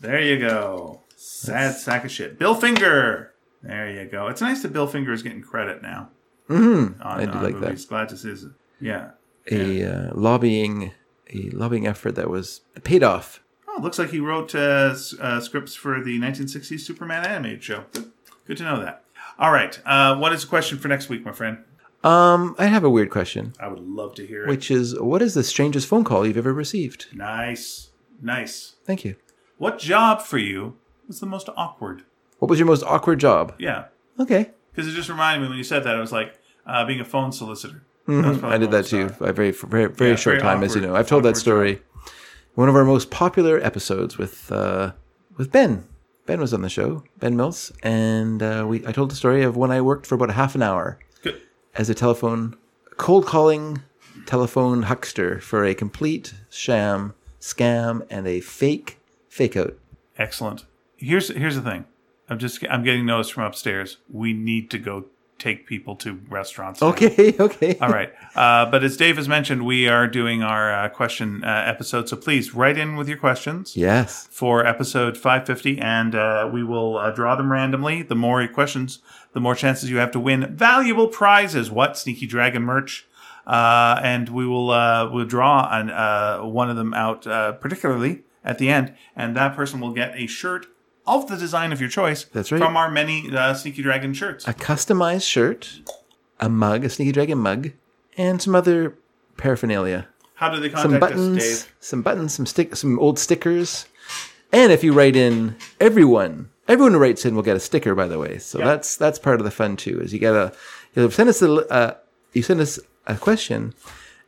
A: There you go. Sad sack of shit. Bill Finger. There you go. It's nice that Bill Finger is getting credit now. Mm-hmm. On,
B: I do like that.
A: that. Glad to see this. Yeah.
B: A uh, lobbying a lobbying effort that was paid off.
A: Oh, it looks like he wrote uh, s- uh, scripts for the 1960s Superman animated show. Good, good to know that. All right. Uh, what is the question for next week, my friend?
B: Um, I have a weird question,
A: I would love to hear it.
B: which is what is the strangest phone call you've ever received?
A: Nice. Nice.
B: Thank you.
A: What job for you was the most awkward?
B: What was your most awkward job?
A: Yeah.
B: Okay.
A: Because it just reminded me when you said that, I was like, uh, being a phone solicitor. That was probably
B: Mm-hmm. Mm, I did
A: the uh, one
B: that too.
A: saw.
B: A very, very, very
A: Yeah,
B: short
A: very
B: time, as you
A: awkward-
B: know. I've told
A: awkward
B: that story. One of our most popular episodes with uh, with Ben. Ben was on the show, Ben Mills, and uh, we. I told the story of when I worked for about half an hour
A: Good.
B: as a telephone cold calling telephone huckster for a complete sham, scam, and a fake fake out.
A: Excellent. Here's here's the thing. I'm just I'm getting noticed from upstairs. We need to go take people to restaurants. now.
B: Okay, okay.
A: All right. Uh, but as Dave has mentioned, we are doing our uh, question uh, episode. So please write in with your questions.
B: Yes.
A: for episode 550, and uh, we will uh, draw them randomly. The more questions, the more chances you have to win valuable prizes. What sneaky dragon merch? Uh, and we will uh, we'll draw an, uh, one of them out, uh, particularly at the end, and that person will get a shirt of the design of your choice.
B: That's right.
A: From our many uh, sneaky dragon shirts.
B: a customized shirt, a mug, a Sneaky Dragon mug, and some other paraphernalia.
A: How do they contact
B: some
A: us,
B: buttons,
A: Dave?
B: some buttons, some stick, some old stickers. And if you write in, everyone, everyone who writes in will get a sticker. By the way, so that's that's part of the fun too. Is you get a, you send us a, uh, you send us a question,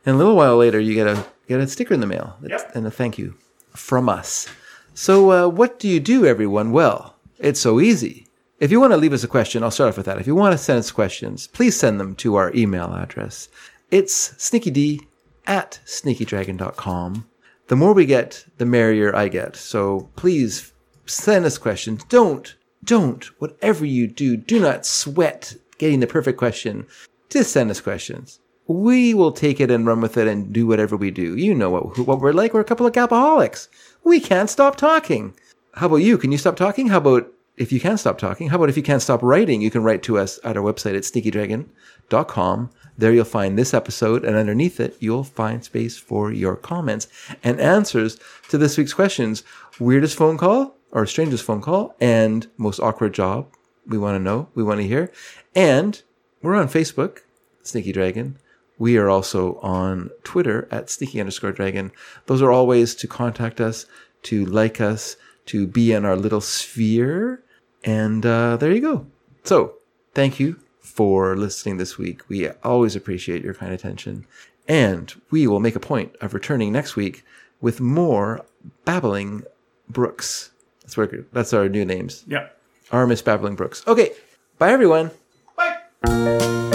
B: and a little while later you get a get a sticker in the mail
A: Yep.
B: and a thank you from us. So uh, what do you do, everyone? Well, it's so easy. If you want to leave us a question, I'll start off with that. If you want to send us questions, please send them to our email address. It's sneakyd at sneakydragon.com. The more we get, the merrier I get. So please send us questions. Don't, don't, whatever you do, do not sweat getting the perfect question. Just send us questions. We will take it and run with it and do whatever we do. You know what, what we're like. We're a couple of alcoholics. We can't stop talking. How about you? Can you stop talking? How about if you can stop talking? How about if you can't stop writing? You can write to us at our website at sneakydragon.com. There you'll find this episode, and underneath it, you'll find space for your comments and answers to this week's questions weirdest phone call or strangest phone call, and most awkward job. We want to know, we want to hear. And we're on Facebook, Sneaky Dragon. We are also on Twitter at sneaky underscore dragon. Those are all ways to contact us, to like us, to be in our little sphere. And uh, there you go. So thank you for listening this week. We always appreciate your kind attention. And we will make a point of returning next week with more Babbling Brooks. That's, where, that's our new names.
A: Yep.
B: Our Miss Babbling Brooks. Okay. Bye, everyone.
A: Bye.